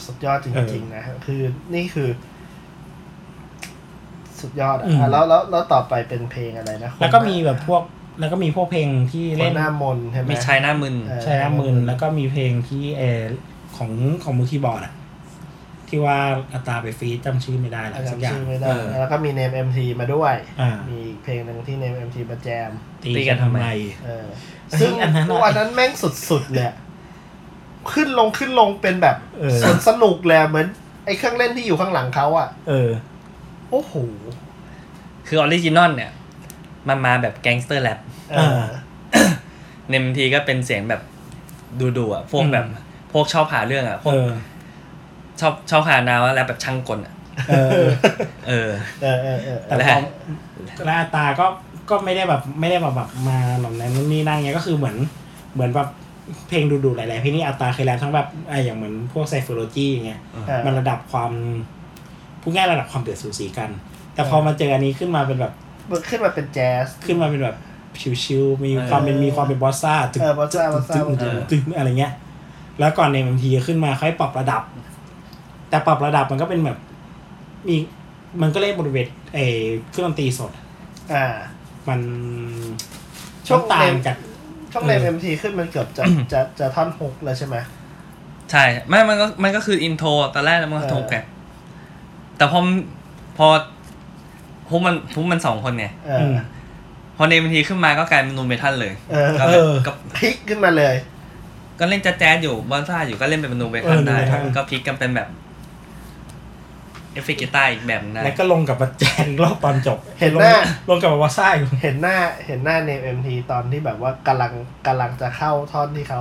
Speaker 2: สุดยอดจ
Speaker 4: เอ
Speaker 2: ริง
Speaker 4: อ
Speaker 2: ๆนะ คือนี่คือ สุดยอดอะ
Speaker 4: อืม
Speaker 2: อ่ะแล้วแล้วแล้วต่อไปเป็นเพลงอะไรนะ
Speaker 4: แล้วก็มีแบบพวกแล้วก็มีพวกเพลงที่
Speaker 2: คน
Speaker 4: เล่น
Speaker 2: หน้ามนต์ใช่ไหม
Speaker 3: ไม่ใช่หน้ามึน
Speaker 2: เออ
Speaker 4: ใช่ละหมืนแล้วก็มีเพลงที่เออของของมือคีย์บอร์ดอะที่ว่าอัตราไปฟีดจำชื่อไม่ได้แล้ว
Speaker 2: อา
Speaker 4: สั
Speaker 2: จาก รย์
Speaker 4: อย่าง
Speaker 2: ชื่อไม่ได้
Speaker 3: เออ
Speaker 2: แล้วก็มี Name MT มาด้วย
Speaker 4: อ่า
Speaker 2: มี
Speaker 4: มี
Speaker 2: อีกเพลงหนึ่งที่ Name MT มาแจม
Speaker 4: ตี
Speaker 3: ตีกั
Speaker 4: กัน
Speaker 3: น
Speaker 4: ทำ
Speaker 3: ทำไม
Speaker 4: ไม
Speaker 2: เออ
Speaker 4: เอ้ย
Speaker 2: ซึ่ง
Speaker 4: อันนั้นอะ
Speaker 2: วันนั้นแม่งสุดๆเลยอะขึ้นลงขึ้นลงเป็นแบบ
Speaker 4: เออ
Speaker 2: สวนสนุกเลยอะเหมือนไอ้เครื่องเล่นที่อยู่ข้างหลังเขาอ่ะ
Speaker 4: เออ
Speaker 2: โอ้โห
Speaker 3: คือออริจินอลเนี่ย มันมาแบบแก๊งสเตอร์แรป
Speaker 2: เอ
Speaker 4: เอ
Speaker 2: อ
Speaker 4: อ
Speaker 3: ในบางทีก็เป็นเสียงแบบดูดูอ่ะพวกแบบ
Speaker 4: อืม
Speaker 3: พวกชอบหาเรื่องอ่ะพ
Speaker 4: เอ
Speaker 3: ว
Speaker 4: อ
Speaker 3: กชอบชอบหานาว่าแรปแบบช่างกลอ่ะ
Speaker 4: เออ
Speaker 3: เออ
Speaker 2: เออเออเออเอ
Speaker 4: แต่
Speaker 2: อ
Speaker 4: พอ
Speaker 3: และ
Speaker 4: และอัตราก็ก็ไม่ได้แบบไม่ได้แบบแบบมาหลอมแนมนู่นนี่นั่นไงก็คือเหมือนเหมือนแบบเพลงดูๆหลายๆเพลงนี่อัตราเคยแรปทั้งแบบไอะอย่างเหมือนพวกไซฟโลจีอย่างเงี้ย
Speaker 2: เออ
Speaker 4: มันระดับความพูดง่ายระดับความเดือดสูสีกัน แต่พอมาเจออันนี้ขึ้นมาเป็นแบบ
Speaker 2: มันขึ้นมาเป็นแจ๊ส
Speaker 4: ขึ้นมาเป็นแบบชิวๆมีความเป็นมีความเป็นบอสซ่าตึก
Speaker 2: เออบอสซ่าบอสซ่า
Speaker 4: ตึกตึกตึกอะไรเงี้ย แล้วก่อนในบางทีขึ้นมาค่อยปรับระดับ แต่ปรับระดับมันก็เป็นแบบมีมันก็เล่นบริเวณเออเครื่องดนตรีสด
Speaker 2: อ่า
Speaker 4: มัน
Speaker 2: ช่
Speaker 4: ช่
Speaker 2: ว
Speaker 4: ว
Speaker 2: ง
Speaker 4: งต่าง
Speaker 2: เต็ม
Speaker 4: จาก
Speaker 2: ช่องเลม
Speaker 4: เอ
Speaker 2: เอ็
Speaker 4: อ
Speaker 2: มทีขึ้นมันเกือบจะ จะจะท่อนหกแล้วใช่ไหม
Speaker 3: ใช่ไม่มันก็มันก็คืออินโทรตอนแรกแล้วมันก็
Speaker 2: เออ
Speaker 3: ถูกแกะแต่พอมพอพวกมันพวกมันสองคนเนี่ย
Speaker 2: เอ
Speaker 4: อื
Speaker 2: อ
Speaker 4: ม
Speaker 3: พอในบางทีขึ้นมาก็กลายเป็นนูเมทัลเลย
Speaker 2: เออ
Speaker 3: ก็แบบ
Speaker 4: เออ
Speaker 3: ก็
Speaker 2: พลิกขึ้นมาเลย
Speaker 3: ก็เล่นแจ๊ดๆอยู่บอลซ่าอยู่ก็เล่นเป็นนูเมทัล
Speaker 4: เออ
Speaker 3: ได้
Speaker 4: nu metal
Speaker 3: ก็พลิกกันเป็นแบบเอฟเฟกต์กีตาร์อีกแบบหนึงได้
Speaker 4: แล้วก็ลงกับประแจนรอบตอนจบ
Speaker 2: เห็นหน้า
Speaker 4: ลงลงกับวาซ่าอยู่
Speaker 2: เห็นหน้าเห็นหน้าเนมเอ็มทีตอนที่แบบว่ากำลังกำลังจะเข้าท่อนที่เขา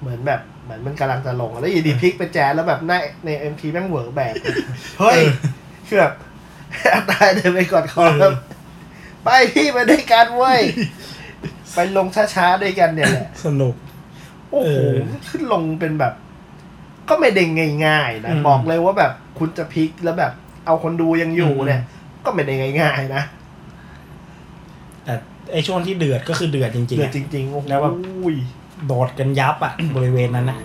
Speaker 2: เหมือนแบบเหมือนมันกำลังจะลง แล้วอยู่ดีพลิกเป็นแจ๊สแล้วแบบหน้าเนมเอ็มทีแม่งเหวอแบบ เฮ้ยคือแบบ ตายเดินไปกอดคอแล้วไปพี่ไปด้วยกันเว้ยไปลงช้าๆด้วยกันเนี่ยแหละ
Speaker 4: สนุก
Speaker 2: โอ้โห
Speaker 4: เออ
Speaker 2: ขึ้นลงเป็นแบบ ก็ไม่เด้งง่ายๆนะ
Speaker 4: อืม
Speaker 2: บอกเลยว่าแบบคุณจะพลิกแล้วแบบ เอาคนดูยังอยู่เนี่ย
Speaker 4: อื
Speaker 2: ก็ไม่ได้ง่ายๆนะ
Speaker 4: แต่ไอช่วงที่เดือดก็คือเดือดจริง
Speaker 2: เดื
Speaker 4: ๆ
Speaker 2: อด
Speaker 4: อะ
Speaker 2: จริงๆโอ้โห
Speaker 4: แล้วแบบ โดดกันยับอ่ะ บริเวณนั้นนะ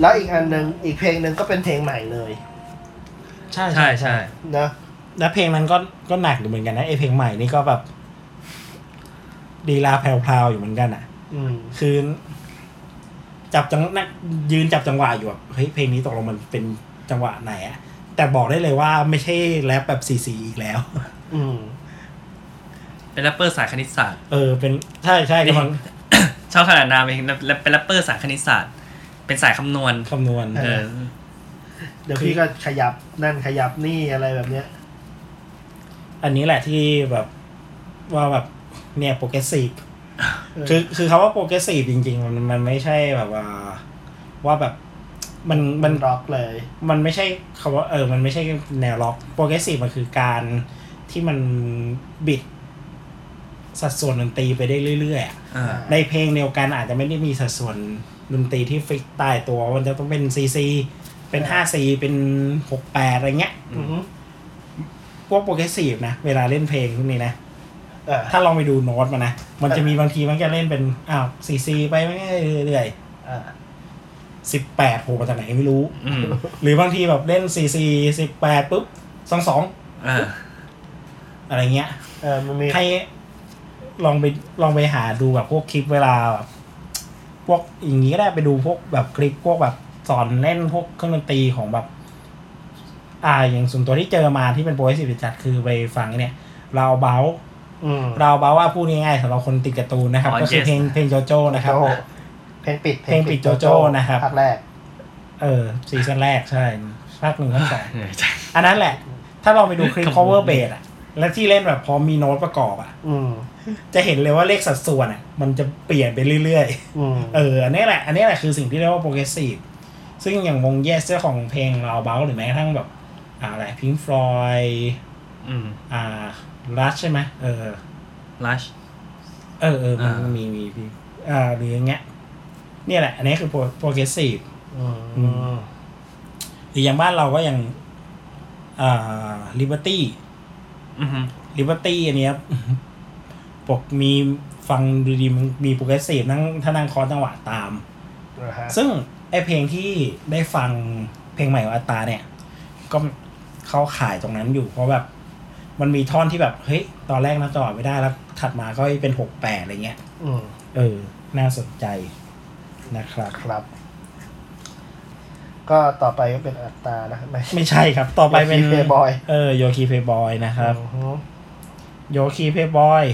Speaker 2: แล้วอีกอันหนึ่งอีกเพลงหนึ่งก็เป็นเพลงใหม่เลย
Speaker 4: ใช่
Speaker 3: ใช่ใช่
Speaker 2: นะ
Speaker 4: แล้วเพลงนั้นก็ก็หนักอยู่เหมือนกันนะไอเพลงใหม่นี่ก็แบบดีลาแพรวๆอยู่เหมือนกันอ่ะ
Speaker 2: อืม
Speaker 4: คือจับจังนักยืนจับจังหวะอยู่แบบเฮ้ยเพลงนี้ตกลงมันเป็นจังหวะไหนอะแต่บอกได้เลยว่าไม่ใช่แรปแบบสีสีอีกแล้ว
Speaker 2: อืม
Speaker 3: เป็นแรปเปอร์สายคณิตศาสตร์
Speaker 4: เออเป็นใช่ใช่กำลัง
Speaker 3: ชอบขนาดนามเองนะเป็นแรปเปอร์สายคณิตศาสตร์ เป็นสายคำนวณ
Speaker 4: คำนวณ
Speaker 2: เอ
Speaker 3: เออ
Speaker 2: เดี๋ยว
Speaker 4: คือ
Speaker 2: พี่ก็ขยับนั่นขยับนี่อะไรแบบเนี้ย
Speaker 4: อันนี้แหละที่แบบ ว่าแบบเนี่ยโปรเกรสซีฟ
Speaker 2: เออ
Speaker 4: คือคือคำว่าโปรเกรสซีฟจริง ๆ มันมันไม่ใช่แบบว่า ว่าแบบมันมั
Speaker 2: มัน นร็อกเลย
Speaker 4: มันไม่ใช่คำว่าเออ มันไม่ใช่แนวล็อกโปรเกรสซีฟมันคือการที่มันบิดสัดส่วนดนตรีไปได้เรื่อยๆอะ
Speaker 3: อ่า
Speaker 4: ในเพลงเดียวกันอาจจะไม่ได้มีสัดส่วนดนตรีที่ฟิกตายตัวว่ามันจะต้องเป็นซีซีเป็นห้าซีเป็นหกแปดอะไรเงี้ย
Speaker 2: อือฮึ
Speaker 4: พวกโปรเกรสซีฟนะ เวลาเล่นเพลงพวกนี้นะ
Speaker 2: อ่า
Speaker 4: ถ้าลองไปดูโน้ตมันนะ มันจะมีบางทีมันจะเล่นเป็นอ้าวซีซีไปเรื่อย
Speaker 2: อ่า
Speaker 4: ๆสิบแปดโผล่มาจากไหนไม่รู้
Speaker 3: อืม
Speaker 4: หรือบางทีแบบเล่นซีซีสิบแปดปุ๊บสองสอง
Speaker 3: อ่า
Speaker 4: อะไรเงี้ย
Speaker 2: เออมันมี
Speaker 4: ให้ลองไปลองไปหาดูแบบพวกคลิปเวลาแบบพวกอย่างนี้ก็ได้ไปดูพวกแบบคลิปพวกแบบสอนเล่นพวกเครื่องดนตรีของแบบ อ่าอย่างส่วนตัวที่เจอมาที่เป็นโปรเจกต์จัดคือไปฟังเนี่ย ราวเบล
Speaker 2: อืม
Speaker 4: ราวเบลว่าพูดง่ายๆสำหรับคนติดการ์ตูนนะครับ ก็คือเพลงเพลงโจโจ้นะครับ
Speaker 2: โอ้โหเพลงปิด
Speaker 4: เพลงปิดโจโจ้นะครับ
Speaker 2: ภาคแรก
Speaker 4: เออซีซั่นแรกใช่ภาคหนึ่งภาคสอง
Speaker 3: เหนื่อยจัง
Speaker 4: อันนั้นแหละ ถ้าลองไปดูคลิ ป
Speaker 3: ครับผม
Speaker 4: cover bass อะและที่เล่นแบบพอมีโน้ตประกอบอะ
Speaker 2: อืม
Speaker 4: จะเห็นเลยว่าเลขสัดส่วนอะมันจะเปลี่ยนไปเรื่อยๆ
Speaker 2: อืม
Speaker 4: เออ อันนี้แหละ อันนี้แหละคือสิ่งที่เรียกว่าโปรเกรสซีฟ ซึ่งอย่างวงเยสเจ้าของเพลงเราเบลหรือแม้กระทั่งแบบอ่าอะไรพิงฟลอย
Speaker 3: อืม
Speaker 4: อ่ารัชใช่ไหมเออ
Speaker 3: ลัช
Speaker 4: เออเออมัน
Speaker 3: อ่ามี
Speaker 4: มีมีมีอ่าหรืออย่างเงี้ยเนี่ยแหละ อันนี้คือโปรเกรสซีฟ
Speaker 2: อืม
Speaker 4: อื หรืออย่างบ้านเราก็ยังอ่าลิเบอร์ตี้
Speaker 3: อืม
Speaker 4: ลิเบอร์ตี้อันเนี้ย ปกมีฟังดูดีมันมีโปรเกรสซีฟนั่งถ้านั่งคอร์สจังหวะตาม
Speaker 2: นะฮะ
Speaker 4: ซึ่งไอเพลงที่ได้ฟังเพลงใหม่ของอัตตาเนี่ย ก็เข้าขายตรงนั้นอยู่ เพราะแบบ มันมีท่อนที่แบบ เฮ้ย ตอนแรกนะจอดไม่ได้แล้ว ถัดมาก็เป็นหกแปดอะไรเงี้ย
Speaker 2: อืม
Speaker 4: เออ น่าสนใจนะครับ
Speaker 2: ครับ ก็ต่อไปก็เป็นอัตตานะครับไม่
Speaker 4: ไม่ใช่ครับ ต่อไปเป็น
Speaker 2: Yoki Playboy
Speaker 4: เออโยคีเพย์บอยนะครับ
Speaker 2: อือฮึ
Speaker 4: โยคีเพย์บอย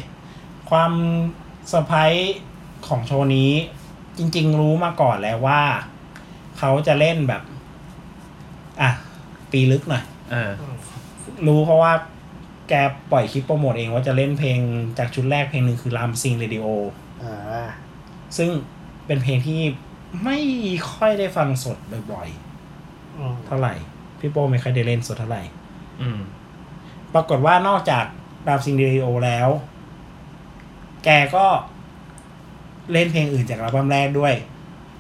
Speaker 4: ความเซอร์ไพรส์ของโชว์นี้ จริง ๆ รู้มาก่อนแล้วว่า เขาจะเล่นแบบ อ่ะ ปีลึกหน่อย
Speaker 3: เออ
Speaker 4: รู้เพราะว่าแกปล่อยคลิปโปรโมทเองว่าจะเล่นเพลงจากชุดแรกเพลงหนึ่งคือรามซิงเรดิโอ
Speaker 2: อ่า
Speaker 4: ซึ่งเป็นเพลงที่ไม่ค่อยได้ฟังสดบ่อย
Speaker 2: อืม
Speaker 4: ๆ เท่าไหร่ พี่โป้ไม่ค่อยได้เล่นสดเท่าไหร่
Speaker 3: อืม
Speaker 4: ปรากฏว่านอกจากรามซิงเรดิโอแล้ว แกก็เล่นเพลงอื่นจากอัลบั้มแรกด้วย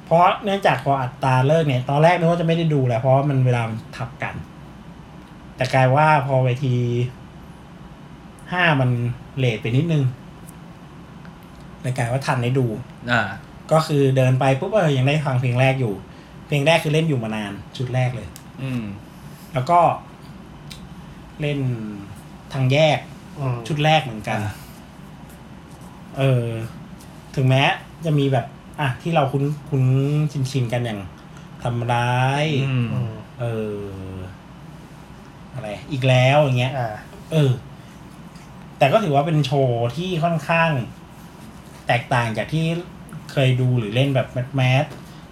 Speaker 4: เพราะเนื่องจากพออัตราเลิกเนี่ย ตอนแรกนึกว่าจะไม่ได้ดูแหละเพราะว่ามันเวลามันทับกัน แต่กลายว่าพอเวทีห้ามันเลทไปนิดนึงเลยกลายว่าทันได้ดู
Speaker 3: อ่า
Speaker 4: ก็คือเดินไปปุ๊บเออยังได้ฟังเพลงแรกอยู่ เพลงแรกคือเล่นอยู่มานานชุดแรกเลย
Speaker 3: อืม
Speaker 4: แล้วก็เล่นทางแยก
Speaker 2: อืม
Speaker 4: ชุดแรกเหมือนกัน เออ ถึงแม้จะมีแบบ อ่ะ ที่เราคุ้นคุ้นชินชินกันอย่างทำร้าย
Speaker 3: อืม
Speaker 2: อืม
Speaker 4: เออ อะไร อีกแล้วอย่างเงี้ย
Speaker 2: อ่า
Speaker 4: เออ แต่ก็ถือว่าเป็นโชว์ที่ค่อนข้าง แตกต่างจากที่เคยดูหรือเล่นแบบแมสแมส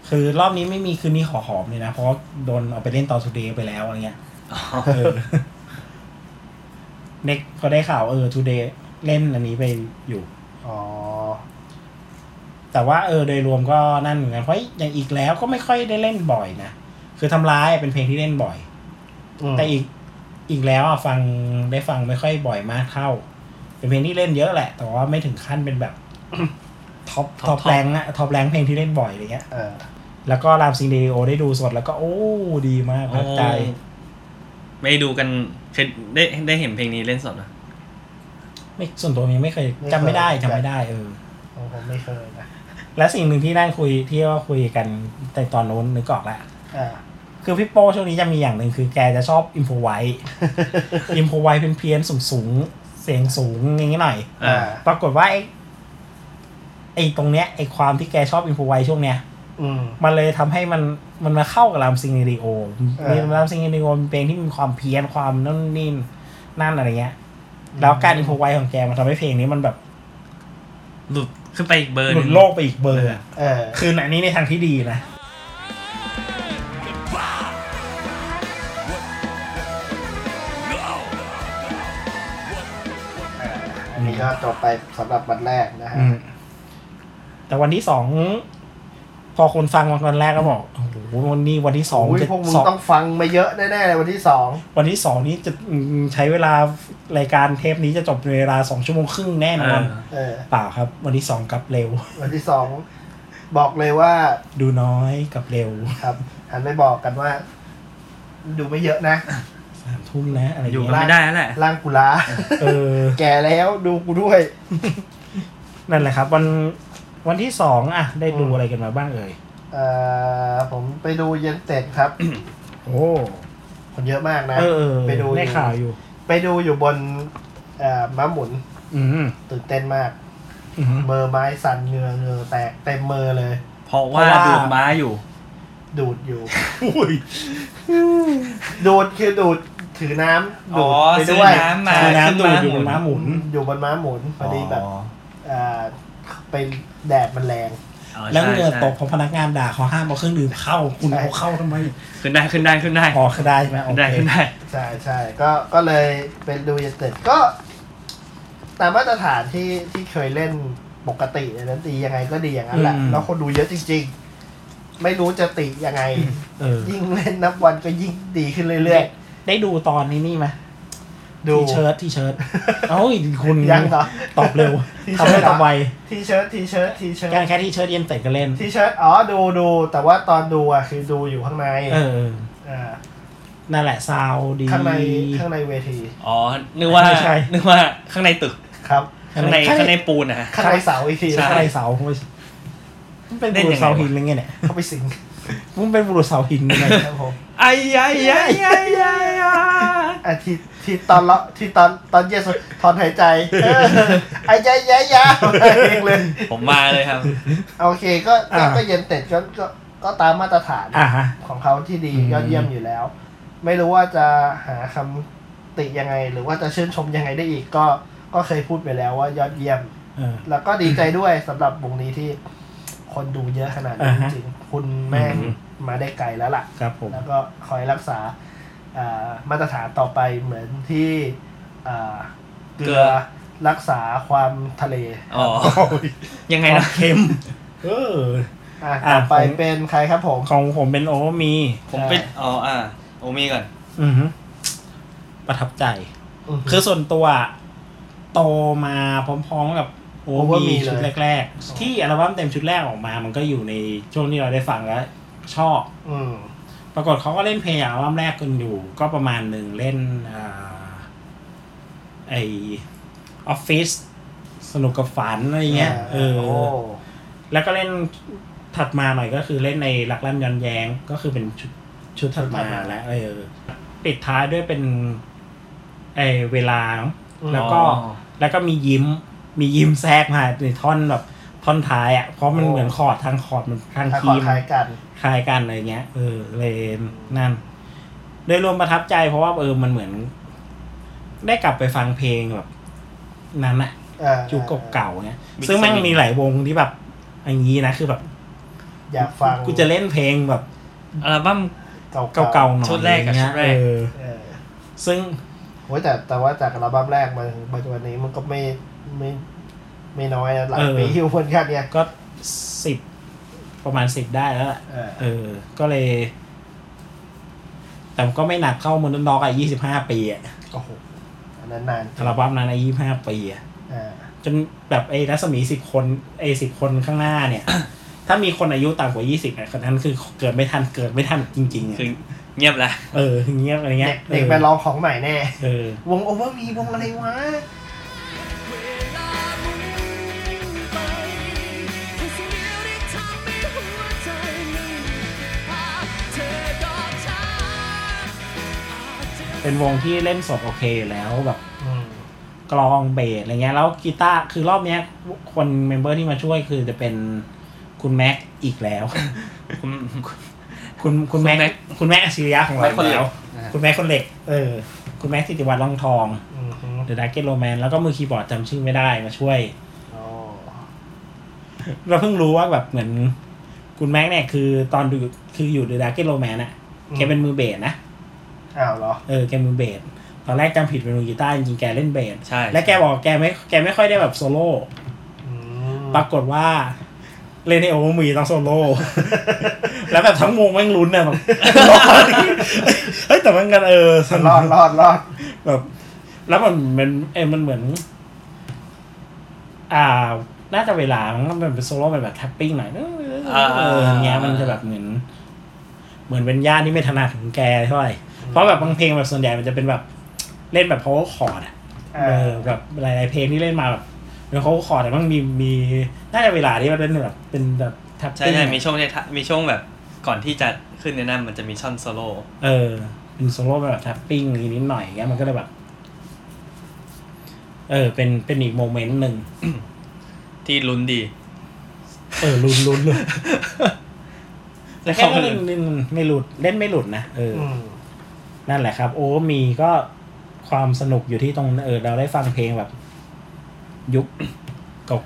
Speaker 4: คือรอบนี้ไม่มีคืนนี้ขอหอมเลยนะ เพราะว่าโดนเอาไปเล่นตอนสุดเดย์ไปแล้วอะไรเงี้ย
Speaker 3: อ๋อ
Speaker 4: เออเน็กก็ได้ข่าวเออ today เล่นอันนี้ไปอยู่
Speaker 2: อ๋อ
Speaker 4: แต่ว่าเออโดยรวมก็นั่นเหมือนกันเพราะอย่างอีกแล้วก็ไม่ค่อยได้เล่นบ่อยนะ คือทำร้ายเป็นเพลงที่เล่นบ่อย
Speaker 2: ม
Speaker 4: แต่อีกอีกแล้วอ่ะฟังได้ฟังไม่ค่อยบ่อยมากเท่า เป็นเพลงที่เล่นเยอะแหละ แต่ว่าไม่ถึงขั้นเป็นแบบ ท็อปท็อปแรงอะท็อปแรงเพลงที่เล่นบ่อยอะไรเงี้ย
Speaker 2: เออ
Speaker 4: แล้วก็รามซิงเดโอได้ดูสดแล้วก็โอ้ดีมากประทับใจ
Speaker 3: ไม่ดูกันเคยได้ได้เห็นเพลงนี้เล่นสดเหรอ่ะ
Speaker 4: ไม่ส่วนตัวยังไม่เคย
Speaker 2: ไม่เคย
Speaker 4: จำไม่ได้จำไม่ได้เออ
Speaker 2: ของผมไม่เคยนะ
Speaker 4: และสิ่งหนึ่งที่นั่งคุยที่ว่าคุยกันแต่ตอนโน้นนึกออกละ
Speaker 2: อ่า
Speaker 4: คือพี่โป้ช่วงนี้จะมีอย่างหนึ่งคือแกจะชอบอิมโพไวอิมโพไวเพี้ยนๆสูงๆ เสียงสูงอย่างนี้หน่อย
Speaker 3: อ่า
Speaker 4: ปรากฏว่าไอ้ไอ้ตรงเนี้ยไอ้ความที่แกชอบอิมโพไวช่วงเนี้ย
Speaker 2: อืม
Speaker 4: มันเลยทำให้มันมันมาเข้ากับรามซิงเนริโอ
Speaker 2: เออ
Speaker 4: รามซิงเนริโอเป็นเพลงที่มีความเพี้ยนความนั่นนี่นั่นอะไรเงี้ย แล้วการอิมโพไวของแกมันทำให้เพลงนี้มันแบบ
Speaker 3: หลุดขึ้นไปอีกเบอร์
Speaker 4: หลุ
Speaker 3: นึ่
Speaker 4: ด
Speaker 3: ง
Speaker 4: โลกไปอีกเบอร์อะ
Speaker 2: เออ
Speaker 4: คืออันนี้ในทางที่ดีนะ
Speaker 2: อันนี้ก็จบไปสำหรับวันแรกนะฮะ
Speaker 4: อืมแต่วันที่สอง พอคนฟังวันแรกก็บอกโอ้โหวันนี้วันที่สอง
Speaker 2: อุ้ย
Speaker 4: จะ
Speaker 2: พวกมึ
Speaker 4: ส
Speaker 2: ง
Speaker 4: อง
Speaker 2: ต้องฟังมาเยอะแน่ๆเลยวันที่สอง
Speaker 4: วันที่สองนี้จะอืมใช้เวลารายการเทปนี้จะจบในเวลาสองชั่วโมงครึ่งแน่นอน
Speaker 3: เออ
Speaker 2: เออ
Speaker 4: เปล่าครับ วันที่สองกลับเร็ว
Speaker 2: วันที่สองบอกเลยว่า
Speaker 4: ดูน้อยกลับเร็ว
Speaker 2: ครับหันไปบอกกันว่า ดูไม่เยอะนะ
Speaker 4: สามทุ่มนะอะไร
Speaker 3: อยู่
Speaker 4: เงี้
Speaker 3: กั
Speaker 4: ย
Speaker 3: นไม่ได้แล้วแหละ
Speaker 2: ร่างกุล้า
Speaker 4: เออ
Speaker 2: แก่แล้วดูกูด้วย
Speaker 4: นั่นแหละครับ วันวันที่สองอะได้ดูอะไรกันมาบ้างเอ่ย
Speaker 2: เอ่อผมไปดูเย็นเต็ดครับ
Speaker 4: โอ้
Speaker 2: คนเยอะมากนะ
Speaker 4: เออเออ
Speaker 2: ไปดู
Speaker 4: ได้ข่าวอยู่
Speaker 2: ไปดูอยู่บนเอ่อม้าหมุน
Speaker 4: อืม
Speaker 2: ตื่นเต้นมาก
Speaker 4: อืม
Speaker 2: เมอไม้สั่นเหงือเหงือแตกเต็มเมอเลย
Speaker 3: เพราะว่า
Speaker 4: เพราะว่า
Speaker 3: ดูดม้าอยู่
Speaker 2: ดูดอยู่ ดูดคือดูดถือน้ำ
Speaker 3: อ๋
Speaker 2: ดู
Speaker 3: อ
Speaker 2: ดไป
Speaker 3: ซื้อ
Speaker 2: ด้วย
Speaker 3: น้ำมา
Speaker 4: ใช่น้ำ
Speaker 3: ขึ้
Speaker 4: ดูดอยู่บนม้าหมุน
Speaker 2: อยู่บนม้าหมุนพอดีแบบเอ่อไปแดดมันแรง
Speaker 3: อ๋
Speaker 4: แล้วเหงื่อ
Speaker 3: ใช่
Speaker 4: ตกเพราะพนักงานด่าเขาห้ามเอาเครื่องดื่มเข้า คุณ
Speaker 2: ใช่
Speaker 4: เอาเข้าทำไม
Speaker 3: ขึ้นได้ขึ้นได้ขึ้นได้
Speaker 4: อ๋อคือได้ใช่ไหมโอ
Speaker 3: ขึ้น
Speaker 4: เค
Speaker 3: ได้ขึ้นได้
Speaker 2: ใช่ใช่ก็ก็เลยเป็นดูเยนเต็ดก็ ตามมาตรฐานที่ที่เคยเล่นปกติเลยนะตียังไงก็ดีอย่างนั้นแหละ แล้วคนดูเยอะจริง ๆ ไม่รู้จะติยังไง
Speaker 4: เออ
Speaker 2: ยิ่งเล่นนับวันก็ยิ่งดีขึ้นเรื่อย
Speaker 4: ได้ดูตอนนี้นี่ไหม
Speaker 2: ๆ ดู
Speaker 4: ทีเชิร์ตทีเชิร์ตเอ้าคุณ
Speaker 2: ยังเหรอ
Speaker 4: ตอบเร็ว
Speaker 2: T-shirt
Speaker 4: ทำให้ตอบไว
Speaker 2: ทีเชิร์ตทีเชิร์ตทีเชิร์
Speaker 4: การ
Speaker 2: ต
Speaker 4: แค่ทีเชิร์ตเย็นเตะก็เล่น
Speaker 2: ทีเชิร์ตอ๋อดูดูแต่ว่าตอนดูอ่ะคือดูอยู่ข้างใน
Speaker 4: เออ
Speaker 2: อ่า
Speaker 4: นั่นแหละซาวดี
Speaker 2: ข้างในข้างในเวที
Speaker 3: อ๋อ นึกว่า
Speaker 4: ไม่ใช่
Speaker 3: นึกว่าข้างในตึก
Speaker 2: ครับ
Speaker 4: ข้า
Speaker 3: ข้าง
Speaker 4: ในข้าง
Speaker 3: งใน
Speaker 4: ใน
Speaker 3: ข้างในปูนนะฮะ
Speaker 2: ข้างในเสาอีกที
Speaker 3: ใช่
Speaker 4: ข้างในเสาเว้ยมึงเป็นบุรุษเสาหินหรือไงเนี่ย
Speaker 2: เข้าไปสิง
Speaker 4: มึงเป็นบุรุษเสาหินยังไง
Speaker 2: ครับผม
Speaker 3: ไอ้ไอ้ไอ้ไอ้ไอ้ไอ้
Speaker 2: อาทีที่ตอนละที่ตอนตอนเย็นสุดถอนหายใจเออไอ้ใจแย่ยาวเองเลย
Speaker 3: ผมมาเลยครับ
Speaker 2: โอเคก็ก็ก็เย็นเต็ดก็ก็ก็ตามมาตรฐาน
Speaker 4: อ่ะฮะ
Speaker 2: ของเขาที่ดี
Speaker 4: อืม
Speaker 2: ยอดเยี่ยมอยู่แล้ว ไม่รู้ว่าจะหาคำติยังไง หรือว่าจะชื่นชมยังไงได้อีกก็ก็เคยพูดไปแล้วว่ายอดเยี่ยม
Speaker 4: เออ
Speaker 2: แล้วก็ดีใจด้วยสำหรับวงนี้ที่คนดูเยอะขนาดนี้
Speaker 4: อ่าฮะ
Speaker 2: จริงๆคุณแม่ง
Speaker 4: อืม
Speaker 2: มาได้ไกลแล้วล่ะ
Speaker 4: ครับผม
Speaker 2: แล้วก็คอยรักษาอ่ามาตรฐานต่อไปเหมือนที่อ่าเกลื
Speaker 3: เกลื
Speaker 2: อ
Speaker 3: อ
Speaker 2: รักษาความทะเล
Speaker 3: อ๋อ ยังไงนะ
Speaker 4: เค็มเออ
Speaker 2: อ่ะ
Speaker 4: อ่ะ
Speaker 2: ต่อไป
Speaker 4: ผม
Speaker 2: เป็นใครครับผม
Speaker 4: ของผมเป็นโอมี
Speaker 3: ผมไป อ๋อ อ่า โอมีก่อน
Speaker 4: อือฮึประทับใจ คือส่วนตัวโตมาพร้อมๆกับโอ
Speaker 2: Over
Speaker 4: มี
Speaker 2: Me
Speaker 4: ชุด
Speaker 2: เลย
Speaker 4: แรก
Speaker 2: อ๋อ
Speaker 4: ๆ ที่อัลบั้มเต็มชุดแรกออกมา มันก็อยู่ในช่วงที่เราได้ฟังแล้ว ชอบ
Speaker 2: อืม
Speaker 4: ปรากฏเขาก็เล่นเพลงอัลบั้มแรกกันอยู่ ก็ประมาณหนึ่งเล่นอ่าไอออฟฟิศสนุกกับฝันอะไรเงี้ยเออ
Speaker 2: โอ้
Speaker 4: แล้วก็เล่นถัดมาหน่อยก็คือเล่นในรักแรมย้อนแยงก็คือเป็นชุดชุดถัดมาแล้วเออปิดท้ายด้วยเป็นไอเวลาเนอะแล้วก็
Speaker 3: อ๋อ
Speaker 4: แล้วก็มียิ้มมียิ้มแทรกมาในท่อนแบบท่อนท้ายอ่ะเพราะมันเหมือนคอร์ดทางคอร์ดมันทาง
Speaker 2: ถ้าข
Speaker 4: คี
Speaker 2: อ
Speaker 4: ม
Speaker 2: คล้ายกัน
Speaker 4: คล้ายกันอะไรเงี้ยเออเลยนั่นโดยรวมประทับใจเพราะว่าเออมันเหมือน ได้กลับไปฟังเพลงแบบนั้นอะ ยุคเก่าๆเนี่ย
Speaker 3: Mix
Speaker 4: ซึ่งแม่ง
Speaker 3: and
Speaker 4: มีหลายวงที่แบบอย่างนี้นะคือแบบ
Speaker 2: อยากฟัง
Speaker 4: กูจะเล่นเพลงแบบ
Speaker 3: อัลบั้ม
Speaker 2: เก่า
Speaker 4: เก่าๆหน่อย
Speaker 3: ชุดแรกอะ
Speaker 4: ย่างเงี้ย
Speaker 3: ชุดแรก
Speaker 4: เออ
Speaker 2: เออ
Speaker 4: ซึ่ง
Speaker 2: โอ้ยแต่แต่ว่าจากอัลบั้มแรกมาถึงปัจจุบันนี้มันก็ไม่ไม่ไม่น้อยนะหลายปีที่วนกันเนี่ย
Speaker 4: ก็สิบประมาณสิบได้แล้วล่ะ
Speaker 2: เออ
Speaker 4: เออ ก็เลย แต่ก็ไม่หนักเข้ามูนด็อกอะยี่สิบห้าปีอะ
Speaker 2: โอ้โหอันนั้นนานจริ
Speaker 4: อั
Speaker 2: ง
Speaker 4: ลบั้มนั้นอะยี่ห้าปีอะ
Speaker 2: อ่า
Speaker 4: จนแบบไอ้รัศมีสิบคนไอ้สิบคนข้างหน้าเนี่ย ถ้ามีคนอายุต่ำกว่ายี่สิบอะคนนั้นคือเกิดไม่ทันเกิดไม่ทันจริงๆอะ
Speaker 3: คือเงียบละ
Speaker 4: เอออย่างเงี้ยอะไรเงี้
Speaker 2: เด็ก
Speaker 4: ย
Speaker 2: เด็กไปลองของใหม่แน่
Speaker 4: เออ
Speaker 2: วงโอเวอร์มีวงอะไรวะ
Speaker 5: เวลาหมุนไปเธอสิ่งเดียวที่ทำให้หัวใจหนึ่งพาเธอดอกช้าอาจจะ
Speaker 4: เป็นวงที่เล่นสดโอเคอยู่แล้วแบบกลองเบสอะไรเงี้ยแล้วกีตาร์คือรอบเนี้ย คนเมมเบอร์ที่มาช่วยคือจะเป็นคุณแม็กอีกแล้ว
Speaker 3: คุณ
Speaker 4: คุณคุณ
Speaker 3: คุณ
Speaker 4: แม็ก
Speaker 3: แม็ก
Speaker 4: คุณแม็กอัจฉริยะของเรา
Speaker 3: แม็กคนเหลว
Speaker 4: คุณแม็กคนเหล็กเออ คุณแม็กสิติวัตรล่องทอง
Speaker 2: อืมฮึ
Speaker 4: เดอะดักเก็ตโรแมนแล้วก็มือคีย์บอร์ดจำชื่อไม่ได้มาช่วย
Speaker 2: โอ้
Speaker 4: เราเพิ่งรู้ว่าแบบเหมือน คุณแม็กเนี่ยคือตอนดูคืออยู่เดอะดักเก็ตโรแมนอะแกเป็นมือเบสนะ
Speaker 2: อ้าวเหรอ
Speaker 4: เออแกมือเบสตอนแรกจำผิดเป็นมือกีตาร์จริงๆแกเล่นเบส
Speaker 3: ใช่
Speaker 4: และแกบอกแกไม่แกไม่ค่อยได้แบบโซโล่
Speaker 2: อืม
Speaker 4: ปรากฏว่า เล่นในโอเวอร์มีต้องโซ โล่ แล้วแบบทั้งวงแม่งลุ้นเนี่ยแบบ เฮ้ยแต่มันกันเออส
Speaker 2: ร
Speaker 4: นุ
Speaker 2: อก ดรอดรอด
Speaker 4: แบบ แล้วมันมันเอยมันเหมือน อ่า น่าจะเวลามันมันเป็นโซโล่เป็นแบบแท็ปปิ้งหน่อยเออเอออย่างเงี้ยมันจะแบบเหมือน เหมือนเป็นย่านที่ไม่ถนัดของแกเท่าไหร่เพราะแบบบางเพลงแบบส่วนใหญ่มันจะเป็นแบบ เล่นแบบโพคอร์ดอะเอ
Speaker 2: อ่า
Speaker 4: อแบบหลาย ๆ เพลงที่เล่นมาแบบเป็นโพคอร์ดแต่มันมีมีน่าจะเวลาที่มันเล่นแบบ เป็นแบบแท็ป
Speaker 3: ใช่
Speaker 4: ปิ้ง
Speaker 3: ใช่
Speaker 4: อะ
Speaker 3: มีช่วงเนี่ยมีช่วงแบบก่อนที่จะขึ้นเนี่ยนะมันจะมีช่อนโซโล่
Speaker 4: เออเป็นโซโล่แบบแท็ปปิ้งนิดหน่อยอย่างเงี้ยมันก็เลยแบบ เออ เป็นเป็นอีกโมเมนต์หนึ่ง
Speaker 3: ที่ลุ้นดี
Speaker 4: เออลุ้นลุ้นเลยแต่แค่ว่า
Speaker 3: เข้าไปเลย
Speaker 4: เล่นเล่นไม่หลุดเล่นไม่หลุดนะเอออ
Speaker 2: อืม
Speaker 4: นั่นแหละครับ โอ้มีก็ความสนุกอยู่ที่ตรงเออเราได้ฟังเพลงแบบ ยุค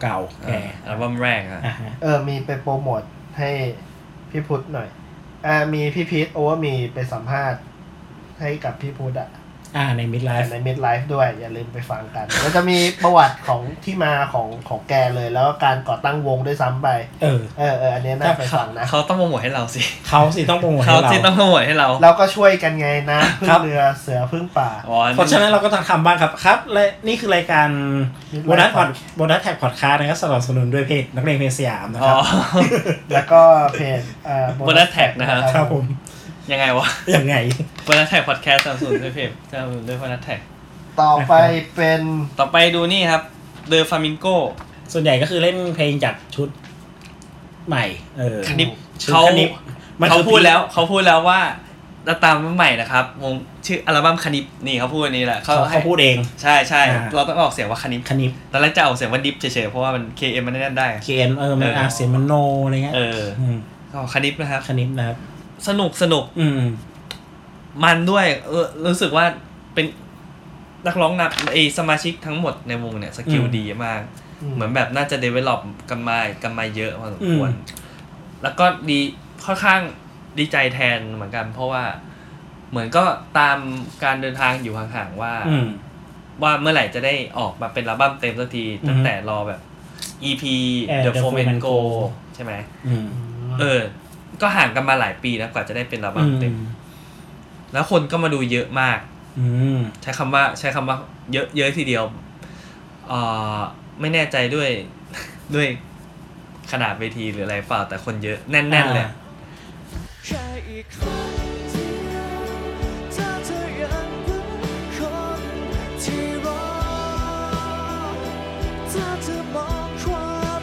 Speaker 4: เก่าๆแก
Speaker 3: อัลบั้มแรกอะ
Speaker 4: อ่ะฮะ
Speaker 2: เออ มีไปโปรโมทให้พี่พุทธหน่อย อ่า มีพี่พีทโอเวอร์มีไปสัมภาษณ์ ให้กับพี่พุทธอะ
Speaker 4: อ่าในมิดไลฟ์
Speaker 2: ในเมดไลฟ์ด้วยอย่าลืมไปฟังกันแล้วจะมีประวัติของที่มาของของแกเลย แล้วก็การก่อตั้งวงด้วยซ้ำไป
Speaker 4: เออ
Speaker 2: เออเอออันเนี้ยน่าไปฟังนะ
Speaker 3: เขาต้องโปรโมทให้เราสิ
Speaker 4: เขาสิต้องโปรโมทให้
Speaker 3: เขา
Speaker 4: เรา
Speaker 3: ที่ต้องโปรโมทให้เรา
Speaker 2: เราก็ช่วยกันไงนะพึ่
Speaker 4: ครั
Speaker 2: ง
Speaker 4: บ
Speaker 2: เรือเสือพึ่งป่า
Speaker 3: อ๋อ
Speaker 4: เพราะฉะนั้นเราก็ต้องทำบ้างครับครับ และนี่คือรายการโบนัสพอดโบนัสแท็กพอดคาสต์นะครับสนับสนุนด้วยเพจนักเรียนเพจสยามนะ
Speaker 3: อ๋
Speaker 4: ค
Speaker 3: อ
Speaker 4: รับ
Speaker 2: แล้วก็เพจเอ่อ Bonus
Speaker 3: Bonus Tag
Speaker 2: Tag
Speaker 3: นะฮะ
Speaker 4: ครับผม
Speaker 3: ยังไงวะ
Speaker 4: ยังไง
Speaker 3: บนัสแท็กพอดแคสต์สนับสนุนด้วยเพจสนับสนุนด้วยบนัสแท็ก
Speaker 2: ต่อไปเป็น
Speaker 3: ต่อไปดูนี่ครับเดอฟามิงโก
Speaker 4: ส่วนใหญ่ก็คือเล่นเพลงจากชุดใหม่ เออ
Speaker 3: คณิป
Speaker 4: ชื่อ
Speaker 3: เขา
Speaker 4: คณิปมัน
Speaker 3: เขา
Speaker 4: คือ
Speaker 3: พูดแล้วเขาพูดแล้วว่าเราตามใหม่นะครับวงชื่ออัลบั้มคณิปนี่เขาพูดอันนี้แหละ
Speaker 4: เขา
Speaker 3: ให้
Speaker 4: เขาพูดเอง
Speaker 3: ใช่ใช่
Speaker 4: อ่า
Speaker 3: เราต้องออกเสียงว่าคณิป
Speaker 4: คณิป
Speaker 3: ตอนแรกจะออกเสียงว่าดิฟเฉยๆเพราะว่ามัน KM มันแน่นได้
Speaker 4: เกนเออมัน
Speaker 3: เอออ
Speaker 4: อาเซมันโนอะไรเงี้ย
Speaker 3: เออ
Speaker 4: ม
Speaker 3: ก็คณิปนะครับ
Speaker 4: คณิปนะครับ
Speaker 3: สนุกสนุก
Speaker 4: อืม
Speaker 3: มันด้วยเออรู้สึกว่าเป็นนักร้องนำไอสมาชิกทั้งหมดในวงเนี่ยสกิล
Speaker 4: อืม
Speaker 3: ดีมาก เหมือนแบบน่าจะ develop กันมากันมาเยอะพอสม
Speaker 4: อื
Speaker 3: ค
Speaker 4: ม
Speaker 3: วร แล้วก็ดีค่อนข้างดีใจแทนเหมือนกัน เพราะว่าเหมือนก็ตามการเดินทางอยู่ห่างๆว่า
Speaker 4: อืม
Speaker 3: ว่าเมื่อไหร่จะได้ออกมาเป็นอัลบั้มเต็มสักที
Speaker 4: อือฮึ
Speaker 3: ตั้งแต่รอแบบ EP
Speaker 4: เอ่อ
Speaker 3: The
Speaker 4: The
Speaker 3: f o r m a n Go
Speaker 4: Flamenco
Speaker 3: ใช่ไหม
Speaker 4: อืม
Speaker 3: เออ ก็ห่างกันมาหลายปีนะกว่าจะได้เป็นอัล
Speaker 4: อื
Speaker 3: บั้ม
Speaker 4: ม
Speaker 3: เต็ม แล้วคนก็มาดูเยอะมาก
Speaker 4: อืม
Speaker 3: ใช้คำว่าใช้คำว่าเยอะเยอะทีเดียวเอ่อไม่แน่ใจด้วย ด้วยขนาดเวทีหรืออะไรเปล่าแต่คนเยอะแน่นๆเลย
Speaker 4: อ่า
Speaker 5: แค่อีกครั้งเดียวถ้าเธอยังเป็นคนที่รอถ้าเธอมองความรัก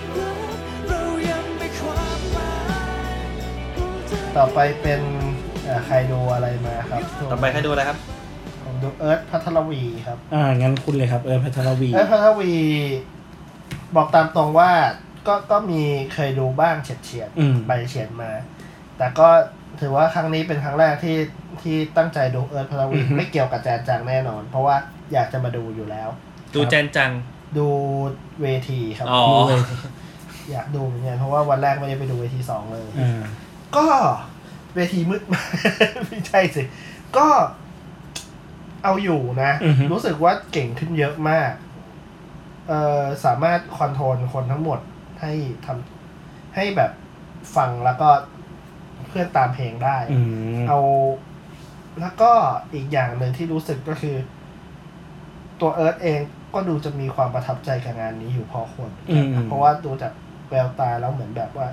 Speaker 5: เรายังไม่ความหมาย
Speaker 2: ต่อไปเป็นเอ่อใครดูอะไรมาครับ
Speaker 3: ต่อไปให้ดูอะไรครับ
Speaker 2: ผมดูเอิร์ธพัทรวีครับ
Speaker 4: อ่างั้นคุณเลยครับเออพัทรวี
Speaker 2: เอ้ยพัทรวีบอกตามตรงว่าก็ก็มีเคยดูบ้างเฉียดเฉียดๆ
Speaker 4: อืม
Speaker 2: ไปเฉียดมา แต่ก็ถือว่าครั้งนี้เป็นครั้งแรกที่ที่ตั้งใจดูเอิร์ธพัทรวี
Speaker 4: อือฮึ
Speaker 2: ไม่เกี่ยวกับแจนจังแน่นอน เพราะว่าอยากจะมาดูอยู่แล้ว
Speaker 3: ดูแจนจัง
Speaker 2: ดูเวทีครับ
Speaker 3: อ๋อ
Speaker 4: ดูเลย
Speaker 2: อยากดูเหมือนกันเพราะว่าวันแรกไม่ได้ไปดูเวทีสองเลย
Speaker 4: อ่า
Speaker 2: ก็เวทีมืด ไม่ใช่สิ ก็เอาอยู่นะ รู้สึกว่าเก่งขึ้นเยอะมาก เออสามารถคอนโทรลคนทั้งหมดให้ทำให้แบบฟังแล้วก็เพื่อนตามเพลงได้
Speaker 4: อืม
Speaker 2: เอา แล้วก็อีกอย่างหนึ่งที่รู้สึกก็คือ ตัวเอิร์ธเองก็ดูจะมีความประทับใจกับงานนี้อยู่พอควร
Speaker 4: อืม
Speaker 2: เพราะว่าดูจากแววตาแล้วเหมือนแบบว่า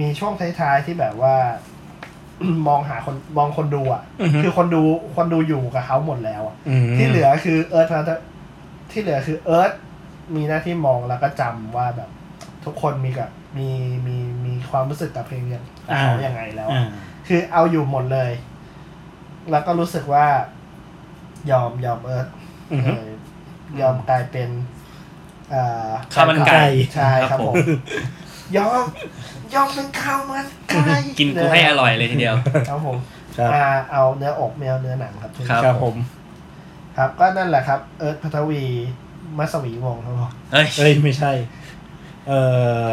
Speaker 2: มีช่วงท้ายๆที่แบบว่า มองหาคนมองคนดูอ่ะ
Speaker 4: อืม
Speaker 2: คือคนดูคนดูอยู่กับเขาหมดแล้วอะ
Speaker 4: ม
Speaker 2: ที่เหลือคือเอิร์ธที่เหลือคือเอิร์ธมีหน้าที่มองแล้วก็จำว่าแบบ ทุกคนมีกับมีมีมีความรู้สึกกับเพลงยังกับเขายังไงแล้ว
Speaker 4: อ่า
Speaker 2: อะคือเอาอยู่หมดเลย แล้วก็รู้สึกว่ายอมยอมเอิร์ธ
Speaker 4: อืม
Speaker 2: เอ่อยอมกลายเป็นเอ่อ
Speaker 3: ข้าวมันไก่
Speaker 2: ใช่ค
Speaker 3: ครั
Speaker 2: รับบ ผ
Speaker 3: ผม ม
Speaker 2: ยอมยอมเป็นข้าวมันไก่
Speaker 3: กินกูให้อร่อยเลยทีเดียว
Speaker 2: ครับผม
Speaker 4: ครับ
Speaker 2: อ่าเอาเนื้ออกแมวเนื้อหนังครับ
Speaker 3: ครับ
Speaker 4: ครับผม
Speaker 2: ครับ ก็นั่นแหละครับ เอิร์ธพัทวีมัสวีวงศ์ครับผม
Speaker 3: เอ้ย
Speaker 4: เอ้ยไม่ใช่ เออ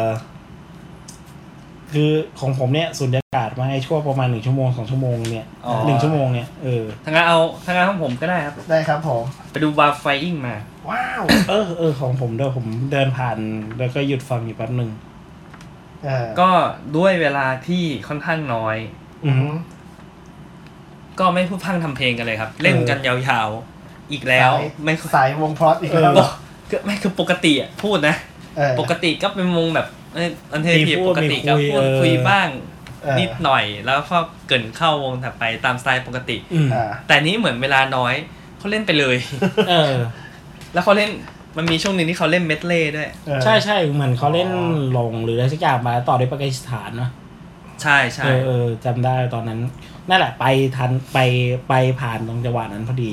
Speaker 4: คือของผมเนี่ยสุญญากาศมาให้ช่วงประมาณหนึ่งชั่วโมงสองชั่วโมงเนี่ยหนึ่งชั่วโมงเนี่ยเออ
Speaker 3: ทางนั้นเอาทางนั้นของผมก็ได้ครับ
Speaker 2: ได้ครับผม
Speaker 3: ไปดูบาร์ไฟอิงมา
Speaker 2: ว้าว
Speaker 4: เออเออของผมด้วยผมเดินผ่าน แล้วก็หยุดฟังอยู่แป๊บหนึ่ง
Speaker 2: อ่า
Speaker 3: ก็ด้วยเวลาที่ค่อนข้างน้อย
Speaker 4: อื
Speaker 2: อื
Speaker 4: ม
Speaker 2: ม
Speaker 3: ก็ไม่พูดพร่งทำเพลงกันเลยครับ เล่นกันยาวๆอีกแล้ว
Speaker 2: สาย
Speaker 3: ไม่
Speaker 2: สายวงพลอตอีกแล้ว
Speaker 4: เออ
Speaker 3: ก็ไม่คือปกติอะพูดนะ
Speaker 2: เออ
Speaker 3: ปกติก็เป็นวงแบบเอ้ยอันเทอร์เพีย
Speaker 4: มีพู
Speaker 3: ป
Speaker 4: ด
Speaker 3: กติก็
Speaker 4: มีคุย
Speaker 3: พูด
Speaker 4: เออ
Speaker 3: คุยบ้าง
Speaker 2: เออ
Speaker 3: นิดหน่อย แล้วก็เกรินเข้าวงถัดไปตามสไตล์ปกติ
Speaker 4: อืม
Speaker 2: อ่า
Speaker 3: แต่นี้เหมือนเวลาน้อยเขาเล่นไปเลย
Speaker 4: เออ
Speaker 3: แล้วเขาเล่นมันมีช่วงหนึ่งที่เขาเล่นเมดเล่ด้วย
Speaker 4: ใช่ใช่เหมือนเขาเล่นลงหรืออะไรสักอย่างมาแล้วต่อด้วยปากีสถานเนอะ
Speaker 3: ใช่ใช่
Speaker 4: เออเออจำได้ตอนนั้น นั่นแหละไปทันไปไปผ่านตรงจังหวะนั้นพอดี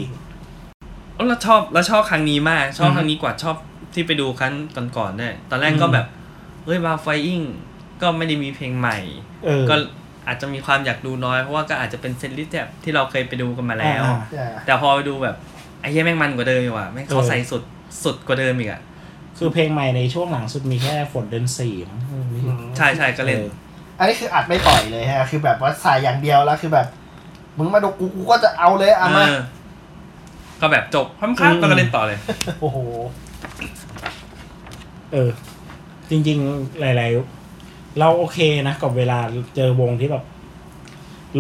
Speaker 3: แล้วเราชอบเราชอบครั้งนี้มาก ชอ
Speaker 4: อื
Speaker 3: บ
Speaker 4: ม
Speaker 3: ครั้งนี้กว่าชอบที่ไปดูครั้งก่อนๆด้วยตอนแรกก็
Speaker 4: อืม
Speaker 3: แบบเฮ้ยมาไฟอิงก็ไม่ได้มีเพลงใหม่
Speaker 4: เออ
Speaker 3: ก็อาจจะมีความอยากดูน้อยเพราะว่าก็อาจจะเป็นเซนลิสแบบที่เราเคยไปดูกันมาแล้ว
Speaker 4: อ่า
Speaker 2: อ่า
Speaker 3: แต่พอไปดูแบบไอ้เหี้ยแม่งมันกว่าเดิมอีกว่ะแม่งเขา
Speaker 4: เออ
Speaker 3: ใส่สุดสุดกว่าเดิมอีกอ่ะ
Speaker 4: คือเพลงใหม่ในช่วงหลังสุดมีแค่ฝนเดือนสี่มั้ง
Speaker 3: ใช่ใช่ก็เล่น
Speaker 4: ออ
Speaker 2: อันนี้คืออัดไม่ปล่อยเลยฮะ คือแบบว่าใส่อย่างเดียวแล้วคือแบบ มึงมาดูกูกูก็จะเอาเลยอ่ะมา
Speaker 3: เออก็แบบจบพร้อมครับ
Speaker 4: อืม
Speaker 3: แล้วก็เล่นต่อเลย
Speaker 2: โอ้โห
Speaker 4: เออ จริงๆ หลายๆ เราโอเคนะกับเวลาเจอวงที่แบบ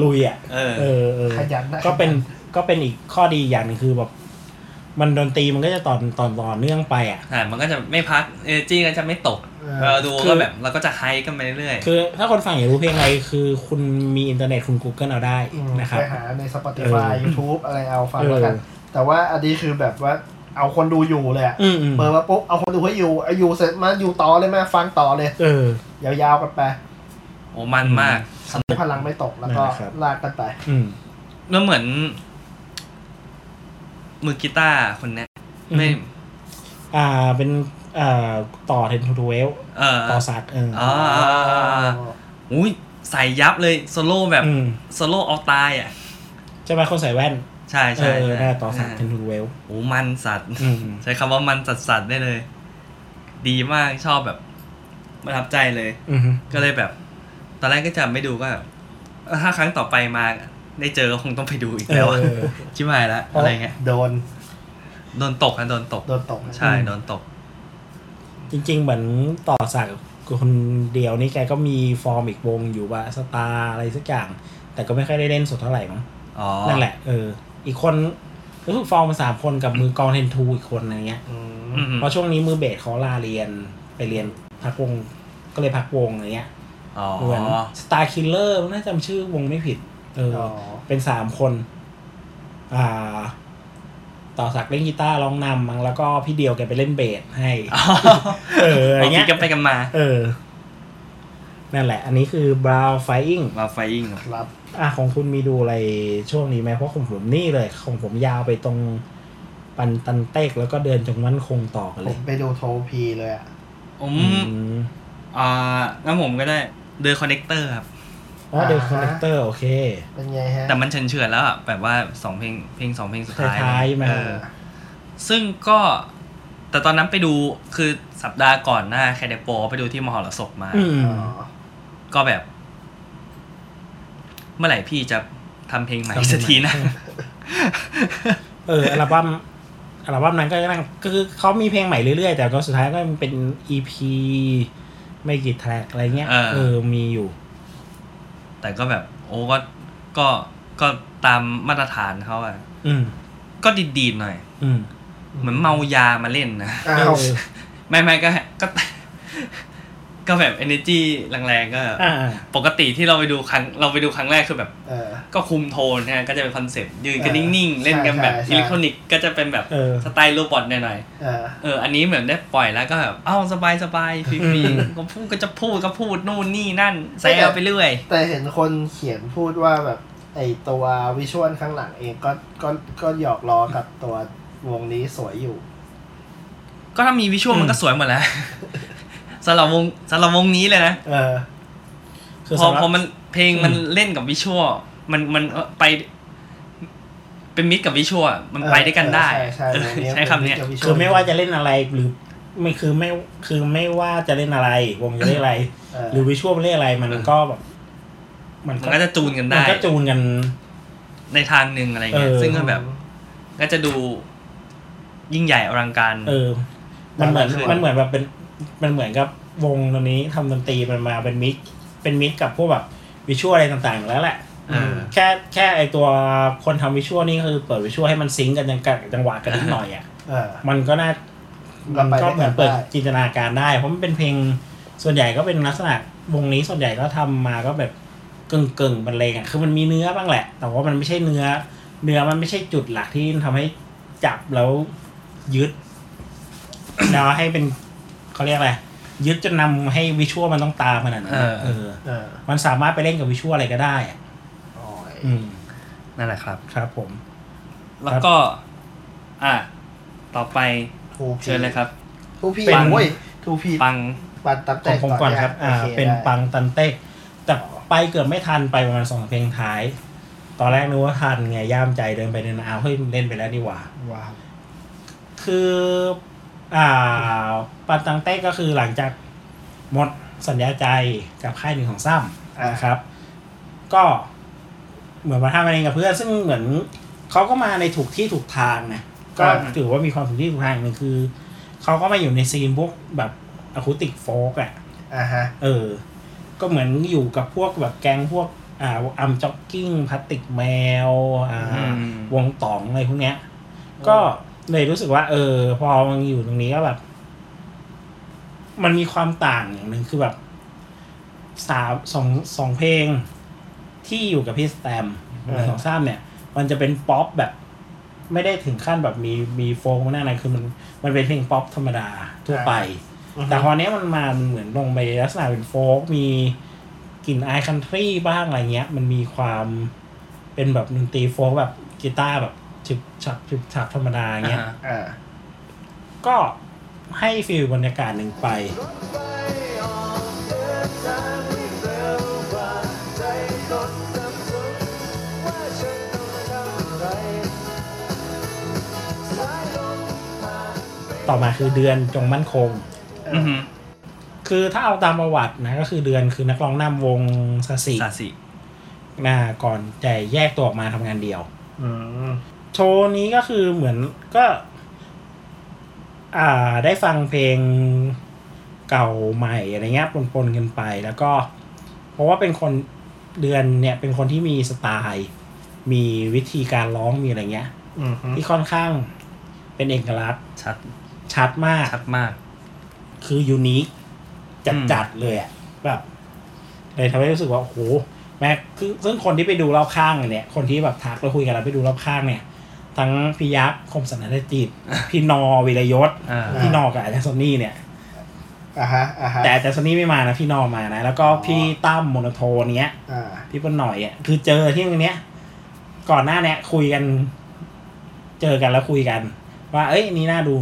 Speaker 4: ลุยอ่ะ
Speaker 3: เออ
Speaker 4: เออเออ
Speaker 2: ขยันนะ
Speaker 4: ก็เป็น
Speaker 2: ขยั
Speaker 4: ก็เป็นอีกข้อดีอย่างหนึงคือแบบ มันดนตรีมันก็จะตอนตอนต่อเนื่องไปอ่ะ
Speaker 3: ใช่ มันก็จะไม่พัก เอเนจีก็จะไม่ตก
Speaker 2: เออ
Speaker 3: เราดู
Speaker 4: คือ
Speaker 3: ก็แบบเราก็จะไฮป์กันไปเรื่อย
Speaker 4: คือถ้าคนฟังอยากรู้เพลงอะไรคือคุณมีอินเทอร์เน็ตคุณ Google เอาได้
Speaker 2: อืม
Speaker 4: นะครับ
Speaker 2: ไปหาใน Spotify
Speaker 4: เออ
Speaker 2: YouTube อะไรเอาฟังแล้วกัน
Speaker 4: เออ
Speaker 2: แต่ว่าอันนี้คือแบบว่าเอาคนดูอยู่เลยอะ
Speaker 4: อืมอืม
Speaker 2: เปิดมาปุ๊บเอาคนดูให้อยู่เอาอยู่เสร็จมาอยู่ต่อเลยมาฟังต่อเลย
Speaker 4: เออ
Speaker 2: ยาวๆกันไป
Speaker 3: ๆ โอ้มันมาก
Speaker 2: ทำให้พลังไม่ตกแล้วก็
Speaker 4: นะครับ
Speaker 2: ลากกันไป
Speaker 4: อืม
Speaker 3: แล้วเหมือน มือกีตาร์คนเนี้ย
Speaker 4: อืม
Speaker 3: ไม่
Speaker 4: อ่าเป็นอ่าต่อเทนทูเวล
Speaker 3: เออ
Speaker 4: ต่อสัตว์เอออ
Speaker 3: อ๋ออุ้ยใส่ยับเลยโซโล่แบบ
Speaker 4: อืม
Speaker 3: โซโล่เอาตายอ่ะ
Speaker 4: ใช่ไหมคนใส่แว่น
Speaker 3: ใช่
Speaker 4: เอ
Speaker 3: ใช่
Speaker 4: อ
Speaker 3: ใช่
Speaker 4: น่าต่อสัตว์เทนทูเวล
Speaker 3: โอ้มันสัตว์
Speaker 4: อืม
Speaker 3: ใช้คำว่ามันสัสสัสๆได้เลย ดีมากชอบแบบประทับใจเลย
Speaker 4: อืม
Speaker 3: ก็เลยแบบ ตอนแรกก็จะไม่ดูก็แบบเออถ้าครั้งต่อไปมาได้เจอก็คงต้องไปดูอีก
Speaker 4: เอ
Speaker 3: แล้ว
Speaker 4: อ
Speaker 3: อะชิบหายละอะไรเงี้ย
Speaker 2: โดน
Speaker 3: โดนตกนะโดนตก
Speaker 2: โดนตกนะ
Speaker 3: ใช่
Speaker 4: อืม
Speaker 3: โดนตก
Speaker 4: จริง ๆ เหมือนต่อสักดิ์คนเดียวนี่แกก็มีฟอร์มอีกวงอยู่ว่าสตาร์อะไรสักอย่าง แต่ก็ไม่ค่อยได้เล่นสดเท่าไหร่มั้ง
Speaker 3: อ๋อ
Speaker 4: นั่นแหละ เออ อีกคนรู้สึกฟอร์มมาสามคนกับมือกลองเทนทูอีกคนอะไรเงี้ย
Speaker 2: อืม
Speaker 3: อืม
Speaker 4: เพราะช่วงนี้มือเบสเขาลาเรียนไปเรียนพักวง ก็เลยพักวงอะไรเงี้ย
Speaker 3: อ๋อ
Speaker 4: เหมือนสตาร์คิลเลอร์น่าจำชื่อวงไม่ผิด เออ
Speaker 2: อ๋อ
Speaker 4: อเป็นสามคน อ่า ต่อสักดิ์เล่นกีตาร์ร้องนำมั้งแล้วก็พี่เดียวแกไปเล่นเบสให้
Speaker 3: อ๋อ
Speaker 4: เอออะไร
Speaker 3: คิ
Speaker 4: เงี้
Speaker 3: ด
Speaker 4: ย
Speaker 3: กันไปกันมา
Speaker 4: เออ นั่นแหละ อันนี้คือบราวไฟอิง
Speaker 3: มาไฟอิง
Speaker 2: ครับ
Speaker 4: อ่ะของคุณมีดูอะไรช่วงนี้ไหมเพราะของผมนี่เลย ของผมยาวไปตรงปันตันเต็กแล้วก็เดินจงมั่นคงต่อกัน
Speaker 2: ผ
Speaker 4: เลย
Speaker 2: มไปดูโทพีเลยอะ
Speaker 3: ผม
Speaker 4: อืม
Speaker 3: อ่างั้นผมก็ได้เดอคอนเนคเตอร์ครับ
Speaker 4: อ๋อเดินคอนเนคเตอร์โอเค
Speaker 2: เป็นไงฮะ
Speaker 3: แต่มันเฉื่อยๆแล้วอะแบบว่าสองเพลงเพลงสองเพลงสุดท้าย
Speaker 4: ท้ายๆมา
Speaker 3: เออซึ่งก็ แต่ตอนนั้นไปดูคือสัปดาห์ก่อนหน้าแคเดโปไปดูที่มหรสพมา
Speaker 4: อืม
Speaker 2: อ๋อ
Speaker 3: ก็แบบ เมื่อไหร่พี่จะทำเพลงใหม่
Speaker 4: ทำเพลงใหม่
Speaker 3: สักทีนะ
Speaker 4: เอออัลบั้มอัลบั้มนั้นก็นั่งคือเขามีเพลงใหม่เรื่อยๆ แต่ก็สุดท้ายก็เป็นอีพีไม่กี่แทร็กอะไรเงี้ย
Speaker 3: เออ
Speaker 4: เออมีอยู่
Speaker 3: แต่ก็แบบ โอ้ก็ก็ก็ตามมาตรฐานเขาอะ
Speaker 4: อืม
Speaker 3: ก็ดีดๆหน่อย
Speaker 4: อืม
Speaker 3: เหมือนเมายามาเล่นนะ
Speaker 2: อ้า
Speaker 4: เอ
Speaker 2: ว
Speaker 4: อ
Speaker 3: ไม่ไม่ก็ ก็ ก็แบบ energy แรงๆก็
Speaker 4: อ่า
Speaker 3: ปกติที่เราไปดูครั้งเราไปดูครั้งแรกคือแบบ
Speaker 2: เออ
Speaker 3: ก็คุมโทนนะฮะก็จะเป็นคอนเซปต์ยืนกัน
Speaker 2: เออ
Speaker 3: นิ่งๆ เล่นกันแบบ
Speaker 2: ใช่ใช่
Speaker 3: อิเล็กทรอนิกส์ก็จะเป็นแบบ
Speaker 4: ๆเออ
Speaker 3: สไตล์โรบอทหน่อย
Speaker 2: เออ
Speaker 3: ๆเอออันนี้เหมือนได้ปล่อยแล้วก็แบบเอ้าสบายสบายๆฟรี
Speaker 4: อืม
Speaker 3: ๆก็พูดก็จะพูดก็พูดนู่นนี่นั่นแซวไปเรื่อย
Speaker 2: แต่เห็นคนเขียนพูดว่าแบบ ไอตัววิชวลข้างหลังเองก็ก็ก็หยอกล้อกับตัววงนี้สวยอยู่
Speaker 3: ก็ถ้ามีวิชวล
Speaker 4: อืม
Speaker 3: มันก็สวยหมดแล้วสำหรับวงสำหรับวงนี้เลยนะ
Speaker 2: เออ
Speaker 4: คือ
Speaker 3: พอ
Speaker 4: สำหรับ
Speaker 3: พอมันเพลง
Speaker 4: อืม
Speaker 3: มันเล่นกับวิชวลมันมันไป เป็นมิตรกับวิชวลมันไปด้วยกันได้
Speaker 2: เออใช่ใช่วงนี้
Speaker 3: เออใช้คำเนี้ย
Speaker 2: วง
Speaker 4: คือไม่ว่าจะเล่นอะไรหรือไม่คือไม่คือไม่ว่าจะเล่นอะไร วงจะเล่นอะไร
Speaker 2: เออ
Speaker 4: หรือวิชวลเล่นอะไรมันก็แบบมัน
Speaker 3: มันก็จะจูนกันได้
Speaker 4: มันก็จูนกัน
Speaker 3: ในทางหนึ่งอะไรเงี้ย
Speaker 4: เออ
Speaker 3: ซึ่งก็แบบ ก็จะดูยิ่งใหญ่อลังการ
Speaker 4: เออ มันเหมือน
Speaker 3: มันคือ
Speaker 4: มันเหมือนแบบเป็นมันเหมือนกับ วงตอนนี้ทำดนตรีมันมาเป็นมิกเป็นมิกกับพวกแบบวิชวลอะไรต่างๆ แล้วแหละ
Speaker 3: เออ
Speaker 4: แค่แค่ไอตัวคนทำวิชวลนี่คือเปิดวิชวลให้มันซิงก์กันจังกัจังหวะกันนิดหน่อยอ่ะ
Speaker 2: อ่า
Speaker 4: มันก็น่า
Speaker 2: เราไป
Speaker 4: มันก็เหมือนเปิด
Speaker 2: ได้
Speaker 4: จินตนาการได้ เพราะมันเป็นเพลงส่วนใหญ่ก็เป็นลักษณะวงนี้ส่วนใหญ่ก็ทำมาก็แบบกึ่งกึ่งๆบรรเลงอ่ะคือมันมีเนื้อบ้างแหละ แต่ว่ามันไม่ใช่เนื้อ เนื้อมันไม่ใช่จุดหลักที่ทำให้จับแล้วยึด แล้วให้เป็นเขาเรียกอะไรยึดจนนำให้วิชวลมันต้องตามขนาดนั้นอะ
Speaker 3: เออ
Speaker 4: เออ
Speaker 2: อ่า
Speaker 4: มันสามารถไปเล่นกับวิชวลอะไรก็ได้อะ
Speaker 2: อ๋อ
Speaker 4: อืม
Speaker 3: นั่นแหละครับ
Speaker 4: ครับผม
Speaker 3: แล้วก็ อ่ะ ต่อไป
Speaker 2: ทูพี
Speaker 3: เชิญเลยครับ
Speaker 2: ทูพี
Speaker 4: เป็น
Speaker 2: โอ้ยทูพี
Speaker 3: ปัง
Speaker 2: ปัดตับ
Speaker 4: ข
Speaker 2: แต่
Speaker 4: องผมก่อนครับ อ่า
Speaker 2: โค
Speaker 4: เป็น
Speaker 2: ได้
Speaker 4: ปังตันเต้แต่ไปเกือบไม่ทันไปประมาณสองเพลงท้าย ตอนแรกนึกว่าทันไงย่ามใจเดินไปเดินมาอ้าวเฮ้ยเล่นไปแล้วนี่หว่า
Speaker 2: ว้าว
Speaker 4: คือ อ่า ปันตันเต้ก็คือหลังจากหมดสัญญาใจกับค่ายหนึ่งของซ้ำนะครับ ก็เหมือนมาทำอะไรกับเพื่อนซึ่งเหมือนเขาก็มาในถูกที่ถูกทางนะก็
Speaker 3: อ่า
Speaker 4: ถือว่ามีความถูกที่ถูกทางหนึ่งคือเขาก็มาอยู่ในซีนพวกแบบอะคูติกโฟกอะ
Speaker 2: อ่าฮะ
Speaker 4: เออ ก็เหมือนอยู่กับพวกแบบแก๊งพวก อ่าอัมจ็อกกิ้งพลาสติกแมว อ่า
Speaker 3: อืม
Speaker 4: วงต๋องอะไรพวกเนี้ย ก็เลยรู้สึกว่า เออ พอมันอยู่ตรงนี้ก็แบบ มันมีความต่างอย่างหนึ่งคือแบบสามสองสองเพลงที่อยู่กับพี่สแตม
Speaker 2: เออ
Speaker 4: สองซ้ำเนี่ย มันจะเป็นป๊อปแบบ ไม่ได้ถึงขั้นแบบมีมีโฟล์มันอะไรคือมันมันเป็นเพลงป๊อปธรรมดาทั่วไป แต่คราวเนี้ยมันมามันเหมือนลงไปลักษณะเป็นโฟกมีกลิ่นอายคันทรีบ้างอะไรเงี้ย มันมีความเป็นแบบดนตรีโฟกแบบกีตาร์แบบฉิบฉับฉิบฉับธรรมดาเงี้ย
Speaker 3: อ่า
Speaker 2: อ่า
Speaker 4: ก็ให้ฟีลบรรยากาศหนึ่งไป ต่อมาคือเดือนจงมั่นคง
Speaker 3: อือหือ
Speaker 4: คือถ้าเอาตามประวัตินะก็คือเดือนคือนักร้องนำวงสสิ
Speaker 3: สาสิ
Speaker 4: นะก่อนจะแยกตัวออกมาทำงานเดียว
Speaker 2: อืม
Speaker 4: โชว์นี้ก็คือเหมือนก็ อ่าได้ฟังเพลงเก่าใหม่อะไรเงี้ยปนๆกันไปแล้วก็ เพราะว่าเป็นคนเดือนเนี่ยเป็นคนที่มีสไตล์ มีวิธีการร้องมีอะไรเงี้ย
Speaker 2: อืม
Speaker 4: ที่ค่อนข้างเป็นเอกลักษณ์
Speaker 3: ชัด
Speaker 4: ชัดมาก
Speaker 3: ชัดมาก
Speaker 4: คือยูนิคจัดจัดๆเลยอะแบบเลยทำให้รู้สึกว่าโอ้โหแม้คือซึ่งคนที่ไปดูรอบข้างเนี่ย คนที่แบบทักแล้วคุยกันแล้วไปดูรอบข้างเนี่ย ทั้งพี่ยักษ์คมสันนิษฐจิต พี่นอวิรยศ
Speaker 3: อ่า
Speaker 4: พี่นอกับอาจารย์โซนี่เนี่ย
Speaker 2: อ่าฮะอ่าฮะ
Speaker 4: แต่อาจารย์โซนี่ไม่มานะพี่นอมานะ แล้วก็
Speaker 2: อ๋อ
Speaker 4: พี่ตั้มโมโนโทนเนี้ย
Speaker 2: อ่า
Speaker 4: พี่เปิ้ลหน่อยอ่ะคือเจอที่ตรงเนี้ย ก่อนหน้าเนี้ยคุยกัน เจอกันแล้วคุยกัน ว่า เอ้ยอันนี่น่าดู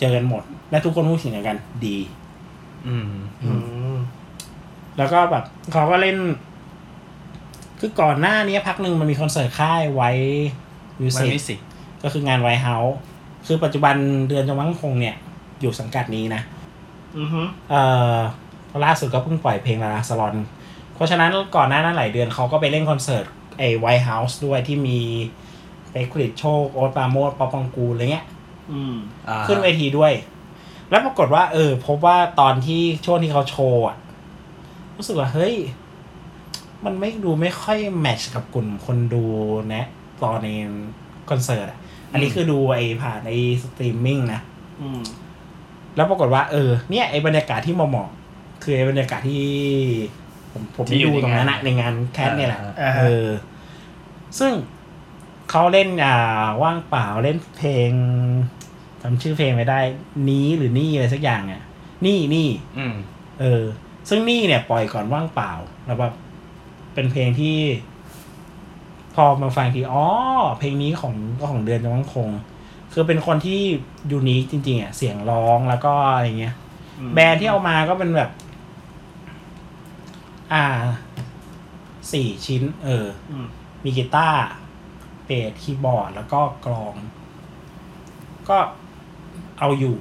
Speaker 4: เจอกันหมด และทุกคนพูดเสียงเดียวกัน ดี
Speaker 3: อืม
Speaker 2: อืม
Speaker 4: แล้วก็แบบเขาก็เล่น คือก่อนหน้านี้พักหนึ่งมันมีคอนเสิร์ตค่ายไว้มิว
Speaker 3: มัน
Speaker 4: สิ
Speaker 3: มิ
Speaker 4: ก
Speaker 3: สิก
Speaker 4: ก็คืองานไวเฮาส์คือปัจจุบันเดือนจงมั่งคงเนี่ย อยู่สังกัดนี้นะ
Speaker 2: อือฮึ
Speaker 4: เอ่อล่าสุดก็เพิ่งปล่อยเพลงลาลาสลอน เพราะฉะนั้นก่อนหน้านั้นหลายเดือนเขาก็ไปเล่นคอนเสิร์ตไอ้ไวเฮาส์ด้วยที่มีเป๊กผลิตโชค โอ๊ตปราโมดป๊อปปองกูลอะไรเงี้ย
Speaker 2: อืม
Speaker 3: อ่า
Speaker 4: ขึ้นเวทีด้วย แล้วปรากฏว่า เออ พบว่าตอนที่ช่วงที่เขาโชว์อะรู้สึกว่า เฮ้ย มันไม่ดูไม่ค่อยแมทช์กับกลุ่มคนดูนะ ตอนในคอนเสิร์ตอะอันนี้คือดูไอ้ผ่านไอ้สตรีมมิ่งนะ
Speaker 2: อืม
Speaker 4: แล้วปรากฏว่า เออ เนี่ยไอ้บรรยากาศที่เหมาะๆคือไอ้บรรยากาศที่ ผมผมไปดูตรงนั้นอะในงานแคทเนี่ยแหละ
Speaker 2: อ่า
Speaker 4: เอ
Speaker 2: ฮะ
Speaker 4: อ ซึ่งเขาเล่นอ่าว่างเปล่าเล่นเพลงจำชื่อเพลงไม่ได้ นี้หรือนี่อะไรสักอย่างอ่ะ นี่นี่
Speaker 3: อืม
Speaker 4: เออ ซึ่งนี่เนี่ยปล่อยก่อนว่างเปล่าแล้วแบบเป็นเพลงที่ พอมาฟังอีกทีอ๋อเพลงนี้ของของเดือนจงมั่งคง คือเป็นคนที่ยูนิคจริง ๆอ่ะเสียงร้องแล้วก็อะไรเงี้ย แบรนด์ที่เอามาก็เป็นแบบ อ่า สี่ชิ้น เออ
Speaker 2: อืม
Speaker 4: มีกีตาร์เบสคีย์บอร์ด แล้วก็กลอง ก็เอาอยู่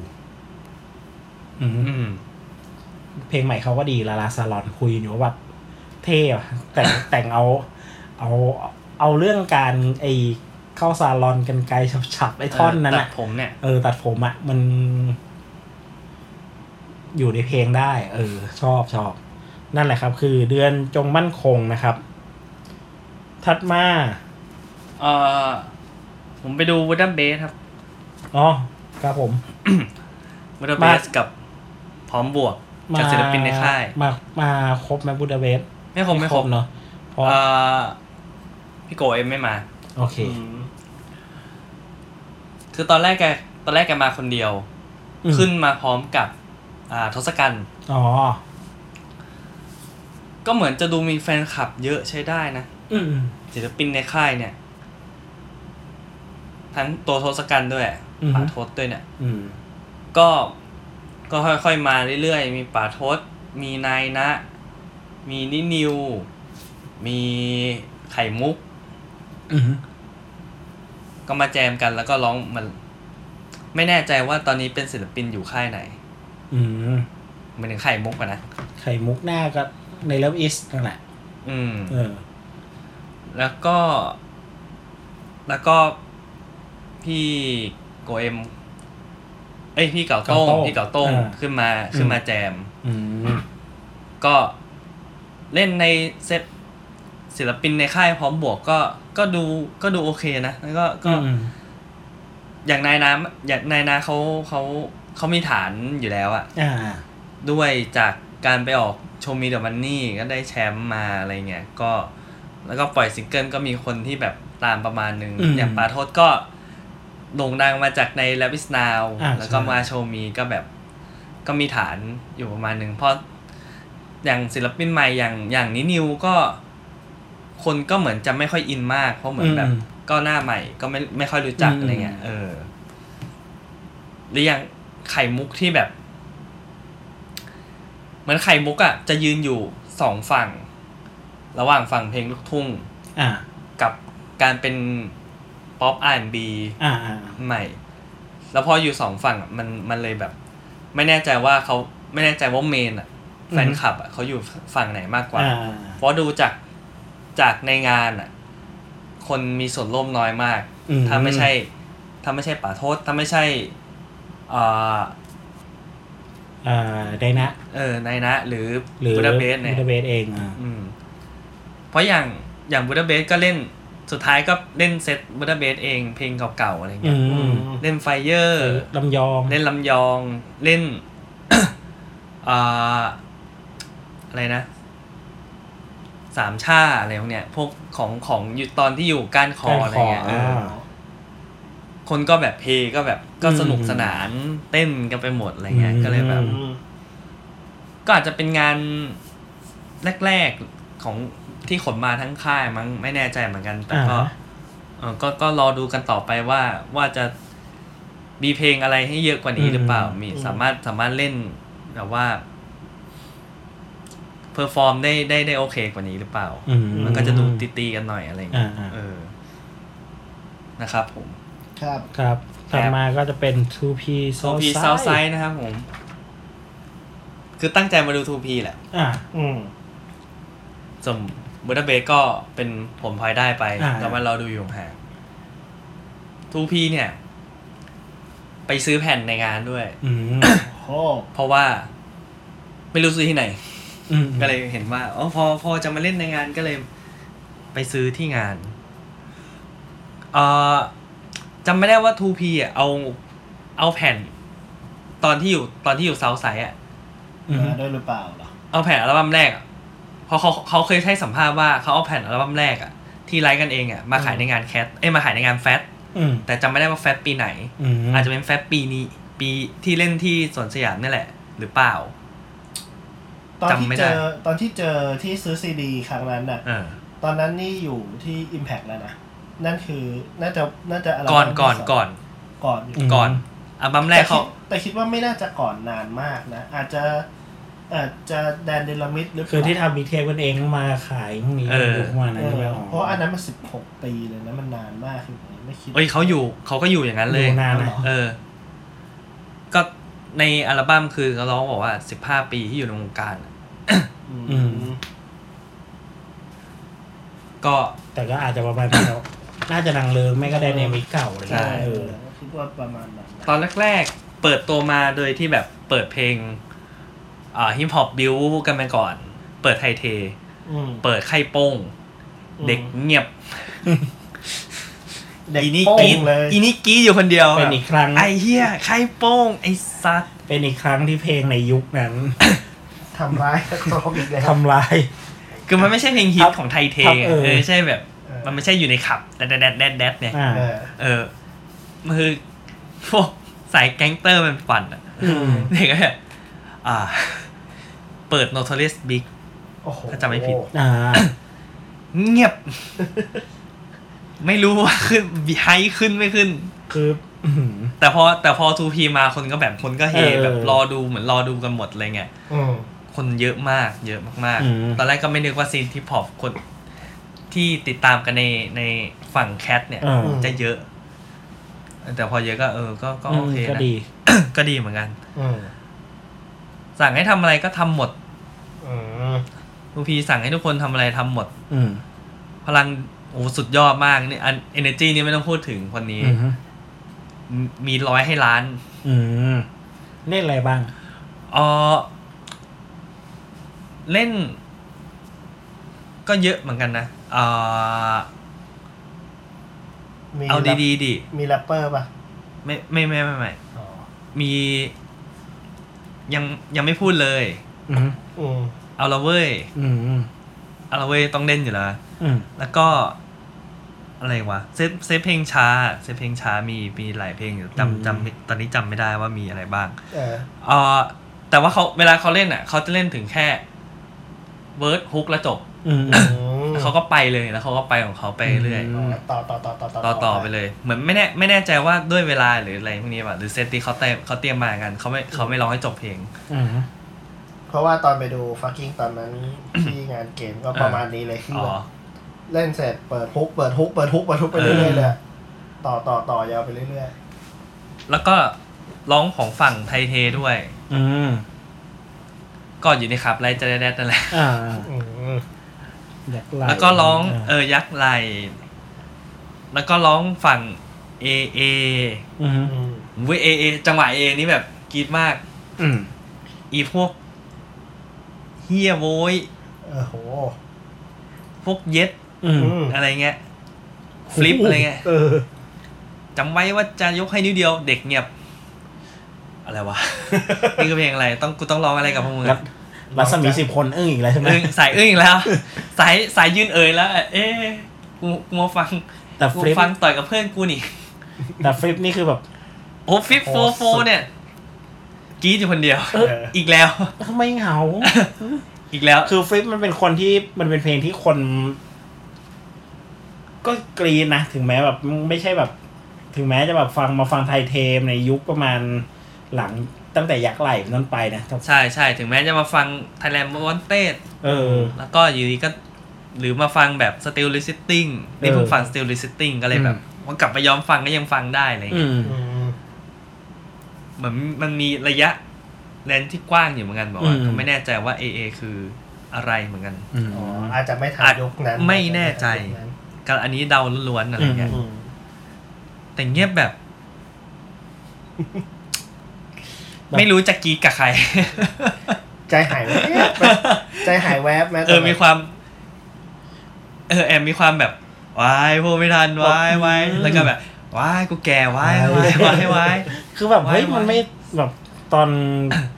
Speaker 4: อืม
Speaker 3: อืม
Speaker 4: เพลงใหม่เขาก็ดีลาลาซาลอนคุยอยู่ว่าแบบเท่อะแต่ ง แต่งเอา เอาเอาเรื่องการไอเข้าซาลอนกันไกลฉับๆไอท่อนนั้น
Speaker 3: เตั
Speaker 4: อะ
Speaker 3: ดผมเนี่ย
Speaker 4: เออตัดผมอะมัน อยู่ในเพลงได้ เออ ชอบชอบ นั่นแหละครับ คือเดือนจงมั่นคงนะครับ ถัดมา
Speaker 3: เอ่อผมไปดูวูดัมเบสครับ
Speaker 4: อ๋อครับผม
Speaker 3: วูดัมเบสกับพร้อมบวก
Speaker 4: มา
Speaker 3: จากศิลปินในค่าย
Speaker 4: มามาครบไหมบูดาเปสต์
Speaker 3: ไม่คงไม่ครบ
Speaker 4: เนาะเพราะ
Speaker 3: เอ่อพี่โกเอ็มไม่มา
Speaker 4: โอเค
Speaker 2: อืม
Speaker 3: คือตอนแรกแกตอนแรกแกมาคนเดียว
Speaker 4: อืม
Speaker 3: ขึ้นมาพร้อมกับ อ่าทศกัณฐ์
Speaker 4: อ๋อ
Speaker 3: ก็เหมือนจะดูมีแฟนคลับเยอะใช้ได้นะ
Speaker 4: อืม
Speaker 3: ศิลปินในค่ายเนี่ย ทั้งตัวทศกัณฐ์ด้วย
Speaker 4: อือฮึ
Speaker 3: ป่าทศด้วยเนี่ย
Speaker 4: อืม
Speaker 3: ก็ก็ค่อยๆมาเรื่อยๆ มีป่าทศ มีนายนะ มีนินิว มีไข่มุก
Speaker 4: อืม
Speaker 3: ก็มาแจมกันแล้วก็ร้องมัน ไม่แน่ใจว่าตอนนี้เป็นศิลปินอยู่ค่ายไหน
Speaker 4: อืม
Speaker 3: หมันถึงไข่มุกอะนะ
Speaker 4: ไข่มุกหน้าก็ในเลิฟอิสนั่นแหละ
Speaker 3: อืม
Speaker 4: เออ
Speaker 3: แล้วก็ แล้วก็พี่โกเอ็ม เอ้ยพี่เก่าโต้ง
Speaker 4: เก่าโต้ง
Speaker 3: พี่เก่าโต้ง
Speaker 4: อ่า
Speaker 3: ขึ้นมา
Speaker 4: อืม
Speaker 3: ขึ้นมาแจม
Speaker 4: อืม
Speaker 3: ก็เล่นในเซตศิลปินในค่ายพร้อมบวกก็ก็ดูก็ดูโอเคนะ แล้วก็ก็
Speaker 4: ก็
Speaker 3: อย่างนายน้ำอย่างนายนาเขาเขาเขามีฐานอยู่แล้วอะ
Speaker 4: อ่า
Speaker 3: ด้วยจากการไปออกโชว์มีเดอะมันนี่ก็ได้แชมป์มาอะไรเงี้ยก็แล้วก็ปล่อยซิงเกิลก็มีคนที่แบบตามประมาณนึง
Speaker 4: อืม
Speaker 3: อย่างปาโทษก็โด่งดังมาจากใน l a b i s n o w
Speaker 4: อ่า
Speaker 3: แล้วก็
Speaker 4: ใช่
Speaker 3: มาโชว์มีก็แบบก็มีฐานอยู่ประมาณนึงเพราะ อย่างศิลปินใหม่อย่างอย่างนินิวก็ คนก็เหมือนจะไม่ค่อยอินมาก เพราะเหมือนแบบ
Speaker 4: อืม
Speaker 3: ก็หน้าใหม่ก็ไม่ไม่ค่อยรู้จัก
Speaker 4: อืม
Speaker 3: อะไรเงี้ยเออหรืออย่างไข่มุกที่แบบ เหมือนไข่มุกอะ่ะ จะยืนอยู่สองฝั่ง ระหว่างฝั่งเพลงลูกทุ่ง
Speaker 4: อ่า
Speaker 3: กับการเป็นป๊อปอาร์บี
Speaker 4: อ่าอ่า
Speaker 3: ใหม่ แล้วพออยู่สองฝั่งอะมันมันเลยแบบ ไม่แน่ใจว่าเขาไม่แน่ใจว่าเมนอะ
Speaker 4: อืม
Speaker 3: แฟนคลับอะเขาอยู่ฝั่งไหนมากกว่า
Speaker 4: อ่า
Speaker 3: เพราะดูจากจากในงานอะคนมีส่วนร่วมน้อยมาก
Speaker 4: อืม
Speaker 3: ถ้าไม่ใช่ ถ้าไม่ใช่ป่าโทษ ถ้าไม่ใช่เอ่อ
Speaker 4: อ่าไดนะ
Speaker 3: เออนายนะ หรือ
Speaker 4: หรือ
Speaker 3: บูดาเปสต์เนี่ย
Speaker 4: บูดาเปสต์เองอ่า
Speaker 3: อืมเพราะอย่างอย่างบูดาเปสต์ก็เล่นสุดท้ายก็เล่นเซตบูดาเปสต์เองเพลงเก่าๆอะไร
Speaker 4: อื
Speaker 3: เงี้ย
Speaker 4: ม
Speaker 3: เล่นไฟเยอร์
Speaker 4: ลำยอง
Speaker 3: เล่นลำยองเล่น อ่าอะไรนะ สามชาอะไรพวกเนี้ย พวกของของอยู่ตอนที่อยู่ก้านคอ
Speaker 4: ก้าน
Speaker 3: อะไร
Speaker 4: คอ
Speaker 3: เงี้ยเอ
Speaker 4: อ่า
Speaker 3: อคนก็แบบเพลงก็แบบก็สนุก
Speaker 4: อืม
Speaker 3: สนานเต้นกันไปหมดอะไรเงี้ย
Speaker 4: อืม
Speaker 3: ก็เลยแบบ
Speaker 2: อืม
Speaker 3: ก็อาจจะเป็นงานแรกๆของที่ขนมาทั้งค่ายมั้งไม่แน่ใจเหมือนกัน แต่ก็
Speaker 4: อ่าฮะ
Speaker 3: เออก็ก็รอดูกันต่อไปว่าว่าจะมีเพลงอะไรให้เยอะกว่านี้หรือเปล่า มีสามารถสามารถเล่นแบบว่าเพอร์ฟอร์มได้ได้ได้โอเคกว่านี้หรือเปล่า
Speaker 4: อื
Speaker 3: มันก็จะดูตีตีๆกันหน่อยอะไรอย่าง
Speaker 4: อ่า
Speaker 3: เงี้ย
Speaker 4: อ่า
Speaker 3: เออ นะครับผม
Speaker 2: ครับ
Speaker 4: ครับถัดมาก็จะเป็น 2P
Speaker 3: โซพีซาวไซด์นะครับผม คือตั้งใจมาดูทูพีแหละ
Speaker 4: อ่า
Speaker 2: อืม
Speaker 3: ส่วนบูดาเปสต์ก็เป็นผมพลอยได้ไป
Speaker 4: อ่า
Speaker 3: แต่ว่าเราดูอยู่ห่างทูพีเนี่ย ไปซื้อแผ่นในงานด้วย
Speaker 4: อืม
Speaker 2: โอ้
Speaker 3: เพราะว่า ไม่รู้ซื้อที่ไหน
Speaker 4: อืม
Speaker 3: ก็เลยเห็นว่าอ๋อพอพอจะมาเล่นในงานก็เลย ไปซื้อที่งานเออจำไม่ได้ว่าทูพีอ่ะเอาเอาแผ่น ตอนที่อยู่ตอนที่อยู่เซาไซอ่ะ
Speaker 4: อืม
Speaker 2: มาด้วยหรือเปล่าเหรอ
Speaker 3: เอาแผ่นอัลบั้มแรกอะเพราะเขาเขาเคยให้สัมภาษณ์ว่าเขาเอาแผ่นอัลบั้มแรกอะที่ไลฟ์กันเองอะมาขายในงานแคทเอ้ยมาขายในงานแฟต
Speaker 4: อืม
Speaker 3: แต่จำไม่ได้ว่าแฟตปีไหน
Speaker 4: อืม
Speaker 3: อาจจะเป็นแฟตปีนี้ ปีที่เล่นที่สวนสยามนี่แหละ หรือเปล่า
Speaker 2: ตอนที่
Speaker 3: จำไม่
Speaker 2: เจ
Speaker 3: ได้
Speaker 2: อตอนที่เจอที่ซื้อซีดีครั้งนั้นน่ะ
Speaker 3: เออ
Speaker 2: ตอนนั้นนี่อยู่ที่ Impact แล้วนะ นั่นคือน่าจะน่าจะอะไร
Speaker 3: ก่อนก่อนก่อน
Speaker 2: ก่อนอยู่
Speaker 3: ก่อนอัลบั้มแรกเขา
Speaker 2: ต่คิดแต่คิดว่าไม่น่าจะก่อนนานมากนะ อาจจะอาจจะแดนเดลามิดหรือเป
Speaker 4: คือ
Speaker 2: ล่า
Speaker 4: ที่ทำบีเทปกันเองมาขายพวกนี้อยู่ประมาณ
Speaker 2: เอ
Speaker 4: นั้นใช่ไหม
Speaker 2: อ
Speaker 4: อ๋อ
Speaker 2: เพราะอันนั้นมันสิบหกปีเลยนะมันนานมากคือไม่คิด
Speaker 3: เอ้ยเขาอยู่เขาก็อยู่อย่างนั้นเลย
Speaker 4: อยู่นานนะ
Speaker 3: เออ ก็ในอัลบั้มคือเขาร้องบอกว่าสิบห้าปีที่อยู่ในวงการอะ
Speaker 4: อืม
Speaker 3: ก็
Speaker 4: แต่ก็อาจจะประมาณนั้นแล้วน่าจะนางเลิงไม่ก็ไดในมิกเก่าอะไร
Speaker 2: ใช่
Speaker 4: เงี้ยเอ
Speaker 2: เอ
Speaker 4: อ
Speaker 2: อคิดว่าประมาณนั้นนะ
Speaker 3: ตอนแรก ๆ เปิดตัวมาโดยที่แบบเปิดเพลง ฮิปฮอปบิวกันมาก่อน เปิดไทเท
Speaker 2: อืม
Speaker 3: เปิดไข่โป้ง
Speaker 2: อืม
Speaker 3: เด็กเงียบ
Speaker 2: เด็ก
Speaker 3: อีนี่
Speaker 2: โป้
Speaker 3: กรี
Speaker 2: ง
Speaker 3: ด
Speaker 2: เลย
Speaker 3: อีนี่กรีดอยู่คนเดียว
Speaker 4: เป็นอีกครั้ง
Speaker 3: ไอ้เหี้ยไข่โป้ง ไอ้ซัด
Speaker 4: เป็นอีกครั้งที่เพลงในยุคนั้น
Speaker 2: ทำร้ายนักร้องอีกแล้ว
Speaker 4: ทำลาย
Speaker 3: คือมันไม่ใช่เพลงฮิ
Speaker 4: ครั
Speaker 3: ต
Speaker 4: บ
Speaker 3: ของไทเท
Speaker 4: ครับ
Speaker 3: อะ
Speaker 4: เออ
Speaker 3: เออใช่แบบ
Speaker 2: เออ
Speaker 3: มันไม่ใช่อยู่ในขับแดดแดดแดดแดดเนี่ย
Speaker 4: อ่า
Speaker 2: เออ
Speaker 3: เออคือพวกสายแก๊งเตอร์มันปั่นอะ
Speaker 4: อืม
Speaker 3: เด็กก็แบบอ่า เปิด Notorious Big
Speaker 2: โอ้โห
Speaker 3: ถ้าจำไม่ผิด
Speaker 4: อ่า
Speaker 3: เงียบ ไม่รู้ว่าขึ้นไฮขึ้นไม่ขึ้น
Speaker 4: คืออื้อหือ
Speaker 3: แต่พอแต่พอทูพีมาคนก็แบบคนก็เฮ
Speaker 4: เออ
Speaker 3: แบบรอดูเหมือนรอดูกันหมดอะไรเงี้ย
Speaker 2: อืม
Speaker 3: คนเยอะมาก เยอะมาก
Speaker 4: อืม
Speaker 3: ๆ ตอนแรกก็ไม่นึกว่าซีนที่พอปคนที่ติดตามกันในในฝั่งแคทเนี่ย
Speaker 4: เออ
Speaker 3: จะเยอะ แต่พอเยอะก็เออ ก็ก็
Speaker 4: อื
Speaker 3: โอ
Speaker 4: ม
Speaker 3: เค
Speaker 4: ก็
Speaker 3: นะ
Speaker 4: ดี
Speaker 3: ก็ดีเหมือนกัน
Speaker 2: อืม
Speaker 3: สั่งให้ทำอะไรก็ทำหมด
Speaker 2: อืม
Speaker 3: ทูพีสั่งให้ทุกคนทำอะไรทำหมด
Speaker 4: อืม
Speaker 3: พลังโอ้สุดยอดมากนี่อันเอเนจีนี่ไม่ต้องพูดถึงคนนี้
Speaker 4: อืม
Speaker 3: มีมีร้อยให้ล้าน
Speaker 4: อืมเล่นอะไรบ้าง
Speaker 3: เออเล่น ก็เยอะเหมือนกันนะเออ
Speaker 2: มี
Speaker 3: เอา
Speaker 2: แรป
Speaker 3: ดีๆดิ
Speaker 2: มีแรปเปอร์ป่ะ
Speaker 3: ไม่ไม่ไม่ไม่ไม่
Speaker 2: อ๋อ
Speaker 3: มียังยังไม่พูดเลย
Speaker 4: อืม
Speaker 2: อืม
Speaker 3: เอาละเว้ย
Speaker 4: อืม
Speaker 3: เอาละเว้ยต้องเล่นอยู่แล้ว
Speaker 4: อืม
Speaker 3: แล้วก็ อะไรวะเซฟเซฟเพลงช้าเซฟเพลงช้ามีมีหลายเพลงอยู่จำจำไม่ตอนนี้จำไม่ได้ว่ามีอะไรบ้าง
Speaker 2: เออ
Speaker 3: เออแต่ว่าเขาเวลาเขาเล่นอ่ะเขาจะเล่นถึงแค่เวิร์ดฮุกแล้วจบ
Speaker 4: อืม
Speaker 2: อืม
Speaker 3: แล้วเขาก็ไปเลยแล้วเขาก็ไปของเขาไปเรื่อย
Speaker 4: อืม
Speaker 2: ต่อต่อต่อต่อต่อ
Speaker 3: ต่อต่อไปเลย เหมือนไม่แน่ไม่แน่ใจว่าด้วยเวลาหรืออะไรพวกนี้ป่ะหรือเซตที่เขาเตรียมเขาเตรียมมากันเขาไม่เขาไม่ร้องให้จบเพลง
Speaker 4: อืม
Speaker 2: เพราะว่าตอนไปดูฟักกิ้งตอนนั้น ที่งานเกมก็ประมาณนี้เลยคือ
Speaker 3: อ๋
Speaker 2: อ
Speaker 3: อ
Speaker 2: แบบเล่นเสร็จเปิดฮุกเปิดฮุกเปิดฮุกเปิดฮุกไปเรื่อยๆเลยอะต่อต่อต่อยาวไปเรื่อย
Speaker 3: แล้วก็ร้องของฝั่งไทเทด้วย
Speaker 4: อืม
Speaker 3: ก็อยู่ในขับไรจะได้แดดนั่นแหละ
Speaker 4: อ่า
Speaker 2: ๆอืม
Speaker 4: อยากไ
Speaker 3: แล้วก็ร้อง
Speaker 4: เอ
Speaker 3: เอ
Speaker 4: อ
Speaker 3: อยักษ์ไหลแล้วก็ร้องฝั่ง A A
Speaker 4: อืม
Speaker 2: อืม
Speaker 3: เว้ย A A จังหวะ A นี่แบบกรีดมาก
Speaker 4: อืม
Speaker 3: อีพวกเฮียโว้ย
Speaker 2: เออโห
Speaker 3: พวกเย็ด
Speaker 4: อืม
Speaker 2: ม
Speaker 3: อะไรเงี้ย ฟลิปอะไรเงี้ย
Speaker 4: เออ
Speaker 3: จำไว้ว่าจะยกให้นิ้วเดียว เด็กเงียบ อะไร วะ นี่คือเพลงอะไร ต้องกูต้องร้องอะไรกับพวกมึง
Speaker 4: รัฐ รัศมีสิบคนอึ้งอีกแล้วใช่ไหม
Speaker 3: อึ้งสายอึ้งอีกแล้ว สายสายยืนเอ่ยแล้ว เอ๊ะกูกูมาฟัง
Speaker 4: แต่
Speaker 3: กู
Speaker 4: ฟลิป
Speaker 3: ฟังต่อยกับเพื่อนกูนี่
Speaker 4: แต่ฟลิปนี่คือแบบ
Speaker 3: โอ้ฟิปโฟโฟเนี่ยกรีดอยู่คนเดียว
Speaker 4: เออ
Speaker 3: อีกแล้ว
Speaker 4: ทำไมเหงา
Speaker 3: อีกแล้ว
Speaker 4: คือฟลิปมันเป็นคนที่มันเป็นเพลงที่คน ก็กรีนนะ ถึงแม้แบบไม่ใช่แบบ ถึงแม้จะแบบฟังมาฟังไทยเทมในยุคประมาณหลังตั้งแต่ยักษ์ไหลเป็นต้นไปนะ
Speaker 3: ใช่ใช่ถึงแม้จะมาฟัง Thailand w a n t e d
Speaker 4: เออ
Speaker 3: แล้วก็อยู่ดีก็ หรือมาฟังแบบ Still Resisting นี่เพิ่ง
Speaker 4: เออ
Speaker 3: ฟัง Still Resisting ก็เลยแบบ
Speaker 4: อื
Speaker 3: ว่ากลับไปย้อมฟังก็ยังฟังได้อะไร
Speaker 4: อื
Speaker 3: เงี้ย
Speaker 4: ม
Speaker 2: อืม
Speaker 3: เหมือนมันมีระยะเลนส์ที่กว้างอยู่เหมือนกันบอกว่า
Speaker 4: อืม
Speaker 3: เขาไม่แน่ใจว่า AA คืออะไรเหมือนกัน
Speaker 4: อืม
Speaker 2: อ๋ออาจจะไม่ทัน
Speaker 3: อาจ
Speaker 2: ยุคนั้น
Speaker 3: ไม่แน่ใจ ก็อันนี้เดาล้วนๆอะไรเงี้ย
Speaker 4: อื
Speaker 2: อืม
Speaker 3: แต่เงียบแบบ ไม่รู้จะกรีดกับ ใคร
Speaker 2: ใจหายแวบไหมใจหายแวบไหม
Speaker 3: เออ มีความ เออ แอมมีความแบบ วายพูดไม่ทัน วาย วาย แล้วก็แบบ วาย กูแก่ วาย วาย วาย วาย
Speaker 4: คือแบบเฮ้ย
Speaker 3: Why, why?
Speaker 4: มันไม่แบบตอน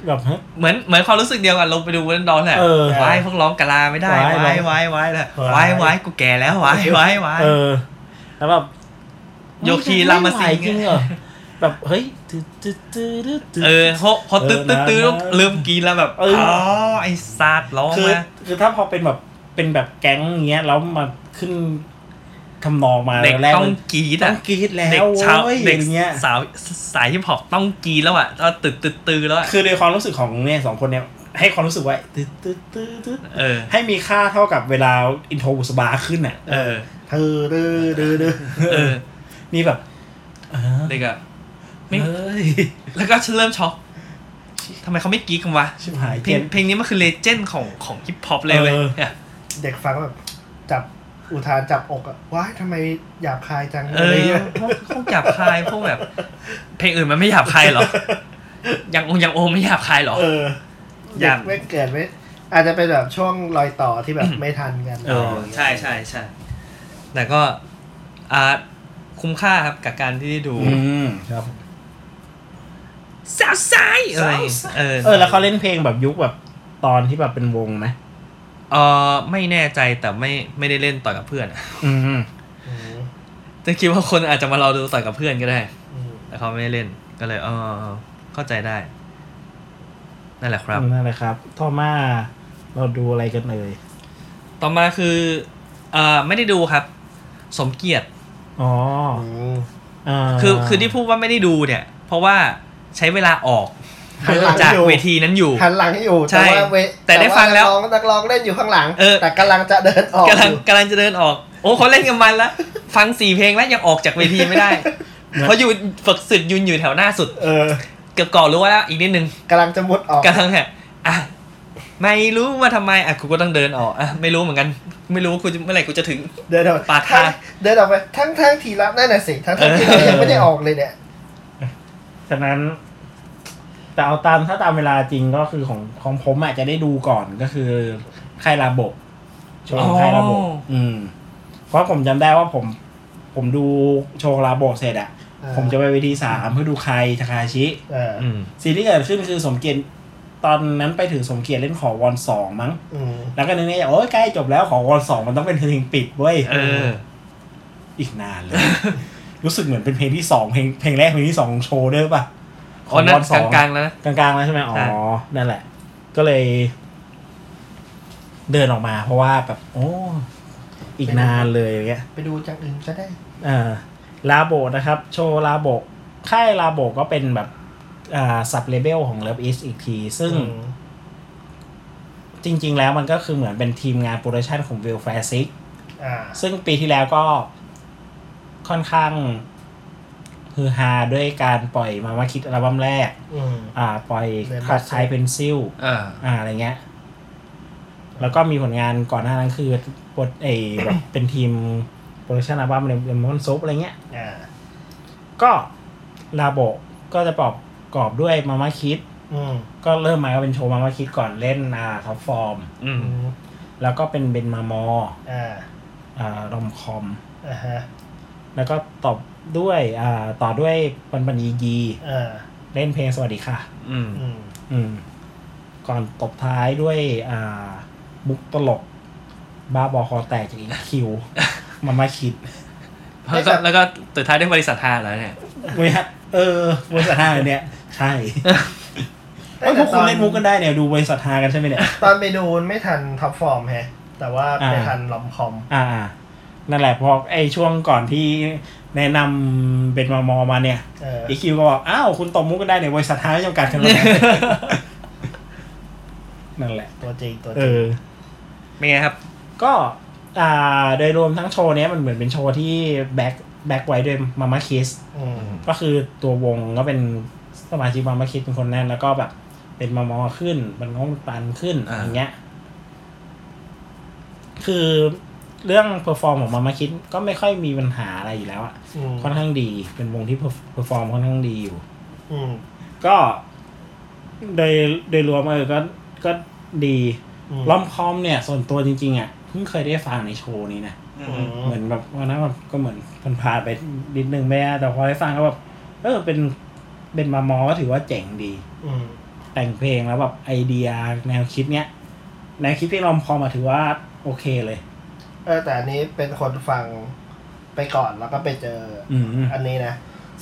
Speaker 4: แบบเฮ้ย
Speaker 3: เหมือน เหมือนความรู้สึกเดียวกันลงไปดูวันดอนแหละ
Speaker 4: เออ
Speaker 3: วาย พวกร้องกะลาไม่ได้
Speaker 4: วาย
Speaker 3: วาย วาย วายแหละ วาย วาย กูแก่แล้ว วาย วาย วาย
Speaker 4: เออ แล้วแบบ
Speaker 3: โยคี
Speaker 4: ไไหว
Speaker 3: รามสิงห์
Speaker 4: จริงเหรอแบบเฮ้ยตื้อตื้อตื้อตื้อตื้อ
Speaker 3: เออพอพอ
Speaker 4: เออ
Speaker 3: ตึ๊ดตึ๊ดตึ๊ด
Speaker 4: นะ
Speaker 3: เริ่มกรีดแล้วแบบ
Speaker 4: เอ
Speaker 3: อ๋
Speaker 4: อ
Speaker 3: อไอ้ซาดร้อง
Speaker 4: คือ
Speaker 3: มา
Speaker 4: คือถ้าพอเป็นแบบเป็นแบบแก๊งเงี้ยแล้วมาขึ้นทำนองมา
Speaker 3: เด็ก
Speaker 4: แรกๆ
Speaker 3: ต้อง
Speaker 4: มัน
Speaker 3: กรีด
Speaker 4: ต้อ
Speaker 3: อ่ะ
Speaker 4: งกรีดแล้
Speaker 3: เด็
Speaker 4: ว
Speaker 3: กชาว
Speaker 4: ว้ย
Speaker 3: เด็ก
Speaker 4: อย่างเงี้ย
Speaker 3: สาวสายฮิปฮอปต้องกรีดแล้วอ่ะก็ตึ๊ดตึ๊ดตึ๊ดแล้วอะ
Speaker 4: คือในความรู้สึกของเนี่ยสองคนเนี่ยให้ความรู้สึกว่าตึ๊ดตึ๊ดตึ๊ดตึ๊ด
Speaker 3: เออ
Speaker 4: ให้มีค่าเท่ากับเวลาอินโทรบุษบาขึ้นอ่ะ
Speaker 3: เออ
Speaker 2: เธอดื้อดื้อดื้อ
Speaker 3: เออ
Speaker 4: มีแบบเออ
Speaker 3: เด็กอะไม่
Speaker 4: เฮ้ย
Speaker 3: แล้วก็ฉันเริ่มช็อกทำไมเขาไม่กรี๊ดกันวะ
Speaker 4: ชิบหาย
Speaker 3: เพลง
Speaker 4: เจ็บ
Speaker 3: เพลงนี้มันคือเลเจนด์ของของฮิปฮอปเลยเว้ย
Speaker 4: เออ
Speaker 3: เนี่ย
Speaker 2: เด็กฟังแบบจับอุทานจับอกอะว้ายทำไมหยาบคายจัง
Speaker 3: เอ
Speaker 2: ไร
Speaker 3: อ
Speaker 2: เงี้ย
Speaker 3: พวกพวกหยาบคายพวกแบบ เพลงอื่นมันไม่หยาบคายหรอ ยังยังโอไม่หยาบคายหรอ
Speaker 2: เออ เด็
Speaker 3: ยาก ก
Speaker 2: ไม่เกิดไม่อาจจะเป็นแบบช่วงรอยต่อที่แบบไม่ทันกัน
Speaker 3: เออใช่ใช่ใช่แต่ก็อาร์ตคุ้มค่าครับกับการที่ได้ดู
Speaker 6: อืม
Speaker 4: ครับ
Speaker 3: สาวไซด์อะไรเออ
Speaker 4: เออ แล้วเขาเล่นเพลงแบบยุคแบบตอนที่แบบเป็นวงไหม
Speaker 3: เออไม่แน่ใจแต่ไม่ไม่ได้เล่นต่อกับเพื่อน
Speaker 4: อืม
Speaker 2: อืม
Speaker 3: จะคิดว่าคนอาจจะมารอดูต่อกับเพื่อนก็ได้
Speaker 2: อืม
Speaker 3: แต่เขาไม่ได้เล่นก็เลยเออเข้าใจได้ นั่นแหละครับ
Speaker 4: นั่นแหละครับท่อมาเราดูอะไรกันเอ่ย
Speaker 3: ต่อมาคือเอ่อไม่ได้ดูครับ สมเกียรติ
Speaker 4: อ๋อ
Speaker 2: อืม
Speaker 4: อ่า
Speaker 3: คือคือที่พูดว่าไม่ได้ดูเนี่ย เพราะว่าใช้เวลาออก
Speaker 2: หันหลัง
Speaker 3: จาก
Speaker 2: อยู่
Speaker 3: เวทีนั้นอยู่
Speaker 2: หันหลังอยู่
Speaker 3: ใช่
Speaker 2: แต่ว่าเว
Speaker 3: แต่ได้ฟังแล้ว
Speaker 2: นักร้อนักร้องเล่นอยู่ข้างหลัง
Speaker 3: เออ
Speaker 2: แต่กำลังจะเดินออก
Speaker 3: กำลั
Speaker 2: อง ยู่
Speaker 3: กำลังจะเดินออก โอ้เขาเล่นกับมันแล้ว ฟังสี่เพลงแล้วยังออกจากเวทีไม่ได้ เพราะอยู่ฝึกศึกยืนอยู่แถวหน้าสุด
Speaker 2: เออ
Speaker 3: เกือบก่อรู้วแล้วอีกนิดนึง
Speaker 2: กำลังจะมุดออก
Speaker 3: กำลังเนี่ยอ่ะไม่รู้ว่าทำไมอ่ะกูก็ต้องเดินออกอ่ะไม่รู้เหมือนกัน ไม่รู้ว่ากูจะเมื่อไหร่กูจะถึง
Speaker 2: เดินออก
Speaker 3: ปาด
Speaker 2: ทั้ง
Speaker 3: ทาง
Speaker 2: เดินออกไปทั้งทั้งทีละนั่นน่ะสิทั้งทั้งที่
Speaker 3: เออ
Speaker 2: ยังไม่ได้ออกเลยเนี่ย
Speaker 4: ฉะนั้นแต่เอาตามถ้าตามเวลาจริงก็คือของของผมอาจจะได้ดูก่อนก็คือค่ายระบบโชว์ค่ายระบบ
Speaker 3: อ๋อ
Speaker 4: อืม เพราะผมจำได้ว่าผม ผมดูโชว์ระบบเสร็จอะผมจะไปเวทีสามเพื่อดูใครทาคาชิ
Speaker 2: เออ
Speaker 3: อืม
Speaker 4: สิ่งที่เกิดขึ้นคือสมเกียรติตอนนั้นไปถึงสมเกียรติเล่นขอวอนสองมั้ง
Speaker 2: อืม
Speaker 4: แล้วก็นึกในใจโอ้ยใกล้จบแล้วขอวอนสองมันต้องเป็นเพลงปิดเว้ย
Speaker 3: เออ
Speaker 4: อีกนานเลย รู้สึกเหมือนเป็นเพลงที่สองเพลงเพลงแรกเพลงที่สองของโชว์ด้วยป่ะ
Speaker 3: อ๋อนั่
Speaker 4: วอน
Speaker 3: กลางๆแล้วนะ
Speaker 4: กลางๆแล้วใช่ไหมอ๋อ
Speaker 3: ใช่
Speaker 4: นั่นแหละ ก็เลย เดินออกมา เพราะว่าแบบ โอ้ อีกนานเลยอย่างเงี้ย
Speaker 2: ไปดูจังอื่นก็ได้
Speaker 4: เอ่าลาโบนะครับ โชว์ลาโบค่ายลาโบก็เป็นแบบอ่าสับเลเบลของ Love Is อีกที ซึ่งจริง ๆ แล้วมันก็คือเหมือนเป็นทีมงานโปรดักชันของวิลแฟซิก
Speaker 2: อ่า
Speaker 4: ซึ่งปีที่แล้วก็ค่อนข้างฮือฮาด้วยการปล่อยมามาคิดอัลบั้มแรก
Speaker 2: อืม
Speaker 4: อ่า ปล่อย
Speaker 2: เรียน
Speaker 4: คัด
Speaker 2: Pencil
Speaker 4: ไอเพนซิล
Speaker 3: อ่า
Speaker 4: อ่าอะไรเงี้ย แล้วก็มีผลงานก่อนหน้านั้นคือบทเอแบบ เป็นทีมโปรดักชันอัลบั้มเดมอนซุปอะไรเงี้ย
Speaker 2: อ่า
Speaker 4: ก็ลาโบก็จะประกอบประกอบด้วยมามาคิด
Speaker 2: อืม
Speaker 4: ก็เริ่มมาก็เป็นโชว์มามาคิดก่อนเล่นอ่าท็อปฟอร์ม
Speaker 3: อื
Speaker 2: อื
Speaker 3: ม
Speaker 2: ม
Speaker 4: แล้วก็เป็นเบนมามอ
Speaker 2: อ่า
Speaker 4: อ่ารอมคอม
Speaker 2: อ่าฮะ
Speaker 4: แล้วก็ตอบด้วยอ่าต่อด้วยปันปันยียี
Speaker 2: อ่า
Speaker 4: เล่นเพลงสวัสดีค่ะ
Speaker 3: อืม
Speaker 2: อืม
Speaker 4: อืม ก่อนตบท้ายด้วยอ่ามุกตลก บ้าบอคอแตกจากอีกคิว มามาคิด
Speaker 3: แล้วก็แล้วก็สุดท้ายด้วยบริษัทฮาแล้วเนี่ย
Speaker 4: เว้ยฮะเออบริษัทฮาเนี่ย ใช่เอ้ยพวกคุณเล่นมุกกันได้เนี่ย ดูบริษัทฮากันใช่ไหมเนี่ย
Speaker 2: ตอนไปดูไม่ทันท็อปฟอร์มแฮะ แต่ว่า
Speaker 4: อ่า
Speaker 2: ไปทันลอมคอม
Speaker 4: อ่าอ่านั่นแหละพอไอช่วงก่อนที่แนะนำเป็นมามอมาเนี่ย
Speaker 2: เออ
Speaker 4: อีคิวก็บอกอ้าวคุณตบมุกกันได้เนี่ยบริษัทฮาไม่จำกัดกันเลย นั่นแหละ
Speaker 2: ตัวจริงตัวจ
Speaker 4: เอ
Speaker 2: ริง
Speaker 4: อ
Speaker 3: เป็นไงครับ
Speaker 4: ก็อ่าโดยรวมทั้งโชว์เนี้ยมันเหมือนเป็นโชว์ที่แบ็คแบ็คไว้ด้วยมาม่าคิส
Speaker 2: อืม
Speaker 4: ก็คือตัววงก็เป็นสมาชิกมาม่าคิสเป็นคนแน่นแล้วก็แบบเป็นมามอขึ้นมันง้องปันขึ้น
Speaker 3: อ่า
Speaker 4: อย่างเงี้ย คือเรื่องเพอร์ฟอร์มของมาม่าคิดก็ไม่ค่อยมีปัญหาอะไรอยู่แล้วอะ
Speaker 2: อืม
Speaker 4: ค่อนข้างดีเป็นวงที่เพอร์ฟอร์มค่อนข้างดีอยู่
Speaker 2: อืม
Speaker 4: ก็โดยโดยรวมเออก็ก็ดี
Speaker 2: อืม
Speaker 4: ลอมคอมเนี่ย ส่วนตัวจริงๆอ่ะเพิ่งเคยได้ฟังในโชว์นี้นะ
Speaker 2: อืม
Speaker 4: เหมือนแบบวันนั้นแบบก็เหมือนผ่านผ่านๆไปนิดนึงไม่ได้แต่พอได้ฟังก็แบบเออเป็นเป็นมามอก็ถือว่าเจ๋งดี
Speaker 2: อืม
Speaker 4: แต่งเพลงแล้วแบบไอเดียแนวคิดเนี้ยแนวคิดที่ลอมคอมอะถือว่าโอเคเลย
Speaker 2: เออแต่อันนี้เป็นคนฟังไปก่อนแล้วก็ไปเจออ
Speaker 4: อืม
Speaker 2: อันนี้นะ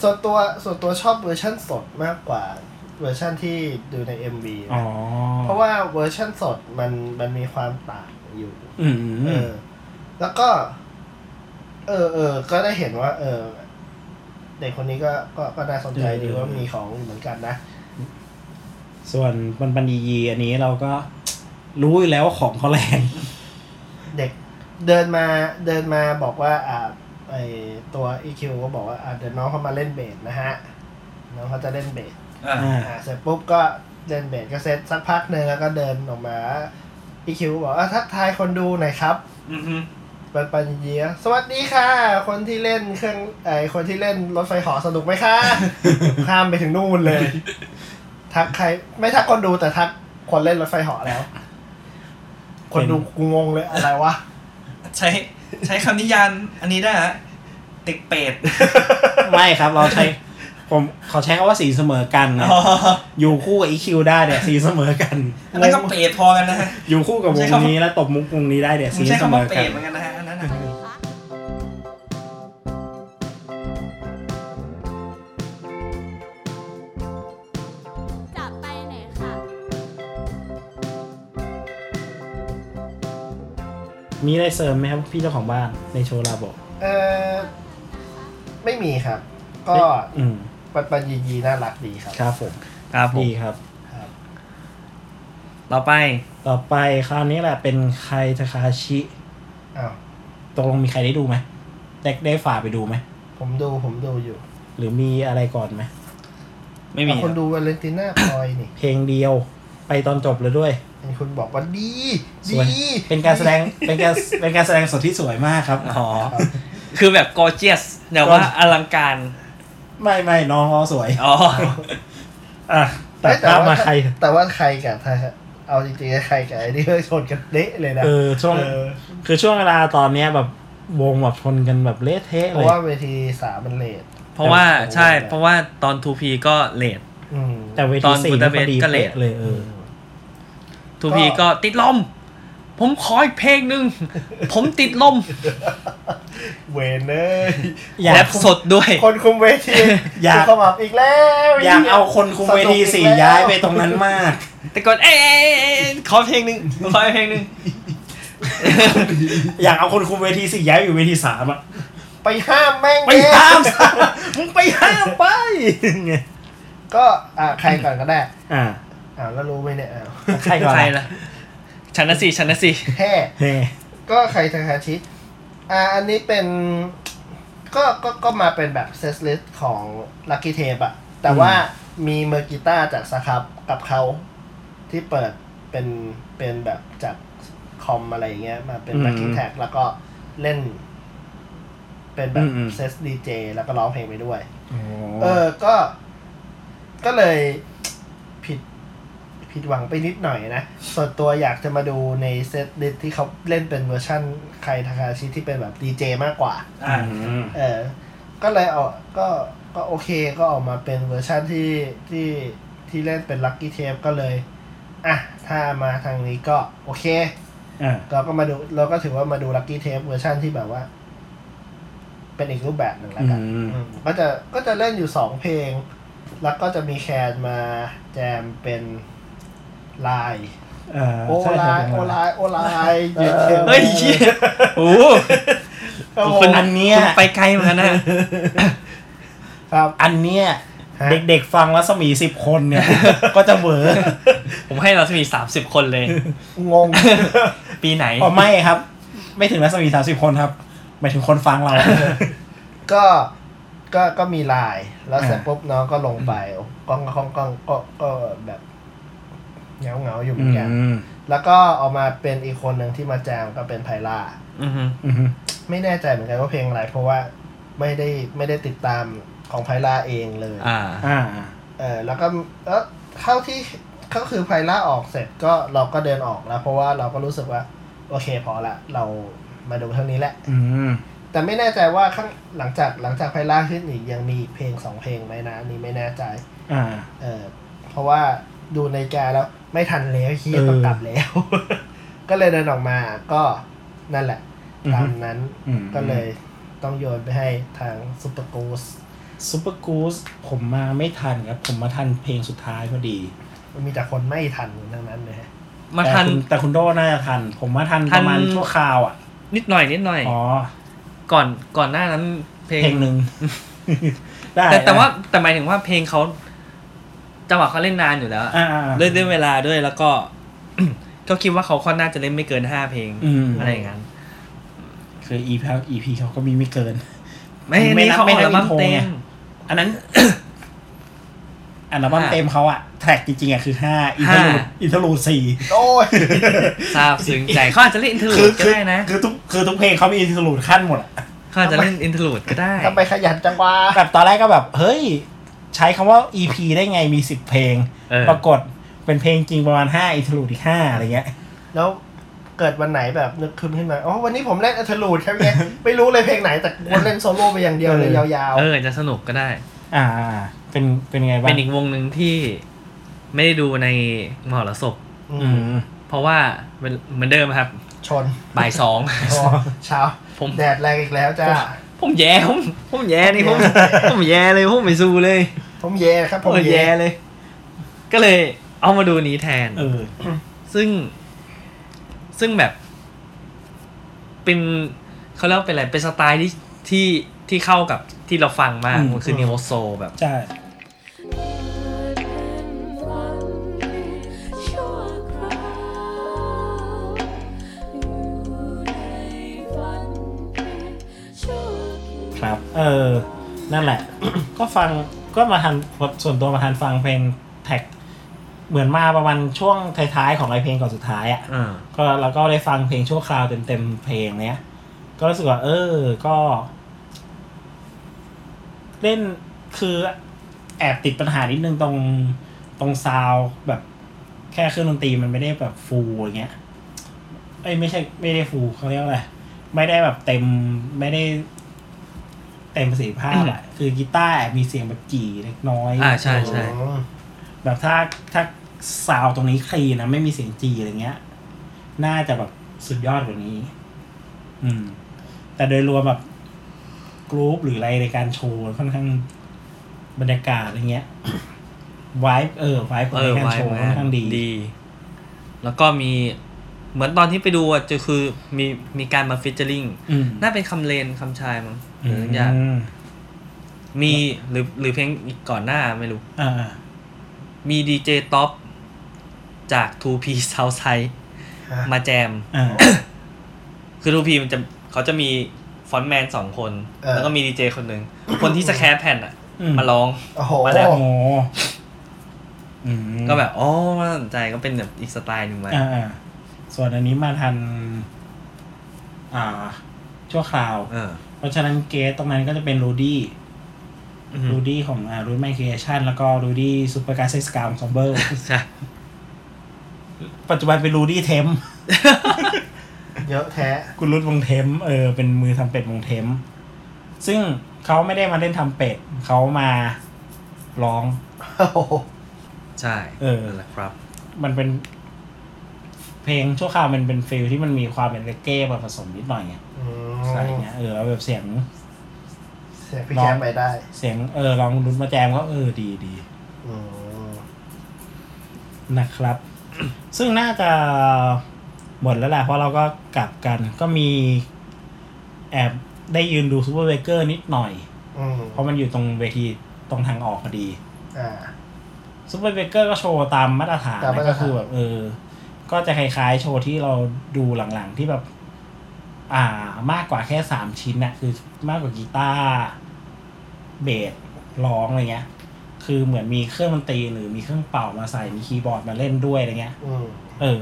Speaker 2: ส่วนตัวส่วนตัวชอบเวอร์ชั่นสดมากกว่าเวอร์ชั่นที่ดูใน MV
Speaker 4: อ๋อ
Speaker 2: นะเพราะว่าเวอร์ชั่นสดมันมันมีความต่างอยู่
Speaker 4: อืม
Speaker 2: เออแล้วก็ เออเออก็ได้เห็นว่า เออ เด็กคนนี้ก็ก็ก็น่าสนใจดีว่ามีของอยู่เหมือนกันนะ
Speaker 4: ส่วนบันบันยียีอันนี้เราก็ รู้อยู่แล้วว่าของเขาแรง
Speaker 2: เด็กเดินมาเดินมาบอกว่า อ่าไอตัว EQ ก็บอกว่าอ่าเดี๋ยวน้องเขามาเล่นเบสนะฮะน้องเขาจะเล่นเบส
Speaker 3: อ่า
Speaker 4: อ่า
Speaker 2: อ่าเสร็จปุ๊บก็เดินเบสก็เซตสักพักหนึ่งแล้วก็เดินออกมาอีคิวบอกว่าทักทายคนดูหน่อยครับ
Speaker 3: อือฮึ
Speaker 2: ปันปันเยียสวัสดีค่ะ คนที่เล่นเครื่องไอคนที่เล่นรถไฟหอสนุกไหมคะ ข้ามไปถึงนู่นเลย ทักใครไม่ทักคนดูแต่ทัก คนเล่นรถไฟเหาะแล้ว คนดูกูงงเลยอะไรวะ
Speaker 6: ใช้ใช้คำนิยามอันนี้ได้ฮะเด็กเป็ด
Speaker 4: ไม่ครับ เราใช้ ผมขอใช้คำว่าสีเสมอกันนะ
Speaker 6: อ๋อ
Speaker 4: อยู่คู่กับอีคิวได้เนี่ยสีเสมอกัน
Speaker 6: อันนั้นก็เป็ดพอกันนะฮะ
Speaker 4: อยู่คู่กับวงนี้แล้วตบมุกวงนี้ได้เนี่ย
Speaker 6: ผ
Speaker 4: สี
Speaker 6: มใช้
Speaker 4: เส
Speaker 6: คำ
Speaker 4: ม
Speaker 6: ว่า
Speaker 4: อ
Speaker 6: เปร
Speaker 4: กั
Speaker 6: ต
Speaker 4: น
Speaker 6: เหมือนกันนะฮะอันนั้นนะ
Speaker 1: จะไปไหนค่ะ
Speaker 4: มีอะไรเสริมไหมครับพี่เจ้าของบ้านในโชว์ลาบอก
Speaker 2: เออไม่มีครับ ก็
Speaker 4: อืม
Speaker 2: ปันปันยียีน่ารักดีครับ
Speaker 4: ครับผม
Speaker 3: ครับผม
Speaker 4: ดีครับ
Speaker 3: ต่อไป
Speaker 4: ต่อไปคราวนี้แหละเป็นใครทาคาชิ
Speaker 2: อ้าว
Speaker 4: ตกลงมีใครได้ดูไหมได้ได้ฝ่ากไปดูไหม
Speaker 2: ผมดูผมดูอยู่
Speaker 4: หรือมีอะไรก่อนไหม
Speaker 3: ไม่มี
Speaker 2: แต่คนดูวาเลนติน่าพลอยนี่
Speaker 4: เพลงเดียวไปตอนจบเลยด้วย
Speaker 2: เป็นคนบอกว่าดี
Speaker 4: ส
Speaker 2: ดี
Speaker 4: วยเป็นการแสดงเป็นการเป็นการแสดงสดที่สวยมากครับ
Speaker 3: อ๋อคือแบบกอเจียสแต่ว่าอลังการ
Speaker 4: ไม่ไม่น้องเขาสวย
Speaker 3: อ๋อ
Speaker 4: อ่ะตัด
Speaker 2: เอ้ย
Speaker 4: ภาพ
Speaker 2: ว่
Speaker 4: มาใคร
Speaker 2: แต่ว่าใครกับถ้าเอาจริงๆใครกับไอ้นี่ก็ชนกันเละเลยนะ
Speaker 4: เออช่วง
Speaker 2: เออ
Speaker 4: คือช่วงเวลาตอนเนี้ยแบบวงแบบชนกันแบบเละเทะ
Speaker 2: เพ
Speaker 4: เล
Speaker 2: ราะ
Speaker 4: ย
Speaker 2: ว่าเวทีสามมันเลท
Speaker 3: เพราะว่าใช่
Speaker 2: โอ้โห
Speaker 3: เพราะว่าตอน 2P ก็เลด
Speaker 2: อืม
Speaker 4: แต่เว
Speaker 3: ต
Speaker 4: ที
Speaker 3: อน
Speaker 4: สี่
Speaker 3: บู
Speaker 4: ก็
Speaker 3: ดาเป
Speaker 4: พ
Speaker 3: สต์
Speaker 4: อดี
Speaker 3: ก็เละ
Speaker 4: เป๊ะเลยเออ
Speaker 3: 2P
Speaker 2: ก็
Speaker 3: ก็ติดลม ผมขออีกเพลงหนึ่ง ผมติดลม
Speaker 2: เวนเลย
Speaker 4: อยาก
Speaker 3: แรปสดด้วย
Speaker 2: คนคุมเวที
Speaker 4: อยาก
Speaker 2: ขมับอีกแล้ว
Speaker 4: อยากเอาคนคุมเวทีสี่ย้ายไปตรงนั้นมาก
Speaker 3: แต่ก่อนเอ้ยเอ้ยเอ้ยเอ้ยขอเพลงหนึ่งขอเพลงหนึ่ง
Speaker 4: อยากเอาคนคุมเวทีสี่ย้ายไปอยู่เวทีสามอะ
Speaker 2: ไปห้ามแม่ง
Speaker 4: ไป
Speaker 2: เนี่ย
Speaker 4: ห้ามซะมึงไปห้ามไปไง
Speaker 2: ก็อ่ะใครก่อนก็ได้
Speaker 4: อ่า
Speaker 2: อ่าแล้วรู้ไหมเนี่ยอ้าว
Speaker 4: ใครก่อน
Speaker 3: ใครล่ะฉันนะสิฉันนะสิ
Speaker 2: แค่
Speaker 4: เฮ้
Speaker 2: ก็ใครทาคาชิอ่าอันนี้เป็นก็ก็ก็มาเป็นแบบเซสลิสของลักกี้เทปอะแต่ว่ามีเมอร์กิต้าร์จากสครับกับเขาที่เปิดเป็นเป็นแบบจากคอมอะไรอย่างเงี้ยมาเป็นลักกี้แท็กแล้วก็เล่น เป็นแบบเซสดีเจแล้วก็ร้องเพลงไปด้วย เออ ก็ ก็เลยผิด ผิดหวังไปนิดหน่อยนะ ส่วนตัวอยากจะมาดูในเซตลิสต์ที่เขาเล่นเป็นเวอร์ชั่นใครทาคาชิที่เป็นแบบดีเจมากกว่า
Speaker 6: อ่า
Speaker 2: เออ ก็เลยเอาก็ ก็โอเค ก็ออกมาเป็นเวอร์ชั่นที่ ที่ ที่เล่นเป็นลั c กี้เทปก็เลย อ่ะ ถ้ามาทางนี้ก็โอเค
Speaker 4: อ่า
Speaker 2: เราก็มาดู เราก็ถือว่ามาดูลั c กี้เทปเวอร์ชั่นที่แบบว่า เป็นอีกรูปแบบหนึ่งแล้วกัน อืมก็จะก็จะเล่นอยู่สองเพลง แล้วก็จะมีแคนมาแจมเป็นลาย
Speaker 4: อ่า
Speaker 2: โอลายโอลายโอลายเย็น
Speaker 3: เฮ้ยเหี้ยโอ้โห
Speaker 2: ครับผ
Speaker 4: คน
Speaker 2: ม
Speaker 4: อันเนี้ย
Speaker 3: คุณไปไกลเหมือนกันนะ
Speaker 2: ครับ
Speaker 4: อันเนี้ย
Speaker 2: ฮะ
Speaker 4: เด็กๆฟังแล้วสมีสิบคนเนี่ย ก็จะเหวอ
Speaker 3: ผมให้เราจะมีสามสิบคนเลย
Speaker 2: ง ง
Speaker 3: ปีไหน
Speaker 4: อ๋อไม่ครับ ไม่ถึงรัศมีสามสิบคนครับหมายถึงคนฟังเรา
Speaker 2: ก็ก็ก็มีลาย แล้วเสร็จ
Speaker 4: อ่า
Speaker 2: ปุ๊บน้องก็ลงไปกล้องกล้องกล้องก็ก็แบบเงาเงาๆอยู่เหมือนกันแล้วก็เออกมาเป็นอีกคนหนึ่งที่มาแจมก็เป็นไพล่า
Speaker 3: อือฮึ
Speaker 4: อือฮึ
Speaker 2: ไม่แน่ใจเหมือนกันว่าเพลงอะไร เพราะว่าไม่ได้ไม่ได้ติดตามของไพล่าเองเลย
Speaker 3: อ่า
Speaker 4: อ่า
Speaker 2: เออแล้วก็เออเข้าที่ก็คือไพล่าออกเสร็จก็เราก็เดินออกแล้ว เพราะว่าเราก็รู้สึกว่า โอเคพอละเรามาดูเท่านี้แหละ
Speaker 4: อืม
Speaker 2: แต่ไม่แน่ใจว่าข้างหลังจากหลังจากไพล่าขึ้นอีกยังมีอีกเพลงสองเพลงไหมนะอันนี้ไม่แน่ใจ
Speaker 4: อ่า
Speaker 2: เออเพราะว่าดูในาฬิกาแล้วไม่ทันแล้วเฮีย
Speaker 4: เออ
Speaker 2: ต้องกลับแล้ว ก็เลยเดินออกมาก็นั่นแหละ
Speaker 4: อือฮึ
Speaker 2: ตามนั้น
Speaker 4: อืม
Speaker 2: ก็เลยต้องโยนไปให้ทางซุปเปอร์กูส
Speaker 4: ซูเปอร์กูสผมมาไม่ทันครับ ผมมาทันเพลงสุดท้ายพอดี
Speaker 2: มันมีแต่คนไม่ทันทั้งนั้นเลยฮะ
Speaker 3: มา
Speaker 4: แต่
Speaker 3: ทัน
Speaker 4: คุณแต่คุณโดน่าจะทัน ผมมาทัน
Speaker 3: ทั
Speaker 4: ป
Speaker 3: น
Speaker 4: ระมาณชั่วคราวอ่ะ
Speaker 3: นิดหน่อยนิดหน่อย
Speaker 4: อ๋อ
Speaker 3: ก่อนก่อนหน้านั้นเพลง
Speaker 4: เพลงหนึ่ ง ได้
Speaker 3: แต่แต่
Speaker 4: นะ
Speaker 3: ว่าแต่หมายถึงว่าเพลงเขาจังหวะเขาเล่นนานอยู่แล้ว
Speaker 4: อ่าอ่าอ่า
Speaker 3: ด้วยด้วยเวลาด้วยแล้วก็ ก็คิดว่าเขาค่อนน่าจะเล่นไม่เกินห้าเพลง
Speaker 4: อืม
Speaker 3: อะไรอย่างนั้น
Speaker 4: คืออีพีอีพีเขาก็มีไม่เกิน
Speaker 3: ไม่
Speaker 4: ไม่
Speaker 3: นี่
Speaker 4: นับ
Speaker 3: เขาออกอัลบั้ม
Speaker 4: ไม่
Speaker 3: เต็
Speaker 4: นับอินโทรไง
Speaker 3: ม
Speaker 4: อั นนั้น อันละบั้ม
Speaker 3: ห้า
Speaker 4: เต็มเขาอะแทร็กจริงๆอะคือห้าอินเทอร์
Speaker 3: ห้า
Speaker 4: ลูดอินเทอร์ลูดสี่
Speaker 2: โอ้ย
Speaker 3: ทราบ ซึ้งใจเขาอาจจะเล่นอินเทอร์
Speaker 4: คื
Speaker 3: ลูดก็
Speaker 4: คือ
Speaker 3: ได้นะ
Speaker 4: คือทุกคือทุกเพลงเขามีอินเทอร์ลูดขั้นหมดอะ
Speaker 3: เขาอาจจะเล่นอินเทอร์ลูดก็ได้
Speaker 2: ทำไมขยันจังวะ
Speaker 4: แบบตอนแรกก็แบบ เฮ้ย ใช้คำว่า EP ได้ไงมีสิบเพลง
Speaker 3: เออ
Speaker 4: ปรากฏ เป็นเพลงจริงประมาณห้าอินทรูดอีกห้าอะไรเงี้ย
Speaker 2: แล้วเกิดวันไหนแบบนึกขึ้นขึ้นมาอ๋อวันนี้ผมเล่นอัธรูดครับเนี่ย ไม่รู้เลยเพลงไหนแต่วนเล่นโซโล่ไปอย่างเดียวเลยยาว
Speaker 3: เอออาจจะสนุกก็ได้
Speaker 4: อ่า เป็นเป็นไงบ้า
Speaker 3: เป็
Speaker 4: ง
Speaker 3: นอีกวงหนึ่งที่ไม่ได้ดูในมหรสพ
Speaker 2: ๆอื
Speaker 4: อื
Speaker 2: ม
Speaker 4: ม
Speaker 3: เพราะว่าเหมือนเดิมครับ
Speaker 2: ชน
Speaker 3: บ่ายสอง
Speaker 2: พอเช้า
Speaker 3: ผม
Speaker 2: แดดแรงอีกแล้วจ้า
Speaker 3: ผมแย่ผมผมแย่นี่ผม
Speaker 2: แย่
Speaker 3: ผมแย่เลยผมไม่สู้เลย
Speaker 2: ผมเย่ครับผม
Speaker 3: เออ
Speaker 2: เย่
Speaker 3: แย่เลย ก็เลยเอามาดูนี้แทน
Speaker 4: เออ
Speaker 3: ซึ่ง ซึ่งแบบ เป็นเขาเรียกว่าเป็นอะไรเป็นสไตล์ที่ที่ที่เข้ากับที่เราฟังมาก
Speaker 4: อืม
Speaker 3: มันคือนิโอโซแบบ
Speaker 4: ใช่ ครับ เออ นั่นแหละ ก็ฟังก็มาทันส่วนตัวมาทันฟังเพลงแท็ก เหมือนมาประมาณช่วงท้ายๆของไอเพลงก่อนสุดท้ายอ่ะ
Speaker 3: เออ
Speaker 4: ก็เราก็ได้ฟังเพลงชั่วคราวเต็มๆเพลงเนี้ย ก็รู้สึกว่า เออ ก็ เล่นคือแอบติดปัญหานิดนึงตรงตรงซาวด์แบบ แค่เครื่องดนตรีมันไม่ได้แบบฟูลอย่างเงี้ยเอ้ยไม่ใช่ไม่ได้ฟูลเขาเรียกว่าอะไรไม่ได้แบบเต็มไม่ได้ เต็มประสิทธิภาพอะคือกีตาร์แอบมีเสียงแบบจี่เล็กน้อย
Speaker 3: อ่าใช่ใช่
Speaker 2: อืม
Speaker 4: แบบถ้าถ้าซาวตรงนี้คลีนนะไม่มีเสียงจีอะไรเงี้ย น่าจะแบบสุดยอดกว่านี้ อืม แต่โดยรวมแบบกรุ๊ปหรืออะไรในการโชว์ค่อนข้างบรรยากาศอะไรเงี้ย ไวเออไวของ
Speaker 3: เออ
Speaker 4: ในการ
Speaker 3: ไว
Speaker 4: โชว์
Speaker 3: ม
Speaker 4: ค่อนข้างดี
Speaker 3: ดี แล้วก็มีเหมือนตอนที่ไปดูอ่ะจะคือมีมีการมาฟิชเจอริง
Speaker 4: อืม
Speaker 3: น่าเป็นคำเลนคำชายมั้งหรือสักอย่าง
Speaker 4: ม
Speaker 3: มีหรือหรือเพลงอีกก่อนหน้าไม่รู้
Speaker 4: อ่า
Speaker 3: มีดีเจท็อปจาก 2P Southside
Speaker 2: อ่ะ
Speaker 3: มาแจม
Speaker 4: อ่า
Speaker 3: คือ 2P มันจะเขาจะมีฟอนต์แมนสองคน แล้วก็มีดีเจคนหนึ่ง คนที่สแครปแผ่นอ่ะ
Speaker 4: อืม
Speaker 3: มาร้อง
Speaker 2: โอ้โห
Speaker 3: มาแล้ว
Speaker 4: โอ้โหอืม
Speaker 3: ก็แบบ อ๋อน่าสนใจก็เป็นแบบอีกสไตล์หนึ่งมา
Speaker 4: อ่าอ่าส่วนอันนี้มาทัน อ่า ชั่วคราว
Speaker 3: เออ
Speaker 4: เพราะฉะนั้นเกสตรงนั้นก็จะเป็นรูดี้
Speaker 3: อือหื
Speaker 4: รู
Speaker 3: อ
Speaker 4: ดี้ของอ่ารูดไมค์ครีเอชันแล้วก็รูดี้ซูเปอร์การ์เซสกาวของซอมเบอร์
Speaker 3: ใช่
Speaker 4: ปัจจุบันเป็นรูดี้เทม
Speaker 2: เยอะแท้
Speaker 4: คุณรุดวงเทมเออเป็นมือทำเป็ดวงเทม ซึ่งเขาไม่ได้มาเล่นทำเป็ด เขามาร้อง
Speaker 2: โอ้โห
Speaker 3: ใช่
Speaker 4: เออ
Speaker 3: นั่นแหละครับ
Speaker 4: มันเป็น เพลงชั่วคราวมันเป็นฟิลที่มันมีความเป็นเลเก้มาผสมนิดหน่อยไง
Speaker 2: อืม
Speaker 4: อะไรเงี้ยเออแล้วแบบเสียง
Speaker 2: เสียงพี่แจ๊คไปได้
Speaker 4: เสียงเออลองรุดมาแจมก็เออดีดี
Speaker 2: อืม
Speaker 4: นะครับ ซึ่งน่าจะหมดแล้วแหละเพราะเราก็กลับกันก็มีแอบได้ยืนดูซูเปอร์เบเกอร์นิดหน่อย
Speaker 2: อืม
Speaker 4: เพราะมันอยู่ตรงเวทีตรงทางออกพอดี
Speaker 2: อ่า
Speaker 4: ซูเปอร์เบเกอร์ก็โชว์ตามมาตรฐาน
Speaker 2: ตามมา
Speaker 4: นะ
Speaker 2: ตรฐาน
Speaker 4: ก็คือแบบเออ ก็จะคล้ายๆ โชว์ที่เราดูหลังๆที่แบบ อ่ามากกว่าแค่สามชิ้นนะคือมากกว่ากีตาร์เบสร้องอะไรเงี้ย คือเหมือนมีเครื่องดนตรีหรือมีเครื่องเป่ามาใส่มีคีย์บอร์ดมาเล่นด้วยอะไรเงี้ย
Speaker 2: อืม
Speaker 4: เออ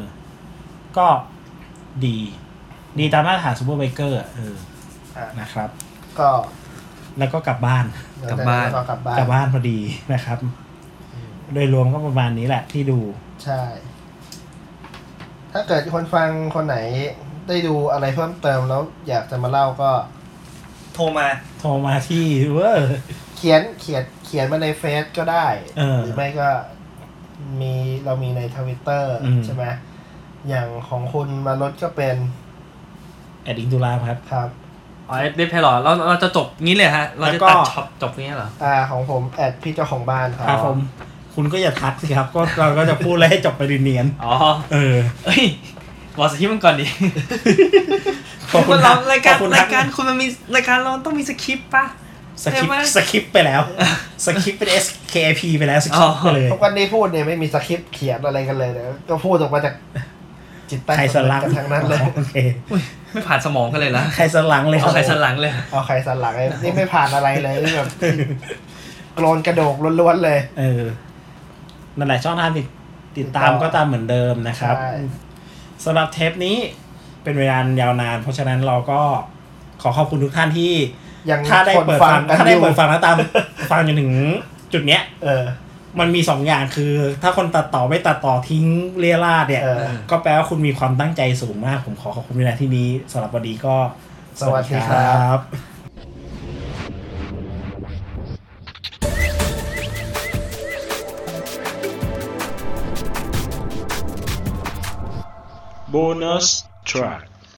Speaker 4: ก็ดี ดีตามมาตรฐานซูเปอร์ไบเกอร์เออ
Speaker 2: อ่ะ
Speaker 4: นะครับ
Speaker 2: ก็
Speaker 4: แล้วก็กลับบ้าน
Speaker 2: เดี๋ยวแต่เรกลับบ้าน
Speaker 4: กลับบ้านพอดีนะครับ
Speaker 2: อืม
Speaker 4: โดยรวมก็ประมาณนี้แหละที่ดู
Speaker 2: ใช่ ถ้าเกิดคนฟังคนไหนได้ดูอะไรเพิ่มเติมแล้วอยากจะมาเล่าก็
Speaker 6: โทรมา
Speaker 4: โทรมาที่เวอร์
Speaker 2: เขียนเขียนเขียนมาในเฟซก็ได้
Speaker 4: เออ
Speaker 2: หรือไม่ก็มีเรามีในทวิตเตอร์
Speaker 4: อืม
Speaker 2: ใช่ไหมอย่างของคุณมารถก็เป็น
Speaker 4: แอดอิงตุลามครับ
Speaker 2: ครับ
Speaker 3: อ๋อเดฟไพลอตเราเราจะจบงี้เลยฮะ เราจะ
Speaker 4: แล้วก็
Speaker 3: ตัดช็อปจบงี้เหรอ
Speaker 2: อ่าของผมแอดพี่เจ้าของบ้านครับ
Speaker 4: ครับผม คุณก็อย่าทักสิครับ ก็เราก็จะพูดอะไรให้จบไปเนียน
Speaker 3: อ๋อ
Speaker 4: ๆเออ
Speaker 3: เอ้ยบอกสคริปต์มันก่อนดิ
Speaker 4: ขอบคุณค
Speaker 3: เรา
Speaker 4: รับ
Speaker 3: รายการ
Speaker 4: ขอบคุณครับ
Speaker 3: รายการคุณมันมีรายการเราต้องมีสคริปต์ปะ
Speaker 4: สคริป
Speaker 3: เห็นไหม
Speaker 4: สคริปไปแล้ว สคริปเป็น SKP ไปแล้วสคริป
Speaker 3: อ๋อ
Speaker 4: ไปเลย
Speaker 2: ทุกวันนี้พูดเนี่ยไม่มีสคริปต์เขียนอะไรกันเลยนะก็พูดออกมาจากจิตใต้
Speaker 4: ใครสลัง
Speaker 2: กันทั้งนั้นเลย
Speaker 4: โอเค
Speaker 3: ไม่ผ่านสมองกันเลยละ
Speaker 4: ใครสลังเลยครั
Speaker 3: เอา
Speaker 4: บ
Speaker 3: ใครสนหลังเลย
Speaker 2: เอาใครสลังไอ้ นี่ไม่ผ่านอะไรเลยนี่แบบโกรนกระโดกล้วนๆเลย
Speaker 4: เออ นั่นแหละช่องทางติดติดตาม
Speaker 2: ติดต่อ
Speaker 4: ก็ตามเหมือนเดิมนะครับ
Speaker 2: ใช่
Speaker 4: สำหรับเทปนี้เป็นเวลายาวนาน เพราะฉะนั้นเราก็ขอขอบคุณทุกท่านที่
Speaker 2: ยัง
Speaker 4: ถ้าได้
Speaker 2: คน
Speaker 4: เปิด
Speaker 2: ฟั
Speaker 4: ฟั
Speaker 2: ง
Speaker 4: ง
Speaker 2: กันอ
Speaker 4: ถ้าได้
Speaker 2: ยู่
Speaker 4: เปิดฟังแล้วตาม ฟังจนถึงจุดเนี้ย
Speaker 2: เออ
Speaker 4: มันมีสองอย่างคือ ถ้าคนตัดต่อไม่ตัดต่อทิ้งเลี่ยราดเนี่ย
Speaker 2: เออ
Speaker 4: ก็แปลว่าคุณมีความตั้งใจสูงมาก ผมขอขอบคุณในที่นี้สำหรับวันนี้ก็
Speaker 2: สวัสดีครับ
Speaker 7: bonus track.